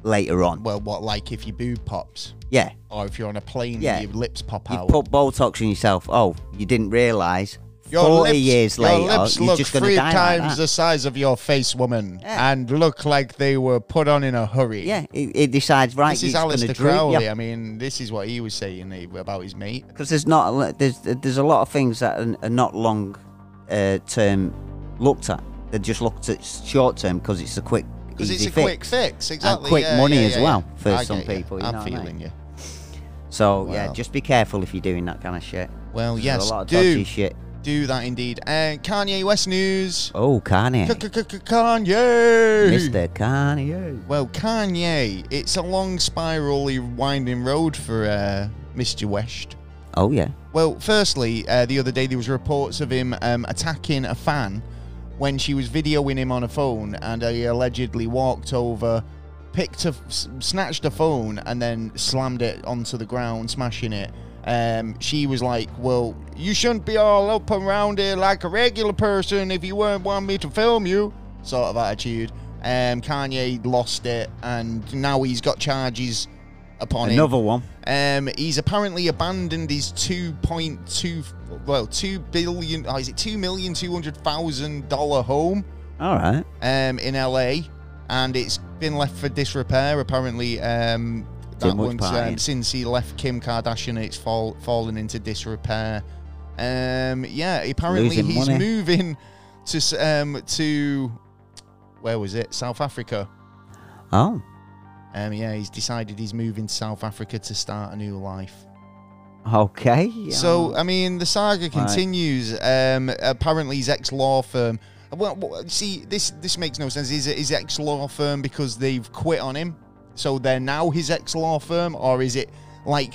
later on.
well, what like if your boob pops,
yeah,
or if you're on a plane,
Yeah.
and your lips pop
you
out.
put Botox in yourself. Oh, you didn't realise.
your
40
lips,
years
your
later,
lips
you're
look
just going to
three
die
times
like that.
the size of your face, woman,
Yeah.
and look like they were put on in a hurry.
Yeah, it, it decides right.
This is
it's gonna
Alistair
droop you.
Crowley. I mean, this is what he was saying eh, about his mate.
because there's not a lo- there's there's a lot of things that are, are not long uh, term looked at. They're just looked at short term because it's a quick,
Because it's
easy
a
fix.
quick fix, exactly.
quick
yeah,
money
yeah,
as
yeah,
well
yeah.
for
I
some
get you.
people, you
I'm
know what I
feeling
mean?
you.
So yeah,
Wow.
just be careful if you're doing that kind of shit.
Well,
There's
yes,
a lot of dodgy
do
shit.
do that indeed. Uh, Kanye West news.
Oh,
K-
Kanye,
k- k- Kanye.
Mr. Kanye.
Well, Kanye, it's a long, spirally, winding road for uh, Mr. West.
Oh yeah,
Well, firstly, uh, the other day there was reports of him um, attacking a fan when she was videoing him on a phone, and he allegedly walked over, picked a, s- snatched a phone, and then slammed it onto the ground, smashing it. Um, she was like, "Well, you shouldn't be all up and around here like a regular person if you weren't wanting me to film you," sort of attitude. Um, Kanye lost it, and now he's got charges upon him.
another one.
Um, he's apparently abandoned his 2.2 well 2 billion oh, is it 2 million 200 thousand dollar home
All right.
um in LA and it's been left for disrepair apparently um
Too
that
much
once um,
partying.
since he left Kim Kardashian it's fall, fallen into disrepair um yeah apparently
Losing
he's
money.
moving to s- um to where was it South Africa
Oh,
um yeah he's decided he's moving to South Africa to start a new life
okay.
So I mean, the saga continues. Um, apparently, his ex-law firm. Well, well, see, this this makes no sense. Is it his ex-law firm because they've quit on him, so they're now his ex-law firm, or is it like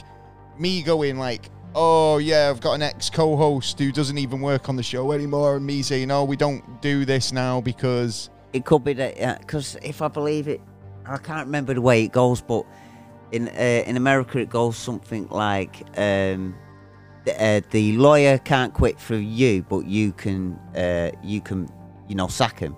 me going like, oh yeah, I've got an ex-co-host who doesn't even work on the show anymore, and me saying, oh, we don't do this now because
it could be that because if I believe it, I can't remember the way it goes, but in uh, in America it goes something like um, the, uh, the lawyer can't quit through you, but you can uh, you can you know sack him,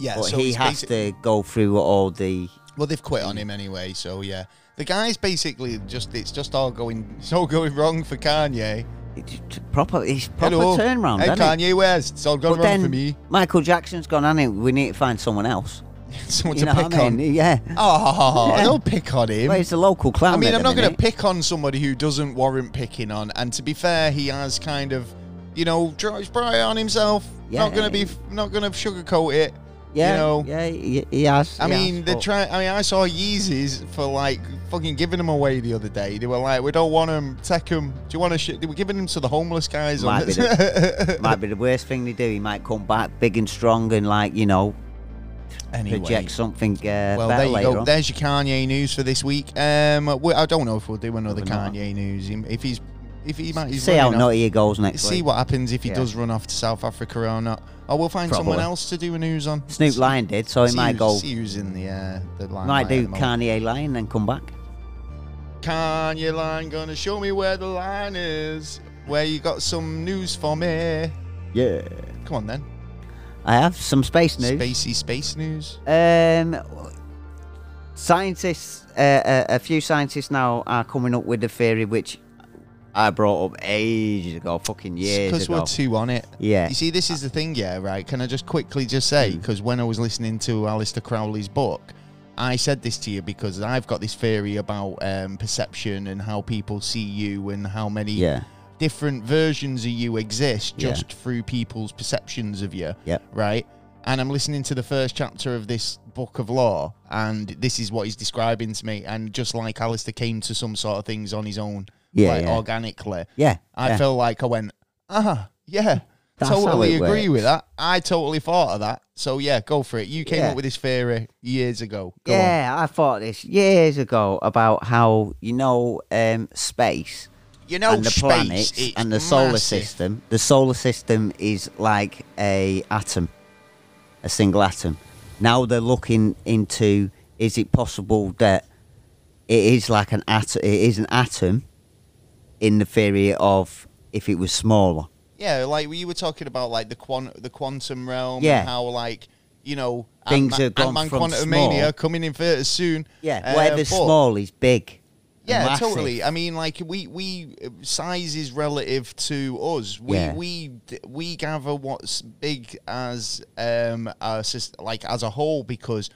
yeah,
but he has to go through all the
Well, they've quit on him anyway, so yeah. The guy's basically just—it's just all going—it's all going wrong for Kanye.
it's proper it's proper
Hello.
turnaround.
Hey,
isn't it?
Kanye West. It's all gone wrong
But then
for me.
Michael Jackson's gone, hasn't he? We need to find someone else.
Someone to
you know
pick
what I mean?
on.
Yeah.
Oh,
Yeah.
don't pick on him.
Well, it's a local clown.
I mean,
at
I'm
the
not going to
minute.
pick on somebody who doesn't warrant picking on. And to be fair, he has kind of, you know, draws bright on himself. Not going to be,
Yeah.
not going to sugarcoat it.
Yeah,
know?
yeah, he, he has.
I
he
mean,
has,
they're
but-
trying. I mean, I saw Yeezys for like fucking giving them away the other day. They were like, "We don't want them. Take them. Do you want to?" Sh-? They were giving them to the homeless guys. on
Might be might be the worst thing they do. He might come back big and strong and like you know
anyway.
project something. Uh,
Well,
better
there you
later
go.
on.
There's your Kanye news for this week. Um, we, I don't know if we'll do another
Probably
Kanye
not.
news. Him- If he's, if he might, he's
See how
running off-
naughty he goes next
See
week.
what happens if he
Yeah.
does run off to South Africa or not. Or we'll find someone
Probably.
else to do a news on.
Snoop Lion did, so he
See
might
who's-
go.
See who's in the uh, the line.
Might do Kanye Lion and come back.
Kanye line gonna show me where the line is. Where you got some news for me?
Yeah.
Come on then.
I have some space news.
Spacey space news.
Um, scientists, uh, uh, a few scientists now are coming up with a theory which I brought up ages ago, fucking years
Because
ago.
we're two on it.
Yeah. Mm.
You see, this is the thing, yeah, right? Can I just quickly just say, because when I was listening to Alistair Crowley's book, I said this to you because I've got this theory about um, perception and how people see you and how many
Yeah.
different versions of you exist
Yeah.
just through people's perceptions of you.
Yep.
Right? And I'm listening to the first chapter of this book of law, and this is what he's describing to me. And just like Alistair came to some sort of things on his own,
Yeah,
like,
yeah.
organically.
Yeah.
I
yeah.
felt like I went, ah, yeah,
That's how
totally
it
agree
works.
with that. I totally thought of that. So yeah, go for it. You came
Yeah.
up with this theory years ago. Go on.
yeah, I thought this years ago about how you know um, space
You know,
and the
space,
planets
it's
and the solar
massive.
system. The solar system is like a atom, a single atom. Now they're looking into is it possible that it is like an atom? It is an atom in the theory of if it was smaller.
Yeah, like you were talking about, like the quant- the quantum realm.
Yeah.
and how like you know
Things
Ant-Ma-
have gone
Ant-Man
from
Quantum
small-
Mania coming in theatre soon.
Yeah,
Uh,
whatever's
but-
small is big. and
Yeah,
massive.
totally. I mean, like we we size is relative to us. We
Yeah.
we we gather what's big as um our sys- like as a whole because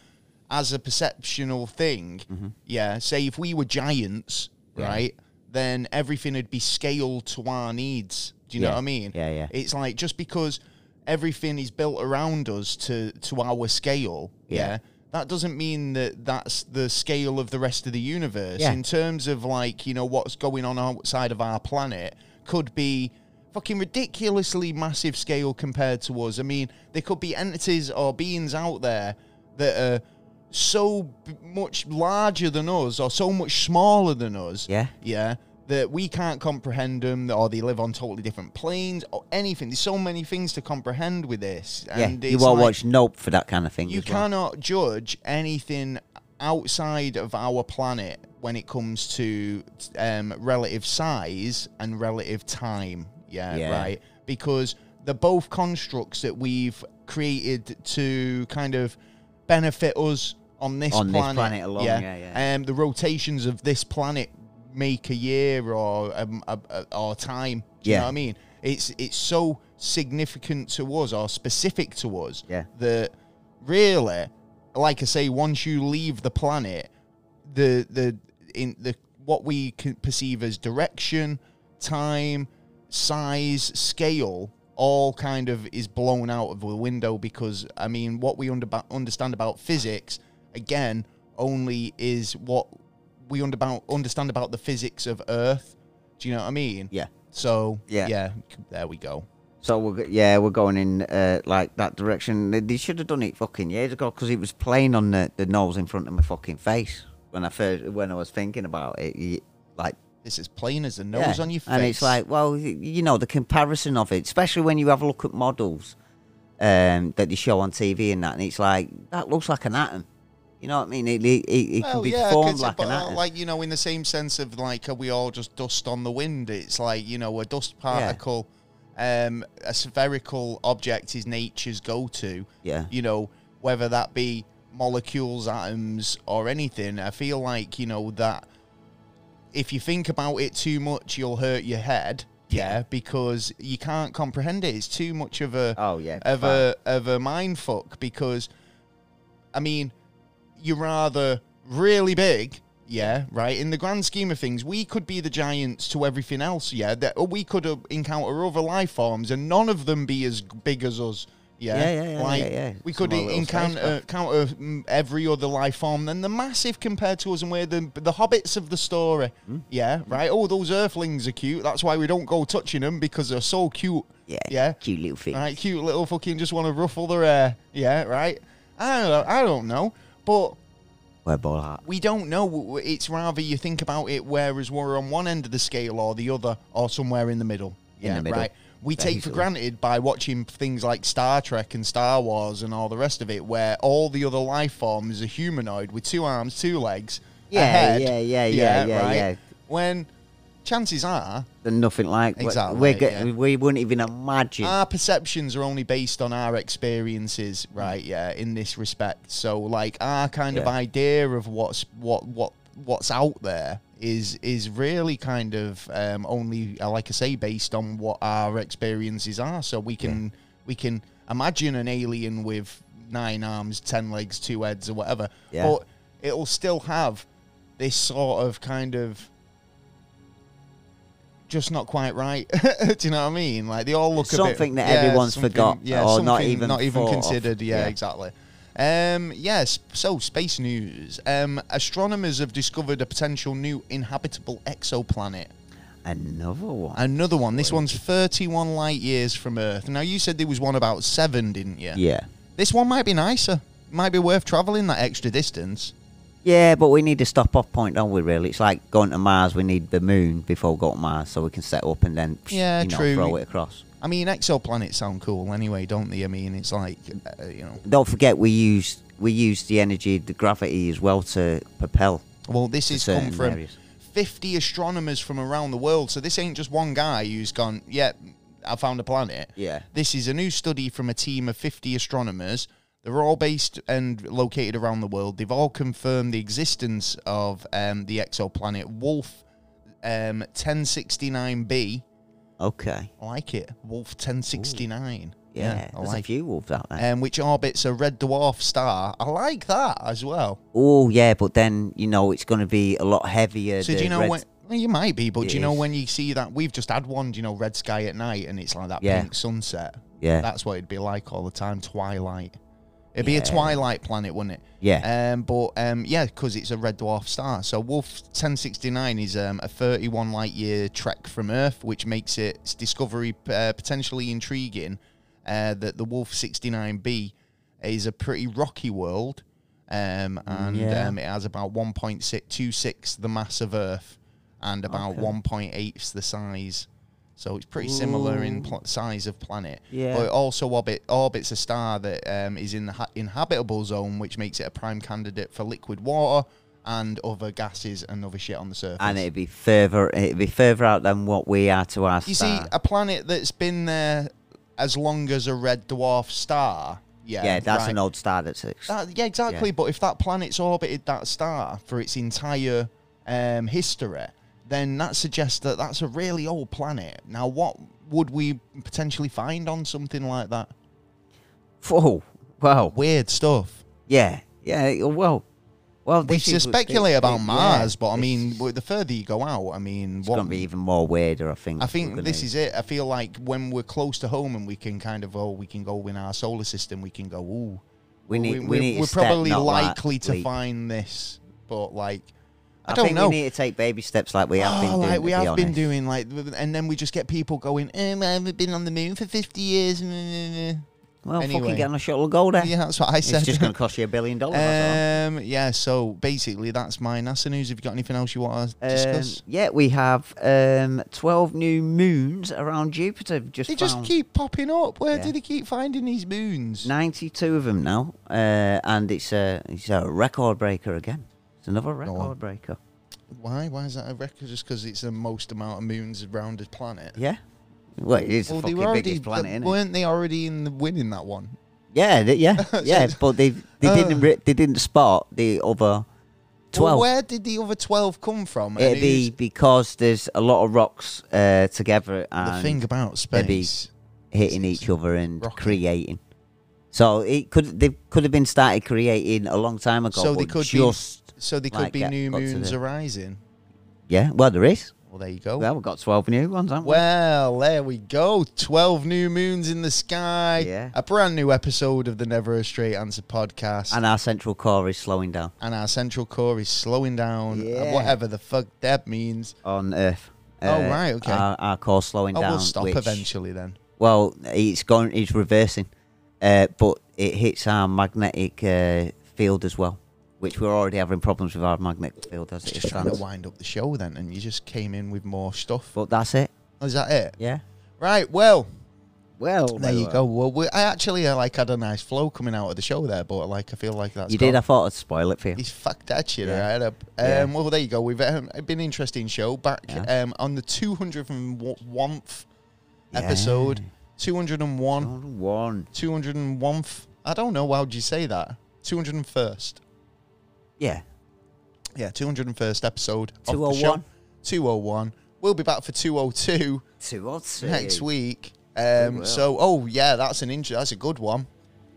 as a perceptual thing,
Mm-hmm.
yeah. Say if we were giants, right, then everything would be scaled to our needs. Do you know
Yeah.
what I mean?
Yeah, yeah.
It's like just because everything is built around us to to our scale, yeah.
Yeah.
That doesn't mean that that's the scale of the rest of the universe
Yeah.
in terms of like you know what's going on outside of our planet could be fucking ridiculously massive scale compared to us. I mean, there could be entities or beings out there that are so b- much larger than us or so much smaller than us.
Yeah.
Yeah. That we can't comprehend them, or they live on totally different planes, or anything. There's so many things to comprehend with this.
Yeah,
And
you
it's
won't
like-
watch Nope for that kind of thing.
you
as well.
cannot judge anything outside of our planet when it comes to um, relative size and relative time. Yeah,
Yeah.
right. Because they're both constructs that we've created to kind of benefit us on this
On this
planet.
planet alone, yeah, yeah.
Um, the rotations of this planet make a year or um, a, a, or time. Do you
Yeah.
know what I mean? It's it's so significant to us or specific to us
Yeah.
that really, like I say, once you leave the planet, the the in the what we can perceive as direction, time, size, scale, all kind of is blown out of the window because I mean, what we under, understand about physics again only is what we under, understand about the physics of Earth. Do you know what I mean?
Yeah.
So
Yeah.
yeah, there we go.
So we're go- yeah, we're going in uh, like that direction. They- They should have done it fucking years ago because it was playing on the, the nose in front of my fucking face when I first when I was thinking about it. y- Like
It's as plain as the nose
yeah.
on your face.
and it's like well, y- you know the comparison of it, especially when you have a look at models um, that they show on TV and that, and it's like that looks like an atom. You know what I mean? It it, it, it can
Well,
be
'cause
formed
it-
like
but,
an
uh,
atom.
Like you know, in the same sense of like, are we all just dust on the wind? It's like you know, a dust particle, um, a spherical object is nature's go-to.
Yeah.
You know, whether that be molecules, atoms, or anything, I feel like you know that if you think about it too much, you'll hurt your head. Yeah, because you can't comprehend it. It's too much of a
Oh, yeah,
of a of a mind fuck. Because, I mean, you're rather really big. Yeah, right. In the grand scheme of things, we could be the giants to everything else. Yeah, that or we could uh, encounter other life forms, and none of them be as big as us. Yeah,
Yeah, yeah, yeah,
Like,
yeah, yeah.
We
Small
could e,
little
encounter counter mm, every other life form. Then the massive compared to us, and we're the the hobbits of the story.
Hmm.
Yeah, right. Oh, those Earthlings are cute. That's why we don't go touching them because they're so cute.
Yeah,
yeah.
cute little thing.
Right, cute little fucking just want to ruffle their hair. Yeah, right. I don't, I don't know, but
We're ball hat.
we don't know. W- w- It's rather you think about it, whereas we're on one end of the scale or the other, or somewhere in the middle.
In the middle.
right. We
Very
take for
easily.
granted by watching things like Star Trek and Star Wars and all the rest of it, where all the other life forms are humanoid with two arms, two legs, a
Yeah,
head.
yeah, yeah, yeah, yeah,
right?
yeah.
When chances are
They're nothing like what-
Exactly,
We're get,
yeah. Uh,
We wouldn't even imagine.
our perceptions are only based on our experiences, right? Yeah, in this respect. So like our kind of
Yeah.
idea of what's what what what's out there is is really kind of um, only uh, like I say based on what our experiences are. So we can we can imagine an alien with nine arms, ten legs, two heads, or whatever.
Yeah.
But it'll still have this sort of kind of just not quite right. Do you know what I mean? Like they all look a bit-
Something that everyone's
something-
forgot
yeah,
or
something
not even
not even
thought of.
considered. Yeah,
Yeah.
exactly. Um, yes. So space news. Um, astronomers have discovered a potential new inhabitable exoplanet.
Another one.
Another one. This one's 31 light years from Earth. Now you said there was one about seven, didn't you?
yeah.
This one might be nicer. Might be worth traveling that extra distance.
Yeah, but we need a stop off point, don't we, really? It's like going to Mars, we need the moon before we go to Mars so we can set up and then psh,
Yeah,
you know,
true.
throw it across.
I mean, exoplanets sound cool anyway, don't they? I mean, it's like uh, you know.
Don't forget we used we used the energy, the gravity as well to propel.
Well, this
to
has come
certain
from
areas.
50 astronomers from around the world. So this ain't just one guy who's gone, yeah, I found a planet.
Yeah.
This is a new study from a team of 50 astronomers. They're all based and located around the world. They've all confirmed the existence of um, the exoplanet Wolf um, 1069b.
Okay.
I like it. Wolf 1069.
Yeah.
I
there's a
like it.
few wolves out there.
Um, which orbits a red dwarf star. I like that as well.
oh yeah, but then you know it's gonna be a lot heavier.
So do
the
you know
red-
when? Well, you might be, but do you
It
know
is.
when you see that we've just had one? Do you know red sky at night, and it's like that
Yeah.
pink sunset.
Yeah.
that's what it'd be like all the time. Twilight. It'd be a
Yeah.
twilight planet, wouldn't it?
Yeah.
Um, but um, yeah, because it's a red dwarf star. So Wolf 1069 is um, a 31 light year trek from Earth, which makes its discovery uh, potentially intriguing. Uh, that the Wolf 69b is a pretty rocky world, um, and
Mm, Yeah.
um, it has about 1.26 the mass of Earth, and about 1.8 the size. So it's pretty similar in pl- size of planet.
Yeah.
But it also orbit, orbits a star that um, is in the ha- inhabitable zone, which makes it a prime candidate for liquid water and other gases and other shit on the surface.
And it'd be further it'd be further out than what we are to our
you see,
star.
a planet that's been there as long as a red dwarf star. Yeah,
yeah,
uh,
that's
right.
an old star that's ex-
That, yeah, exactly. But if that planet's orbited that star for its entire um, history, then that suggests that that's a really old planet. Now, what would we potentially find on something like that?
Whoa. Wow.
Weird stuff.
Yeah. Yeah. Well. Well,
We
this
should
is-
speculate about
yeah,
Mars, but I
this-
mean, w- the further you go out, I mean,
it's going
what,
to be even more weirder. I think.
I
we're
think
gonna-
this is it. I feel like when we're close to home and we can kind of, oh, we can go in our solar system, we can go, ooh.
We need.
we,
We,
we're-
need to
we're
step,
probably
not
likely
like
to
leap.
find this, but like, I,
I,
don't
think
know.
we need to take baby steps, like we have been
oh,
doing.
like
to
we
be
have been
honest.
doing, like, and then we just get people going, um, I haven't been on the moon for 50 years. mm, Yeah,
Well,
Anyway.
fucking get on a shuttle and go there.
that's what I
it's
said.
just going to cost you a billion dollars. that's all.
um, yeah, so basically, that's my NASA news. Have you got anything else you want to Uh, discuss?
Um, yeah, we have um, twelve new moons around Jupiter. We've Just
They just
found
keep popping up. Where
Yeah.
do they keep finding these moons?
ninety-two of them now, uh, and it's a it's a record breaker again. It's another
on.
record breaker.
Why? Why is that a record? Just because it's the most amount of moons around a planet.
Yeah. Well, it is the fucking biggest planet,
th-
isn't it?
weren't they already in the winning that one?
Yeah, th- yeah, yeah. But they they
Uh.
didn't re- they didn't spot the other
Well,
twelve.
where did the other twelve come from? And
It'd be
who's-
because there's a lot of rocks uh, together and
the thing about
it'd be
space.
hitting each other and
rocket.
creating. So it could they could have been started creating a long time ago.
So they
but
could be-
just
So they could
like
be
that
new
got to
moons
the-
arising.
yeah. Well, there is.
Well, there you go.
Well, we've got 12 new ones, haven't we?
Well, there we go. 12 new moons in the sky.
Yeah.
A brand new episode of the Never a Straight Answer podcast. And,
And our central core is slowing down
our central core is slowing down.
Yeah.
and Whatever the fuck that means.
on Earth. Uh,
Oh, right, okay.
Our, our core slowing
Oh,
down.
we'll stop
which-
eventually then.
Well, it's going, it's reversing, uh, but it hits our magnetic uh, field as well, which we're already having problems with our magnetic field as
I was
it
just trying to
stands.
wind up the show then, and you just came in with more stuff.
But that's it.
Is that it?
Yeah.
Right, well,
Well,
there you go. Well, we, I actually uh, like had a nice flow coming out of the show there, but like I feel like that's
You
gone.
did. I thought I'd spoil it for you.
He's fucked that shit
Yeah.
right up. Um,
Yeah.
Well, there you go. We've um, it's been an interesting show back
Yeah.
um, on the 201th
Yeah.
episode. 201.
One.
201th. I don't know. How would you say that? 201st.
Yeah.
Yeah, 201st episode. of the show. 201.
201.
We'll be back for 202
Two or two.
next week.
will.
Um, so, oh, yeah, that's an injury. That's a good one.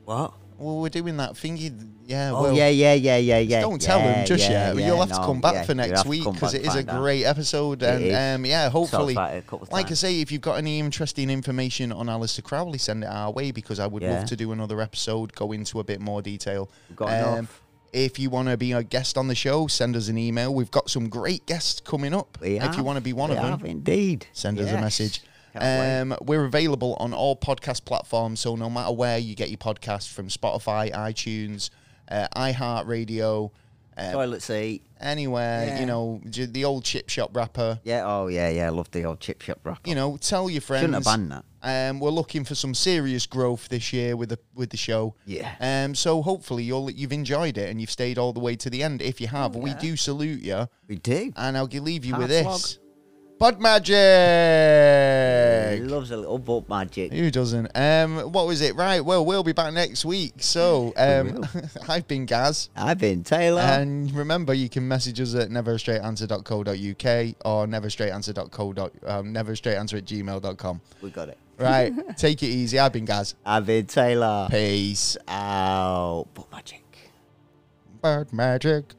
What?
Well, we're doing that thingy. Yeah,
Oh
well,
yeah, yeah, yeah, yeah, yeah.
Don't tell
yeah,
him just
yeah,
yet.
yeah,
You'll have to
no,
come back
yeah,
for
you'll
next
have to
week
come
because
back
it is a
find out.
great episode.
It is.
And um, yeah, hopefully,
about it a couple of
like I
times.
say, if you've got any interesting information on Alistair Crowley, send it our way because I would
Yeah.
love to do another episode, go into a bit more detail. Um,
We've got enough.
If you want to be a guest on the show, send us an email. We've got some great guests coming up.
We
if you
have,
want to be one
we
of them,
have indeed.
send us a
Yes.
message.
Can't
Um, we're available on all podcast platforms, so no matter where you get your podcast from Spotify, iTunes, uh, iHeartRadio,
wait.
uh,
Toilet seat.
anywhere,
Yeah.
you know, j- the old chip shop wrapper.
Yeah. Oh yeah, yeah. I love the old chip shop rock.
You know, tell your friends.
Shouldn't have banned that.
Um, we're looking for some serious growth this year with the with the show.
Yeah.
Um, so hopefully you'll you've enjoyed it and you've stayed all the way to the end. If you have, we do salute you,
We do.
and I'll g- leave you with
Oh, Hard slog.
this. Pod magic.
He loves a little butt magic.
Who doesn't? Um, what was it? Right. Well, we'll be back next week. So um, I've been Gaz.
I've been Taylor.
And remember, you can message us at neverstraightanswer.co.uk or neverstraightanswer.co. Um, neverstraightanswer at gmail.com.
we got it.
Right. take it easy. I've been Gaz.
I've been Taylor.
Peace.
Out. Butt magic.
Bird magic.